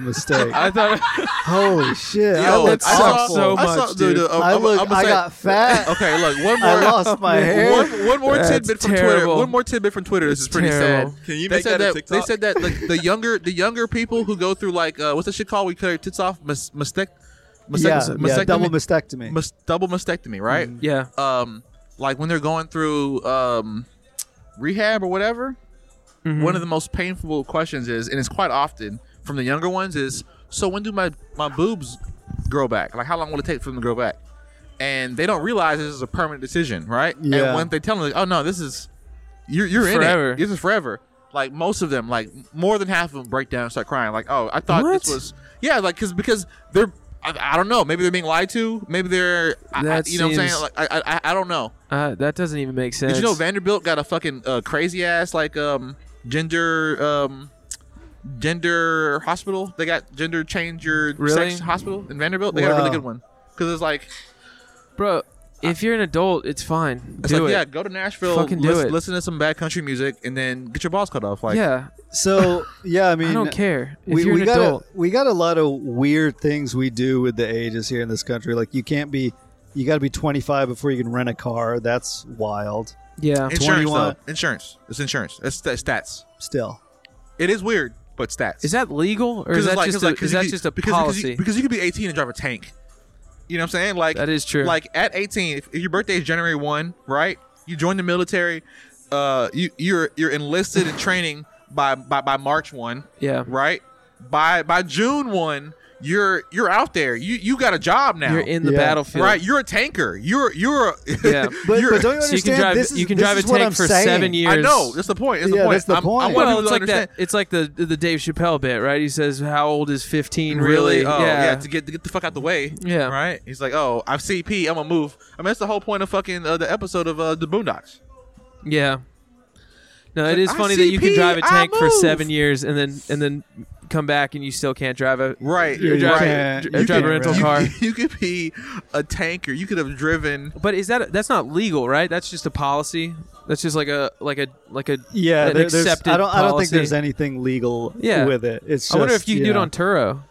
Speaker 8: mistake.
Speaker 6: I thought
Speaker 8: Holy shit! I
Speaker 7: Yo,
Speaker 8: look
Speaker 6: I saw-
Speaker 8: awful.
Speaker 6: so
Speaker 7: I saw-
Speaker 6: much,
Speaker 7: dude,
Speaker 6: dude.
Speaker 7: uh,
Speaker 8: I
Speaker 7: I'm-
Speaker 8: look.
Speaker 7: I'm gonna
Speaker 8: I
Speaker 7: say-
Speaker 8: got fat.
Speaker 7: Okay, look, one more.
Speaker 8: I lost my hair.
Speaker 7: One, one more
Speaker 6: That's
Speaker 7: tidbit from Twitter.
Speaker 6: terrible.
Speaker 7: One more tidbit from Twitter. This is pretty
Speaker 6: Terrible.
Speaker 7: sad.
Speaker 9: Can you
Speaker 7: they
Speaker 9: make
Speaker 7: said
Speaker 9: that a
Speaker 7: They
Speaker 9: TikTok?
Speaker 7: said that like, the younger the younger people who go through like uh, what's that shit called? We cut our tits off. Mis- mistec- mistec-
Speaker 8: yeah, yeah,
Speaker 7: mastectomy?
Speaker 8: double mastectomy.
Speaker 7: Mis- double mastectomy, right?
Speaker 6: yeah.
Speaker 7: Um, like when they're going through um, rehab or whatever.
Speaker 6: Mm-hmm.
Speaker 7: One of the most painful questions is, and it's quite often from the younger ones, is so when do my my boobs grow back? Like how long will it take for them to grow back? And they don't realize this is a permanent decision, right?
Speaker 8: Yeah.
Speaker 7: And when they tell them, like, oh no, this is you're you're in
Speaker 6: Forever.
Speaker 7: it. This is forever. Like most of them, like more than half of them break down and start crying. Like, oh, I thought this
Speaker 6: What?
Speaker 7: was yeah, like because because they're I, I don't know. Maybe they're being lied to. Maybe they're I- I-
Speaker 6: That
Speaker 7: you know what I'm saying.
Speaker 6: seems-
Speaker 7: Like I I, I- I don't know.
Speaker 6: Uh, that doesn't even make sense.
Speaker 7: Did you know Vanderbilt got a fucking uh, crazy ass like um gender um gender hospital? They got gender change your
Speaker 6: Really?
Speaker 7: sex hospital in Vanderbilt. They got a
Speaker 8: Wow.
Speaker 7: really good one because it's like
Speaker 6: bro? If you're an adult, it's fine.
Speaker 7: it's
Speaker 6: do
Speaker 7: like
Speaker 6: it.
Speaker 7: yeah, go to Nashville,
Speaker 6: Fucking do
Speaker 7: lis-
Speaker 6: it.
Speaker 7: listen to some bad country music, and then get your balls cut off. Like
Speaker 6: yeah.
Speaker 8: so yeah, I mean,
Speaker 6: I don't care. If
Speaker 8: we,
Speaker 6: you're
Speaker 8: we
Speaker 6: an
Speaker 8: got
Speaker 6: adult,
Speaker 8: A, we got a lot of weird things we do with the ages here in this country. Like you can't be, you got to be 25 before you can rent a car. That's wild.
Speaker 6: yeah.
Speaker 7: insurance
Speaker 8: 21.
Speaker 7: though. Insurance. It's insurance. It's st- stats.
Speaker 8: Still,
Speaker 7: It is weird, but stats.
Speaker 6: Is that legal or
Speaker 7: 'Cause
Speaker 6: is
Speaker 7: it's
Speaker 6: that
Speaker 7: like-
Speaker 6: just
Speaker 7: 'cause
Speaker 6: a,
Speaker 7: like- 'cause
Speaker 6: is
Speaker 7: you
Speaker 6: that
Speaker 7: could-
Speaker 6: just a
Speaker 7: because you- 'cause you-
Speaker 6: policy?
Speaker 7: Because you could be 18 and drive a tank. You know what I'm saying? Like
Speaker 6: That is true.
Speaker 7: Like at 18, if, if your birthday is January 1, right? You join the military. Uh, you you're you're enlisted in training by by, by March 1,
Speaker 6: yeah.
Speaker 7: right? By by June 1, you're you're out there. You you got a job now.
Speaker 6: You're in the
Speaker 8: Yeah.
Speaker 6: battlefield.
Speaker 7: Right, you're a tanker. You're you're a,
Speaker 6: Yeah.
Speaker 8: but,
Speaker 7: you're-
Speaker 8: but don't you
Speaker 6: So you
Speaker 8: understand?
Speaker 6: can drive.
Speaker 8: this is,
Speaker 6: you can
Speaker 8: this
Speaker 6: drive a
Speaker 8: is what
Speaker 6: tank
Speaker 8: I'm
Speaker 6: for
Speaker 8: saying.
Speaker 6: seven years.
Speaker 7: I know. That's the point. That's
Speaker 8: Yeah,
Speaker 7: the point.
Speaker 8: that's the
Speaker 7: I'm- I
Speaker 8: point.
Speaker 7: want
Speaker 6: Well,
Speaker 7: people
Speaker 6: it's
Speaker 7: to
Speaker 6: like
Speaker 7: understand.
Speaker 6: that. It's like the the Dave Chappelle bit, right? He says, "How old is 15
Speaker 7: really,
Speaker 6: really?"
Speaker 7: oh yeah.
Speaker 6: yeah.
Speaker 7: to get to get the fuck out the way
Speaker 6: Yeah.
Speaker 7: right he's like oh i'm cp i'm gonna move i mean that's the whole point of fucking uh, the episode of uh, the boondocks
Speaker 6: Yeah. No, it is
Speaker 7: like,
Speaker 6: funny that you can
Speaker 7: ICP,
Speaker 6: drive a
Speaker 7: I
Speaker 6: tank for
Speaker 7: move.
Speaker 6: seven years and then and then come back and you still can't drive a
Speaker 7: right
Speaker 8: Yeah, you
Speaker 7: right
Speaker 8: can't-
Speaker 6: dr-
Speaker 8: you
Speaker 6: drive
Speaker 8: can't
Speaker 6: a rental
Speaker 8: rent.
Speaker 7: You,
Speaker 6: car.
Speaker 7: you could be a tanker you could have driven
Speaker 6: But is that that's not legal, right? That's just a policy. That's just like a like a like a
Speaker 8: Yeah,
Speaker 6: an
Speaker 8: there, there's,
Speaker 6: accepted
Speaker 8: I don't. I don't think
Speaker 6: policy.
Speaker 8: there's anything legal
Speaker 6: Yeah.
Speaker 8: with it. It's. Just,
Speaker 6: I wonder if you can do it
Speaker 8: know,
Speaker 6: on Turo.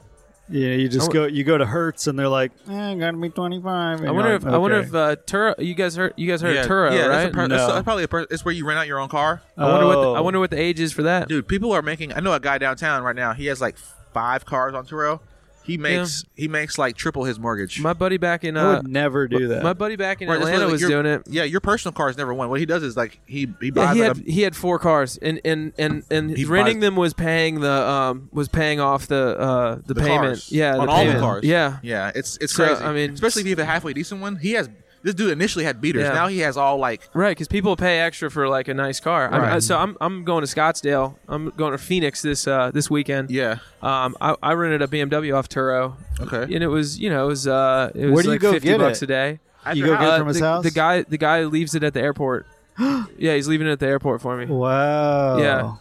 Speaker 8: Yeah, you
Speaker 6: I
Speaker 8: just
Speaker 6: wo-
Speaker 8: go. You go to Hertz, and they're like, eh, "Gotta be 25." and
Speaker 6: I
Speaker 8: you're
Speaker 6: wonder
Speaker 8: like,
Speaker 6: if I wonder
Speaker 8: okay.
Speaker 6: if uh, Turo. You guys heard you guys heard
Speaker 7: yeah,
Speaker 6: of Turo,
Speaker 7: yeah, that's,
Speaker 6: right?
Speaker 7: a per- that's,
Speaker 8: No.
Speaker 7: that's probably a per- it's where you rent out your own car
Speaker 6: I wonder what the, I
Speaker 8: Oh.
Speaker 6: wonder what the age is for that.
Speaker 7: dude people are making i know a guy downtown right now he has like five cars on Turo. he makes he makes like triple his mortgage
Speaker 6: My buddy back in
Speaker 8: I
Speaker 6: uh,
Speaker 8: would never do that.
Speaker 6: my buddy back in
Speaker 7: Right, that's
Speaker 6: Atlanta
Speaker 7: what, like,
Speaker 6: was
Speaker 7: your-
Speaker 6: doing it.
Speaker 7: yeah your personal car is never one what he does is like he he
Speaker 6: Yeah,
Speaker 7: buys
Speaker 6: he
Speaker 7: like,
Speaker 6: had
Speaker 7: a-
Speaker 6: he had four cars, and and and and
Speaker 7: He
Speaker 6: renting
Speaker 7: buys-
Speaker 6: them was paying the um was paying off the uh the,
Speaker 7: the
Speaker 6: payment.
Speaker 7: cars.
Speaker 6: Yeah,
Speaker 7: on
Speaker 6: the
Speaker 7: all
Speaker 6: payment.
Speaker 7: the cars.
Speaker 6: Yeah,
Speaker 7: yeah, it's it's
Speaker 6: So,
Speaker 7: crazy.
Speaker 6: I
Speaker 7: I
Speaker 6: mean-
Speaker 7: mean, especially if you have a halfway decent one. He has this dude initially had beaters.
Speaker 6: Yeah.
Speaker 7: Now he has all like
Speaker 6: right. Because people pay extra for like a nice car. I'm-
Speaker 7: Right.
Speaker 6: I- so I'm I'm going to Scottsdale. I'm going to Phoenix this uh this weekend.
Speaker 7: yeah.
Speaker 6: Um, I, I rented a BMW off Turo,
Speaker 7: Okay,
Speaker 6: and it was you know it was uh it was
Speaker 8: Where do you
Speaker 6: like
Speaker 8: go
Speaker 6: fifty
Speaker 8: get
Speaker 6: bucks
Speaker 8: it?
Speaker 6: a day.
Speaker 8: you go get it
Speaker 6: Uh,
Speaker 8: from his
Speaker 6: the,
Speaker 8: house.
Speaker 6: the guy the guy leaves it at the airport. yeah, he's leaving it at the airport for me,
Speaker 8: Wow.
Speaker 6: Yeah.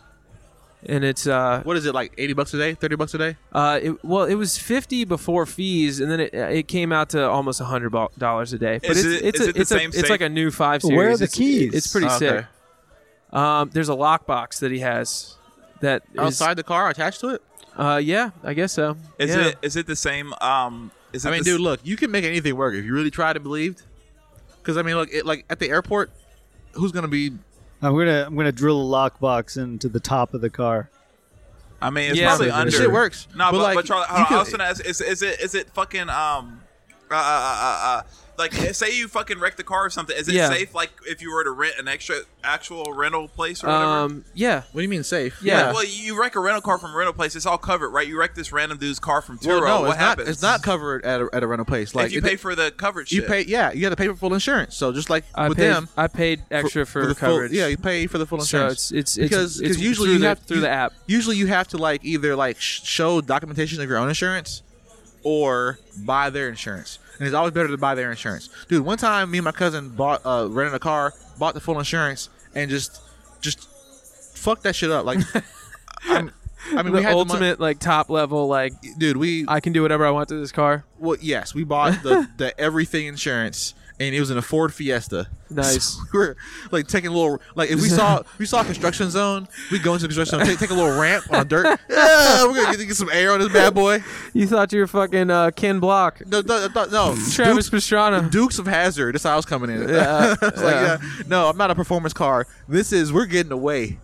Speaker 6: and it's uh
Speaker 7: what is it like? Eighty bucks a day, thirty bucks a day.
Speaker 6: Uh, it, well, it was fifty before fees, and then it uh, it came out to almost hundred dollars a day. But
Speaker 9: Is
Speaker 6: it's
Speaker 9: it-
Speaker 6: it's
Speaker 9: is
Speaker 6: a,
Speaker 9: it the
Speaker 6: it's, a,
Speaker 9: same Ah,
Speaker 6: it's like
Speaker 9: safe?
Speaker 6: a new five series.
Speaker 8: Where are the
Speaker 6: It's-
Speaker 8: keys?
Speaker 6: It's pretty
Speaker 7: Oh, okay.
Speaker 6: sick. Um, there's a lockbox that he has. That is,
Speaker 7: Outside the car, attached to it.
Speaker 6: Uh, yeah, I guess so.
Speaker 9: Is
Speaker 6: yeah.
Speaker 9: it is it the same? Um, is it
Speaker 7: I mean,
Speaker 9: the
Speaker 7: dude, look, you can make anything work if you really tried and believed. Because I mean, look, it, like at the airport, who's gonna be?
Speaker 8: I'm gonna I'm gonna drill a lockbox into the top of the car.
Speaker 9: I mean, it's
Speaker 6: Yeah,
Speaker 9: probably
Speaker 6: but
Speaker 9: under.
Speaker 7: Shit works.
Speaker 9: No, but, but,
Speaker 7: like,
Speaker 9: Charlie,
Speaker 7: you
Speaker 9: hold on.
Speaker 7: can-
Speaker 9: I was gonna ask, is, is it is it fucking um, uh, uh, uh, uh, uh like say you fucking wreck the car or something? Is it
Speaker 6: Yeah.
Speaker 9: safe? Like if you were to rent an extra actual rental place or whatever.
Speaker 6: Um, yeah.
Speaker 7: what do you mean safe?
Speaker 6: Yeah.
Speaker 9: Well, you wreck a rental car from a rental place. It's all covered, right? You wreck this random dude's car from
Speaker 7: Well,
Speaker 9: Turo.
Speaker 7: no,
Speaker 9: what
Speaker 7: it's
Speaker 9: happens?
Speaker 7: not. It's not covered at a, at a rental place. Like
Speaker 9: if you
Speaker 7: it-
Speaker 9: pay for the coverage,
Speaker 7: you
Speaker 9: shit.
Speaker 7: pay. Yeah, you got to pay for full insurance. So just like
Speaker 6: I
Speaker 7: with
Speaker 6: paid,
Speaker 7: them,
Speaker 6: I paid extra for,
Speaker 7: the
Speaker 6: coverage.
Speaker 7: Full, yeah, you pay for the full
Speaker 6: So it's-
Speaker 7: insurance.
Speaker 6: it's- it's-
Speaker 7: because
Speaker 6: it's
Speaker 7: 'cause usually
Speaker 6: through
Speaker 7: you
Speaker 6: the-
Speaker 7: have
Speaker 6: through the app.
Speaker 7: Usually you have to like either like sh- show documentation of your own insurance or buy their insurance. And it's always better to buy their insurance. Dude, one time me and my cousin bought uh rented a car, bought the full insurance and just just fuck that shit up. Like, I'm, I mean, we
Speaker 6: the
Speaker 7: had
Speaker 6: ultimate
Speaker 7: the
Speaker 6: like top level like
Speaker 7: mon- dude. We
Speaker 6: I can do whatever I want to this car.
Speaker 7: well, yes, we bought the the everything insurance, and it was in a Ford Fiesta.
Speaker 6: Nice.
Speaker 7: So we were like taking a little like if we saw we saw a construction zone, we go into the construction zone, take, take a little ramp on dirt. Yeah, we're gonna get, get some air on this bad boy.
Speaker 6: You thought you were fucking uh, Ken Block,
Speaker 7: No, no, no, no.
Speaker 6: Travis
Speaker 7: Dukes,
Speaker 6: Pastrana.
Speaker 7: Dukes of Hazard. That's how I was coming in. Yeah, it's like, yeah. no, I'm not a performance car. This is we're getting away.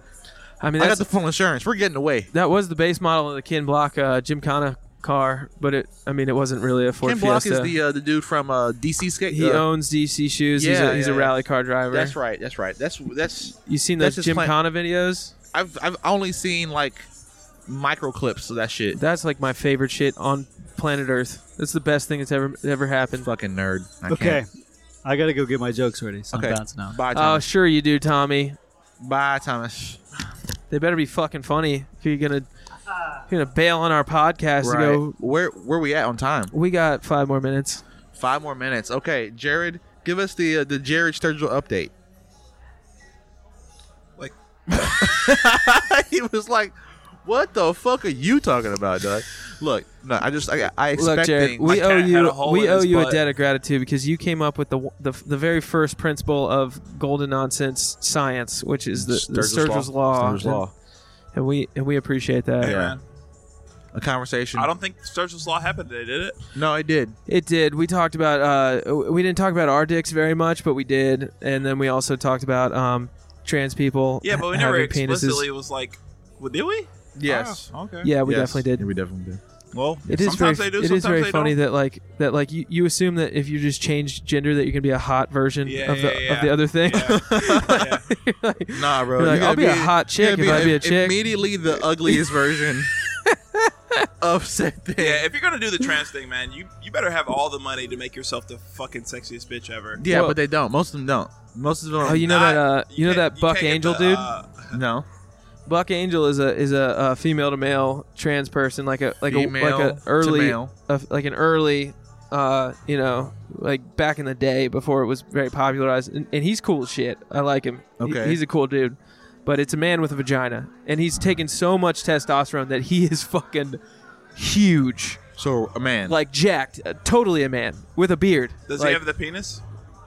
Speaker 6: I mean,
Speaker 7: I
Speaker 6: that's,
Speaker 7: got the full insurance. We're getting away.
Speaker 6: that was the base model of the Ken Block uh, Gymkhana car, but it I mean it wasn't really a Ford
Speaker 7: Ken Block
Speaker 6: Fiesta.
Speaker 7: is the uh, the dude from uh, DC Skate.
Speaker 6: he
Speaker 7: uh,
Speaker 6: owns DC shoes. he's
Speaker 7: Yeah,
Speaker 6: a, he's
Speaker 7: yeah,
Speaker 6: a
Speaker 7: yeah.
Speaker 6: rally car driver.
Speaker 7: That's right. That's right. That's that's.
Speaker 6: You seen
Speaker 7: That's
Speaker 6: those
Speaker 7: his plan-
Speaker 6: Gymkhana videos?
Speaker 7: I've I've only seen like micro clips of that shit.
Speaker 6: That's like my favorite shit on planet Earth. That's the best thing that's ever ever happened.
Speaker 7: Fucking nerd. I can't.
Speaker 8: Okay. I gotta go get my jokes ready. So
Speaker 7: Okay.
Speaker 8: I'm bouncing out.
Speaker 7: Bye,
Speaker 6: Oh,
Speaker 7: Thomas.
Speaker 6: sure you do, Tommy.
Speaker 7: Bye, Thomas.
Speaker 6: They better be fucking funny if you're gonna you're gonna bail on our podcast to go.
Speaker 7: Where where we at on time?
Speaker 6: We got five more minutes.
Speaker 7: Five more minutes. Okay, Jared, give us the uh, the Jared Sturgill update.
Speaker 9: Like-
Speaker 7: he was like, "What the fuck are you talking about, dog?" Look, no, I just I I
Speaker 6: Look, Jared,
Speaker 7: expecting.
Speaker 6: we
Speaker 9: cat
Speaker 6: owe
Speaker 9: had
Speaker 6: you
Speaker 9: a hole
Speaker 6: we
Speaker 9: in
Speaker 6: owe
Speaker 9: his
Speaker 6: you a
Speaker 9: butt.
Speaker 6: debt of gratitude because you came up with the the, the very first principle of golden nonsense science, which is the the Sturgill's law,
Speaker 7: Sturgill's law.
Speaker 6: And, and we and we appreciate that.
Speaker 9: Hey, man.
Speaker 7: A conversation.
Speaker 9: I don't think Sturgill's Law happened today, did it?
Speaker 7: No, I did.
Speaker 6: It did. We talked about uh, w- we didn't talk about our dicks very much, but we did, and then we also talked about um, trans people.
Speaker 9: Yeah, but we
Speaker 6: ha-
Speaker 9: never
Speaker 6: having
Speaker 9: explicitly
Speaker 6: Penises.
Speaker 9: was like, well, did we?
Speaker 7: Yes.
Speaker 9: Oh, okay.
Speaker 6: Yeah, we
Speaker 7: Yes.
Speaker 6: definitely did.
Speaker 7: Yeah, we definitely did.
Speaker 9: Well,
Speaker 6: It is
Speaker 9: sometimes
Speaker 6: very,
Speaker 9: they do.
Speaker 6: it
Speaker 9: sometimes
Speaker 6: is very
Speaker 9: they
Speaker 6: funny
Speaker 9: Don't.
Speaker 6: that like that like you, you assume that if you just change gender that you're gonna be a hot version
Speaker 9: Yeah,
Speaker 6: of the
Speaker 9: yeah, yeah.
Speaker 6: of the other thing.
Speaker 9: Yeah.
Speaker 6: You're like,
Speaker 7: Nah, bro.
Speaker 6: You're like,
Speaker 7: you gotta
Speaker 6: I'll be a hot
Speaker 7: you gotta
Speaker 6: chick if I be a
Speaker 7: im-
Speaker 6: chick.
Speaker 7: Immediately the ugliest version of said thing.
Speaker 9: Yeah, if you're gonna do the trans thing, man, you you better have all the money to make yourself the fucking sexiest bitch ever.
Speaker 7: Yeah,
Speaker 6: Well-
Speaker 7: but they don't. Most of them don't. Most of them.
Speaker 6: Oh, you know that uh, you, know
Speaker 9: can't-
Speaker 6: that
Speaker 9: you
Speaker 6: Buck
Speaker 9: can't get
Speaker 6: Angel
Speaker 9: the,
Speaker 6: dude.
Speaker 9: uh,
Speaker 7: no.
Speaker 6: Buck Angel is a is a, uh female to male trans person, like a like
Speaker 7: Female
Speaker 6: a like a
Speaker 7: to
Speaker 6: early
Speaker 7: male.
Speaker 6: a- like an early, uh, you know, like back in the day before it was very popularized. And, and he's cool as shit. I like him. He-
Speaker 7: Okay.
Speaker 6: he's a cool dude. But it's a man with a vagina, and he's taken so much testosterone that he is fucking huge,
Speaker 7: So a man.
Speaker 6: like jacked, uh, totally a man with a beard.
Speaker 9: does
Speaker 6: Like,
Speaker 9: he have the penis?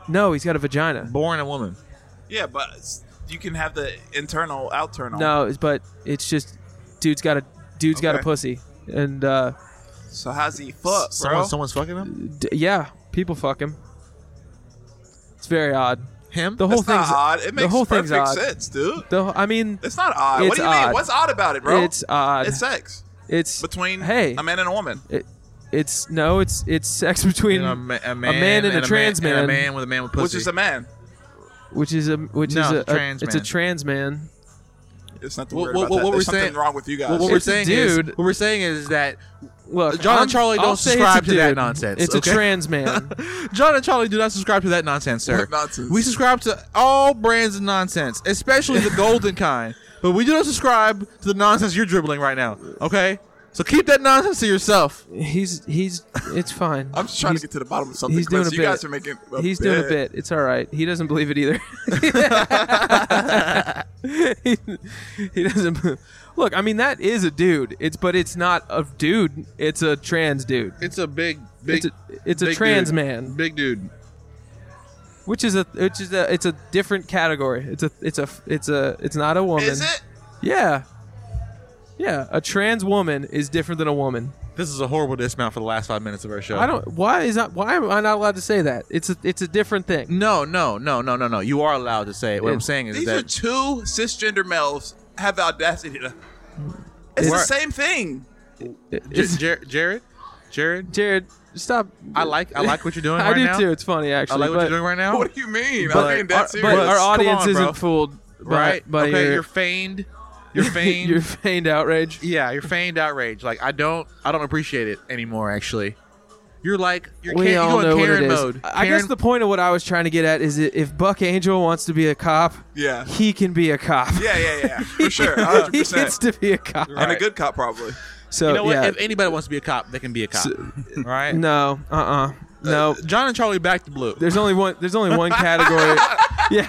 Speaker 6: No, he's got a vagina.
Speaker 7: born a woman.
Speaker 9: Yeah, but it's- you can have the internal outternal.
Speaker 6: No, it's- but it's just, dude's got a dude's got a
Speaker 9: Okay.
Speaker 6: pussy, and uh,
Speaker 9: So how's he fuck, bro?
Speaker 7: Someone, someone's fucking him.
Speaker 6: D- yeah, people fuck him. It's very odd.
Speaker 7: Him.
Speaker 6: The whole
Speaker 9: That's not
Speaker 6: thing's
Speaker 9: odd. It makes
Speaker 6: whole thing's
Speaker 9: perfect
Speaker 6: odd.
Speaker 9: sense, dude.
Speaker 6: The, wh- I mean,
Speaker 9: It's not odd. what
Speaker 6: It's
Speaker 9: do you mean?
Speaker 6: odd.
Speaker 9: What's odd about it, bro?
Speaker 6: it's odd.
Speaker 9: It's sex
Speaker 6: It's
Speaker 9: between
Speaker 6: hey,
Speaker 9: a man and a woman.
Speaker 6: it's no, it's it's sex between,
Speaker 7: And a, ma- a man,
Speaker 6: man and a trans
Speaker 7: and
Speaker 6: man.
Speaker 7: a man with a man with pussy.
Speaker 9: Which is a man.
Speaker 6: which is a which
Speaker 7: No,
Speaker 6: is a,
Speaker 7: it's a trans
Speaker 6: it's a
Speaker 7: man.
Speaker 6: trans man.
Speaker 9: It's nothing
Speaker 7: What-
Speaker 9: weird
Speaker 7: what-
Speaker 9: about
Speaker 7: what
Speaker 9: that.
Speaker 7: we're
Speaker 9: There's
Speaker 7: saying-
Speaker 9: something wrong with you guys.
Speaker 7: What, what we're
Speaker 6: It's a
Speaker 7: saying is,
Speaker 6: dude.
Speaker 7: what we're saying is that
Speaker 6: Look,
Speaker 7: John and
Speaker 6: I'm-
Speaker 7: Charlie don't
Speaker 6: I'll say it's a
Speaker 7: subscribe to that
Speaker 6: dude.
Speaker 7: nonsense,
Speaker 6: It's
Speaker 7: okay?
Speaker 6: a trans man.
Speaker 7: John and Charlie do not subscribe to that nonsense, sir.
Speaker 9: What nonsense?
Speaker 7: We subscribe to all brands of nonsense, especially the golden kind. But we do not subscribe to the nonsense you're dribbling right now. Okay, so keep that nonsense to yourself.
Speaker 6: he's he's it's fine.
Speaker 9: I'm just trying
Speaker 6: he's,
Speaker 9: to get to the bottom of something.
Speaker 6: he's doing
Speaker 9: Clint,
Speaker 6: a
Speaker 9: so you
Speaker 6: bit.
Speaker 9: guys are making. A
Speaker 6: He's
Speaker 9: bit.
Speaker 6: doing a bit. It's all right. He doesn't believe it either. he, he doesn't. Look, I mean that is a dude. It's but it's not a dude. It's a trans dude.
Speaker 7: It's a big,
Speaker 6: It's a, it's a trans man,
Speaker 7: Big dude.
Speaker 6: which is a which is a it's a different category. It's a it's a it's a it's not a woman.
Speaker 9: Is it?
Speaker 6: Yeah, yeah. A trans woman is different than a woman.
Speaker 7: This is a horrible dismount for the last five minutes of our show.
Speaker 6: I don't. Why is that? Why am I not allowed to say that? It's a it's a different thing.
Speaker 7: No, no, no, no, no, no. You are allowed to say it. What I'm saying is
Speaker 9: These are
Speaker 7: that
Speaker 9: two cisgender males have the audacity to. It's the
Speaker 7: We're-
Speaker 9: same thing.
Speaker 6: It's-
Speaker 7: J- Jar- Jared, Jared,
Speaker 6: Jared, stop.
Speaker 7: I like I like what you're doing
Speaker 6: I
Speaker 7: right
Speaker 6: do
Speaker 7: now.
Speaker 6: too. It's funny
Speaker 7: I
Speaker 6: actually.
Speaker 7: like what
Speaker 6: but-
Speaker 7: you're doing right now.
Speaker 9: What do you mean?
Speaker 7: But-
Speaker 9: I mean that's
Speaker 7: uh,
Speaker 9: serious.
Speaker 6: But our
Speaker 7: Come
Speaker 6: audience
Speaker 7: on, bro.
Speaker 6: isn't fooled, by,
Speaker 7: right?
Speaker 6: By
Speaker 7: okay,
Speaker 6: your,
Speaker 7: you're feigned. You're feigned.
Speaker 6: your feigned outrage.
Speaker 7: yeah, you're feigned outrage. Like I don't, I don't appreciate it anymore. Actually, you're like you're,
Speaker 6: We
Speaker 7: Karen-
Speaker 6: all
Speaker 7: you're going
Speaker 6: know what
Speaker 7: Karen
Speaker 6: it is.
Speaker 7: mode.
Speaker 6: I I
Speaker 7: Karen-
Speaker 6: guess the point of what I was trying to get at is that if Buck Angel wants to be a cop,
Speaker 9: Yeah.
Speaker 6: he can be a cop.
Speaker 9: Yeah, yeah, yeah. For sure.
Speaker 6: he
Speaker 9: 100%.
Speaker 6: gets to be a cop.
Speaker 9: And a good cop, probably.
Speaker 6: So
Speaker 7: you know what?
Speaker 6: yeah,
Speaker 7: If anybody wants to be a cop, they can be a cop. All right.
Speaker 6: no, uh, uh no.
Speaker 7: John and Charlie back to blue.
Speaker 6: There's only one. There's only one category. yeah,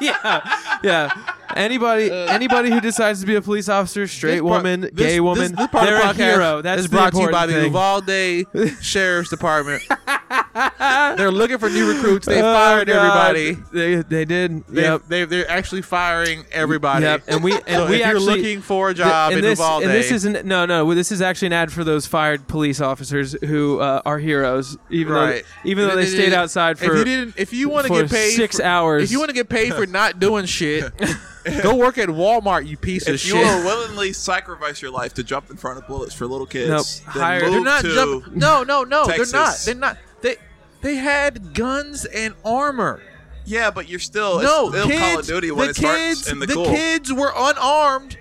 Speaker 6: yeah, yeah. Anybody, anybody who decides to be a police officer, straight
Speaker 7: This part-
Speaker 6: woman,
Speaker 7: this-
Speaker 6: gay
Speaker 7: this-
Speaker 6: woman,
Speaker 7: this part of
Speaker 6: they're
Speaker 7: the
Speaker 6: a
Speaker 7: podcast
Speaker 6: hero. That's
Speaker 7: is
Speaker 6: the
Speaker 7: brought to you
Speaker 6: important
Speaker 7: by the
Speaker 6: thing.
Speaker 7: Uvalde Sheriff's Department. they're looking for new recruits. They
Speaker 6: Oh,
Speaker 7: fired
Speaker 6: God.
Speaker 7: everybody.
Speaker 6: They, they did.
Speaker 7: They,
Speaker 6: yep.
Speaker 7: they, they're actually firing everybody.
Speaker 6: Yep. And we and
Speaker 7: So
Speaker 6: we
Speaker 7: if
Speaker 6: actually,
Speaker 7: you're looking for a job
Speaker 6: th-
Speaker 7: in
Speaker 6: and this,
Speaker 7: Uvalde,
Speaker 6: and this isn't no no well, this is actually an ad for those fired police officers who uh, are heroes even
Speaker 7: right.
Speaker 6: though even though they stayed outside for
Speaker 7: if you didn't if you want to
Speaker 6: for
Speaker 7: get paid
Speaker 6: six
Speaker 7: for-
Speaker 6: hours.
Speaker 7: if you want to get paid for not doing shit, go work at Walmart. You piece of
Speaker 9: If you
Speaker 7: shit.
Speaker 9: will willingly sacrifice your life to jump in front of bullets for little kids,
Speaker 6: Nope.
Speaker 9: then
Speaker 6: Hire-
Speaker 9: move
Speaker 7: They're not
Speaker 9: to-
Speaker 7: jumping. No, no, no.
Speaker 9: Texas.
Speaker 7: They're not. They're not. They they had guns and armor.
Speaker 9: Yeah, but you're still
Speaker 7: no,
Speaker 9: it's still
Speaker 7: kids,
Speaker 9: Call of Duty when
Speaker 7: the
Speaker 9: it starts
Speaker 7: kids,
Speaker 9: in the,
Speaker 7: the
Speaker 9: cool.
Speaker 7: kids were unarmed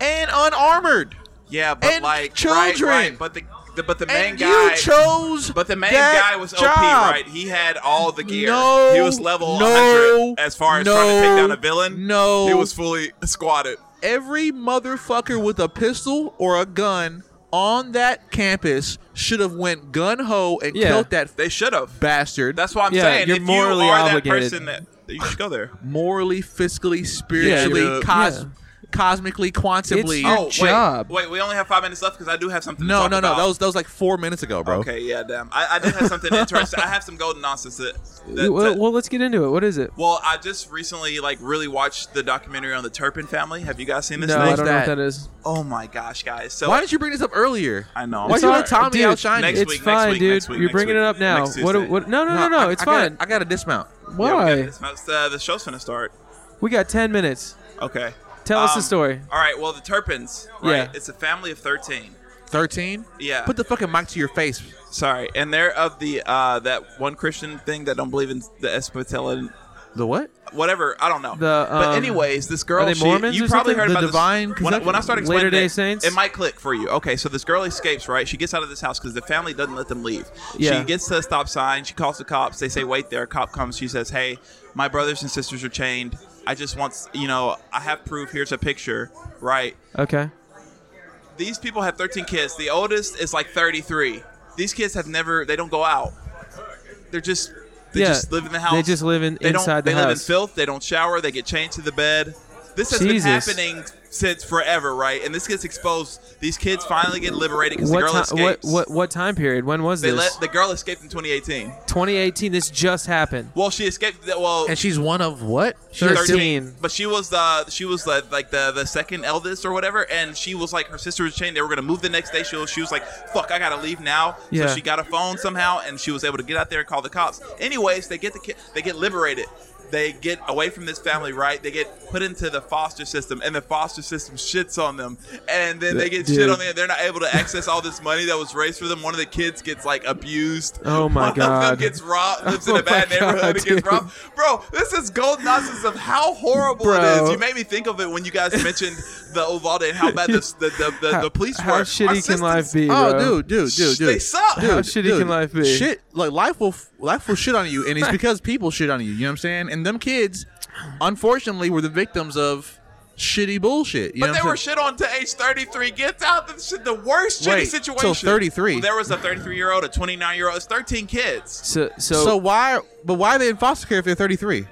Speaker 7: and unarmored.
Speaker 9: yeah, but
Speaker 7: and
Speaker 9: like
Speaker 7: children.
Speaker 9: right, right, but the, the but the main
Speaker 7: and
Speaker 9: guy,
Speaker 7: you chose.
Speaker 9: but the main
Speaker 7: that
Speaker 9: guy was
Speaker 7: job.
Speaker 9: OP, right? He had all the gear.
Speaker 7: No,
Speaker 9: he was level
Speaker 7: no,
Speaker 9: 100 as far as trying to take down a villain.
Speaker 7: no.
Speaker 9: he was fully squatted.
Speaker 7: Every motherfucker with a pistol or a gun on that campus should have went gun ho and
Speaker 6: Yeah.
Speaker 7: killed that
Speaker 9: They should have.
Speaker 7: bastard.
Speaker 9: That's why I'm
Speaker 6: Yeah,
Speaker 9: saying
Speaker 6: you're
Speaker 9: if
Speaker 6: morally
Speaker 9: you are
Speaker 6: obligated.
Speaker 9: that person that you should go there.
Speaker 7: morally, fiscally, spiritually,
Speaker 9: Yeah, you're-
Speaker 7: cos-
Speaker 6: yeah.
Speaker 7: cosmically, quantumly.
Speaker 6: Your job.
Speaker 9: Oh, Wait, wait, we only have five minutes left because I do have something. to
Speaker 7: No,
Speaker 9: talk
Speaker 7: no, no.
Speaker 9: about.
Speaker 7: That was that was like four minutes ago, bro.
Speaker 9: okay. Yeah, damn. I, I did have something interesting. I have some golden nonsense that. that,
Speaker 6: well,
Speaker 9: that-
Speaker 6: well, let's get into it. What is it?
Speaker 9: well, I just recently like really watched the documentary on the Turpin family. Have you guys seen this?
Speaker 6: No,
Speaker 9: thing?
Speaker 6: I don't know
Speaker 7: that?
Speaker 6: what that is.
Speaker 9: Oh my gosh, guys! So
Speaker 7: Why did you bring this up earlier?
Speaker 9: I know.
Speaker 7: Why
Speaker 9: I'm
Speaker 7: you let
Speaker 9: sorry.
Speaker 7: Tommy
Speaker 6: Dude,
Speaker 7: outshine
Speaker 9: next
Speaker 7: you?
Speaker 6: it's
Speaker 9: week, next
Speaker 6: fine,
Speaker 9: week,
Speaker 6: dude.
Speaker 9: next week,
Speaker 6: You're
Speaker 9: next
Speaker 6: bringing
Speaker 9: week,
Speaker 6: it up now.
Speaker 9: next Tuesday.
Speaker 6: What? What? No, no, no, no.
Speaker 7: I-
Speaker 6: it's
Speaker 7: I gotta-
Speaker 6: fine.
Speaker 7: I gotta dismount.
Speaker 9: Yeah, we
Speaker 6: Why?
Speaker 9: got this month's- uh, the show's gonna start.
Speaker 6: we got ten minutes.
Speaker 9: Okay.
Speaker 6: Tell us the
Speaker 9: Um,
Speaker 6: story.
Speaker 9: All right. Well, the Turpins. Right.
Speaker 6: Yeah.
Speaker 9: It's a family of thirteen.
Speaker 7: Thirteen.
Speaker 9: Yeah.
Speaker 7: Put the fucking mic to your face.
Speaker 9: Sorry, and they're of the uh that one Christian thing that don't believe in the Espotellan
Speaker 7: The what?
Speaker 9: whatever. I don't know.
Speaker 6: The,
Speaker 9: but
Speaker 6: um,
Speaker 9: anyways, this girl.
Speaker 6: are they
Speaker 9: she-
Speaker 6: Mormons
Speaker 9: you
Speaker 6: or
Speaker 9: probably
Speaker 6: something?
Speaker 9: heard
Speaker 7: The
Speaker 9: about
Speaker 7: Divine
Speaker 9: This, when, I-
Speaker 7: Connection?
Speaker 9: when I start explaining
Speaker 6: Latter-day
Speaker 9: it,
Speaker 6: Saints?
Speaker 9: it might click for you. Okay, so this girl escapes. Right, she gets out of this house because the family doesn't let them leave.
Speaker 6: Yeah.
Speaker 9: She gets to a stop sign. She calls the cops. They say, "Wait there." A cop comes. She says, "Hey, my brothers and sisters are chained. I just want s- you know. I have proof. Here's a picture." Right
Speaker 6: Okay.
Speaker 9: these people have 13 kids. The oldest is like 33. These kids have never. They don't go out. They're just. They
Speaker 6: Yeah,
Speaker 9: just live in the house.
Speaker 6: they just live in-
Speaker 9: They don't-
Speaker 6: inside the
Speaker 9: They live in
Speaker 6: house.
Speaker 9: filth. They don't shower. They get chained to the bed. This has
Speaker 6: Jesus.
Speaker 9: been happening since forever, right? And this gets exposed. These kids finally get liberated because the girl
Speaker 6: What time? What,
Speaker 9: escapes.
Speaker 6: what? What time period? When was
Speaker 9: They
Speaker 6: this?
Speaker 9: let the girl escaped in 2018.
Speaker 6: 2018. This just happened.
Speaker 9: Well, she escaped. Well,
Speaker 7: And she's one of what?
Speaker 6: She's
Speaker 9: 13.
Speaker 6: 13.
Speaker 9: But she was uh she was uh, like the the second eldest or whatever, and she was like her sister was chained. They were gonna move the next day. She was, she was like, "Fuck, I gotta leave now."
Speaker 6: Yeah.
Speaker 9: So she got a phone somehow, and she was able to get out there and call the cops. Anyways, they get the ki- they get liberated. They get away from this family, right? They get put into the foster system, and the foster system shits on them, and then they get shit
Speaker 6: Dude.
Speaker 9: on them. They're not able to access all this money that was raised for them. One of the kids gets like abused.
Speaker 6: Oh,
Speaker 9: One
Speaker 6: my
Speaker 9: Of them
Speaker 6: God.
Speaker 9: gets robbed. Lives in
Speaker 6: Oh,
Speaker 9: a bad
Speaker 6: my
Speaker 9: neighborhood.
Speaker 6: God,
Speaker 9: and gets
Speaker 6: dude.
Speaker 9: robbed. Bro, this is gold nonsense of how horrible it
Speaker 6: Bro.
Speaker 9: is. You made me think of it when you guys mentioned the Uvalde and how bad the the, the, the,
Speaker 6: How-
Speaker 9: the police
Speaker 6: How
Speaker 9: were. Our
Speaker 6: shitty can
Speaker 9: systems-
Speaker 6: life be?
Speaker 7: Oh,
Speaker 6: bro?
Speaker 7: dude, dude, dude, dude.
Speaker 9: They suck.
Speaker 6: How
Speaker 7: Dude,
Speaker 6: shitty
Speaker 7: dude,
Speaker 6: can life be?
Speaker 7: Shit, like life will life will shit on you, and it's because people shit on you. You know what I'm saying? And them kids, unfortunately, were the victims of shitty bullshit. You
Speaker 9: But
Speaker 7: know
Speaker 9: they
Speaker 7: what I'm
Speaker 9: were
Speaker 7: saying?
Speaker 9: shit on to age 33. Get out. This is the worst shitty
Speaker 7: Wait, till
Speaker 9: situation.
Speaker 7: 33.
Speaker 9: There was a 33 year old, a 29 year old. It's 13 kids.
Speaker 6: So, so,
Speaker 7: so why? But why are they in foster care if they're 33?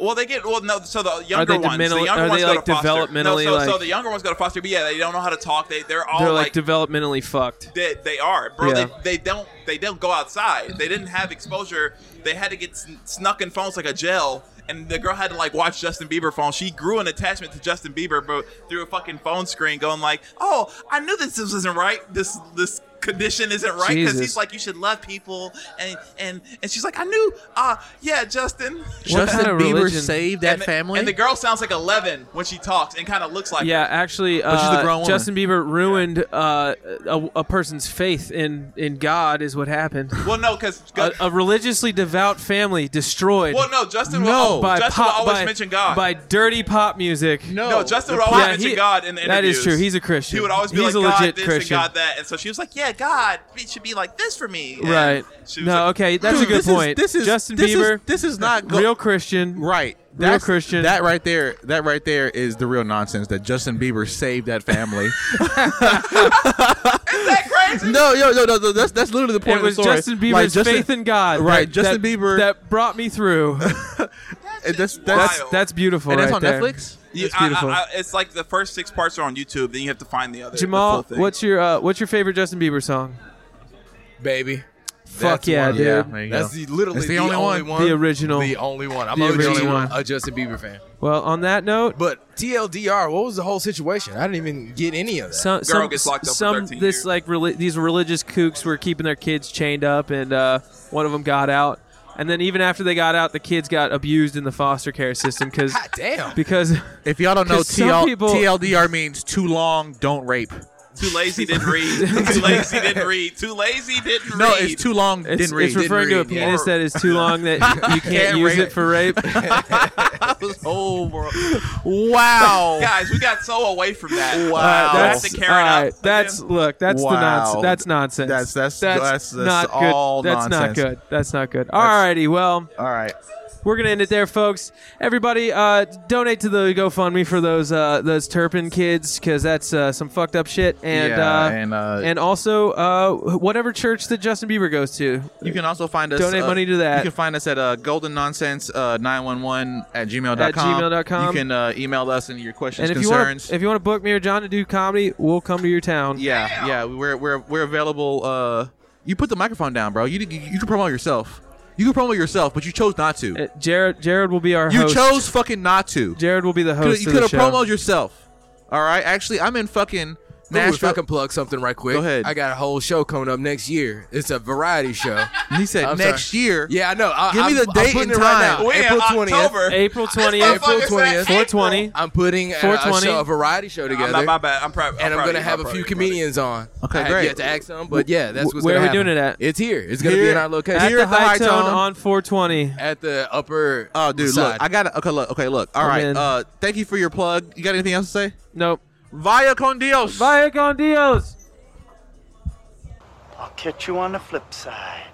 Speaker 9: Well, they get well. No, so the younger
Speaker 6: they
Speaker 9: ones,
Speaker 6: demental-
Speaker 9: the younger
Speaker 6: are
Speaker 9: ones
Speaker 6: they,
Speaker 9: go
Speaker 6: like,
Speaker 9: to foster.
Speaker 6: developmentally,
Speaker 9: no, so, so
Speaker 6: like-
Speaker 9: the younger ones go to foster. But yeah, they don't know how to talk. They they're all
Speaker 6: they're
Speaker 9: like
Speaker 6: like developmentally fucked.
Speaker 9: They, they are, bro.
Speaker 6: Yeah.
Speaker 9: They, they don't they don't go outside. They didn't have exposure. They had to get sn- snuck in phones like a gel. And the girl had to like watch Justin Bieber phone. She grew an attachment to Justin Bieber, bro, through a fucking phone screen, going like, "Oh, I knew this this isn't right. This this condition isn't right." Because
Speaker 6: Jesus.
Speaker 9: he's like, "You should love people," and and and she's like, "I knew, uh, yeah, Justin."
Speaker 7: Justin
Speaker 6: kind of
Speaker 7: Bieber
Speaker 6: religion-
Speaker 7: saved that
Speaker 9: and the,
Speaker 7: family.
Speaker 9: And the girl sounds like 11 when she talks and kind of looks like.
Speaker 6: Yeah, actually,
Speaker 7: she's a
Speaker 6: uh,
Speaker 7: grown woman.
Speaker 6: Justin Bieber ruined uh, a, a person's faith in in God is what happened.
Speaker 9: Well, no, because
Speaker 6: A, a religiously devout family destroyed.
Speaker 9: well, no, Justin. will-
Speaker 7: No,
Speaker 6: by
Speaker 9: Justin will
Speaker 6: pop,
Speaker 9: always
Speaker 6: by,
Speaker 9: mention God.
Speaker 6: by dirty pop music.
Speaker 9: No, Justin would always
Speaker 6: Yeah,
Speaker 9: mention
Speaker 6: he-
Speaker 9: God in the
Speaker 6: that
Speaker 9: interviews.
Speaker 6: is true. He's a Christian.
Speaker 9: He would always be
Speaker 6: He's
Speaker 9: like,
Speaker 6: a
Speaker 9: God
Speaker 6: legit
Speaker 9: this
Speaker 6: Christian.
Speaker 9: and God that. And so she was like, yeah, God it should be like this for me. And
Speaker 6: Right.
Speaker 9: She was
Speaker 6: No,
Speaker 9: like,
Speaker 6: okay, that's a
Speaker 7: Dude,
Speaker 6: good
Speaker 7: this is-
Speaker 6: point.
Speaker 7: this is
Speaker 6: Justin
Speaker 7: this is-
Speaker 6: Bieber.
Speaker 7: this is not go-
Speaker 6: real Christian.
Speaker 7: Right.
Speaker 6: Real Christian.
Speaker 7: That right there. That right there is the real nonsense that Justin Bieber saved that family.
Speaker 9: Is that crazy?
Speaker 7: no, yo, no, no, no. That's that's literally the point.
Speaker 6: It was
Speaker 7: of the story.
Speaker 6: Justin Bieber's
Speaker 7: Like, Justin-
Speaker 6: faith in God.
Speaker 7: Right,
Speaker 6: that-
Speaker 7: Justin
Speaker 6: that-
Speaker 7: Bieber-
Speaker 6: that brought me through.
Speaker 7: and That's
Speaker 9: Wild.
Speaker 7: that's
Speaker 6: That's beautiful.
Speaker 7: and that's
Speaker 6: right
Speaker 7: on
Speaker 6: there.
Speaker 7: Netflix.
Speaker 9: You,
Speaker 6: It's beautiful.
Speaker 9: I, I, I, it's like the first six parts are on YouTube. Then you have to find the other. the
Speaker 6: Jamal,
Speaker 9: full thing.
Speaker 6: what's your uh, what's your favorite Justin Bieber song?
Speaker 2: baby.
Speaker 6: Fuck yeah,
Speaker 2: one.
Speaker 6: dude.
Speaker 2: Yeah,
Speaker 7: There you
Speaker 2: That's
Speaker 7: go.
Speaker 2: the, literally
Speaker 7: It's
Speaker 2: the, only, one.
Speaker 6: The original.
Speaker 2: The only one. I'm
Speaker 6: The
Speaker 2: OG,
Speaker 6: original one.
Speaker 2: a Justin Bieber fan.
Speaker 6: Well, on that note,
Speaker 2: But TLDR, what was the whole situation? I didn't even get any of that.
Speaker 6: some
Speaker 9: Girl
Speaker 6: some,
Speaker 9: gets locked up for
Speaker 6: some
Speaker 9: 13
Speaker 6: this
Speaker 9: years.
Speaker 6: like reli- these religious kooks were keeping their kids chained up, and uh, one of them got out. And then even after they got out, the kids got abused in the foster care system because
Speaker 2: God damn.
Speaker 6: because
Speaker 7: If y'all don't know,
Speaker 6: 'Cause some
Speaker 7: TL,
Speaker 6: people-
Speaker 7: TLDR means too long, don't rape.
Speaker 9: too lazy didn't read? too lazy didn't read. Too lazy didn't read.
Speaker 7: No, it's too long,
Speaker 6: it's,
Speaker 7: didn't read.
Speaker 6: it's referring to a
Speaker 2: Didn't read, yeah.
Speaker 6: penis that is too long that you can't,
Speaker 2: Can't
Speaker 6: use
Speaker 2: rape
Speaker 6: it
Speaker 2: it.
Speaker 6: for rape.
Speaker 7: oh, bro. Wow.
Speaker 9: Guys, we got so away from that.
Speaker 7: Wow.
Speaker 6: Uh,
Speaker 9: That's the carrot
Speaker 6: all
Speaker 9: up.
Speaker 6: That's look. That's the
Speaker 7: Wow.
Speaker 6: nonsense. That's nonsense.
Speaker 7: That's- that's- that's- that's
Speaker 6: not
Speaker 7: all
Speaker 6: good. That's
Speaker 7: nonsense.
Speaker 6: not good. That's not good. Alrighty, well,
Speaker 7: All right.
Speaker 6: we're gonna end it there, folks. Everybody, uh, donate to the GoFundMe for those uh, those Turpin kids because that's uh, some fucked up shit. And
Speaker 7: Yeah,
Speaker 6: uh,
Speaker 7: and, uh,
Speaker 6: and also uh, whatever church that Justin Bieber goes to.
Speaker 7: You can also find us.
Speaker 6: Donate
Speaker 7: uh,
Speaker 6: money to that.
Speaker 7: You can find us at uh, golden nonsense uh, 911 at gmail.com.
Speaker 6: At gmail.com.
Speaker 7: You can uh, email us any of your questions,
Speaker 6: and if you want,
Speaker 7: concerns.
Speaker 6: if you want to book me or John to do comedy, we'll come to your town.
Speaker 7: yeah, yeah, we're we're we're available. Uh, you put the microphone down, bro. You you, you can promote yourself. You can promote yourself, but you chose not to.
Speaker 6: Uh, Jared Jared will be our
Speaker 7: you
Speaker 6: host.
Speaker 7: chose fucking not to.
Speaker 6: Jared will be the
Speaker 7: Coulda-
Speaker 6: host.
Speaker 7: you
Speaker 6: of
Speaker 7: could have
Speaker 6: the show.
Speaker 7: promoted yourself. All right. Actually, I'm in fucking
Speaker 2: Ooh, if I
Speaker 7: Nashville.
Speaker 2: can plug something right quick.
Speaker 7: Go ahead.
Speaker 2: I got a whole show coming up next year. It's a variety show.
Speaker 7: he said
Speaker 2: I'm
Speaker 7: next
Speaker 2: sorry.
Speaker 7: year.
Speaker 2: Yeah, I know. I,
Speaker 7: Give me
Speaker 2: I'm-
Speaker 7: the date
Speaker 2: I'm putting
Speaker 7: and
Speaker 2: it right
Speaker 7: time.
Speaker 2: now.
Speaker 9: We're in
Speaker 2: April 20th.
Speaker 9: October.
Speaker 6: April twentieth,
Speaker 2: April
Speaker 9: Motherfucker said
Speaker 2: 20th.
Speaker 6: four twenty.
Speaker 2: I'm putting a, a,
Speaker 6: 420.
Speaker 2: show, a variety show
Speaker 9: I'm
Speaker 2: together.
Speaker 9: not, my bad. I'm probably.
Speaker 2: and I'm
Speaker 9: probably-
Speaker 2: gonna have a
Speaker 9: probably-
Speaker 2: few
Speaker 9: probably-
Speaker 2: comedians on.
Speaker 7: Okay,
Speaker 2: I have
Speaker 7: great.
Speaker 2: yet to ask them, but yeah, that's what's
Speaker 6: where
Speaker 2: gonna
Speaker 6: are we doing
Speaker 2: happen.
Speaker 6: it at?
Speaker 2: It's here. It's gonna be
Speaker 7: Here-
Speaker 2: in our location
Speaker 6: At
Speaker 7: Here
Speaker 6: the
Speaker 7: at the High
Speaker 6: high tone
Speaker 7: Tone.
Speaker 6: on 420.
Speaker 2: at the upper.
Speaker 7: Oh, dude,
Speaker 2: side.
Speaker 7: look, I got to Okay, look, okay, look. All
Speaker 6: I'm
Speaker 7: right.
Speaker 6: in.
Speaker 7: Uh, thank you for your plug. You got anything else to say?
Speaker 6: Nope.
Speaker 7: Vaya con Dios.
Speaker 6: Vaya con Dios.
Speaker 10: I'll catch you on the flip side.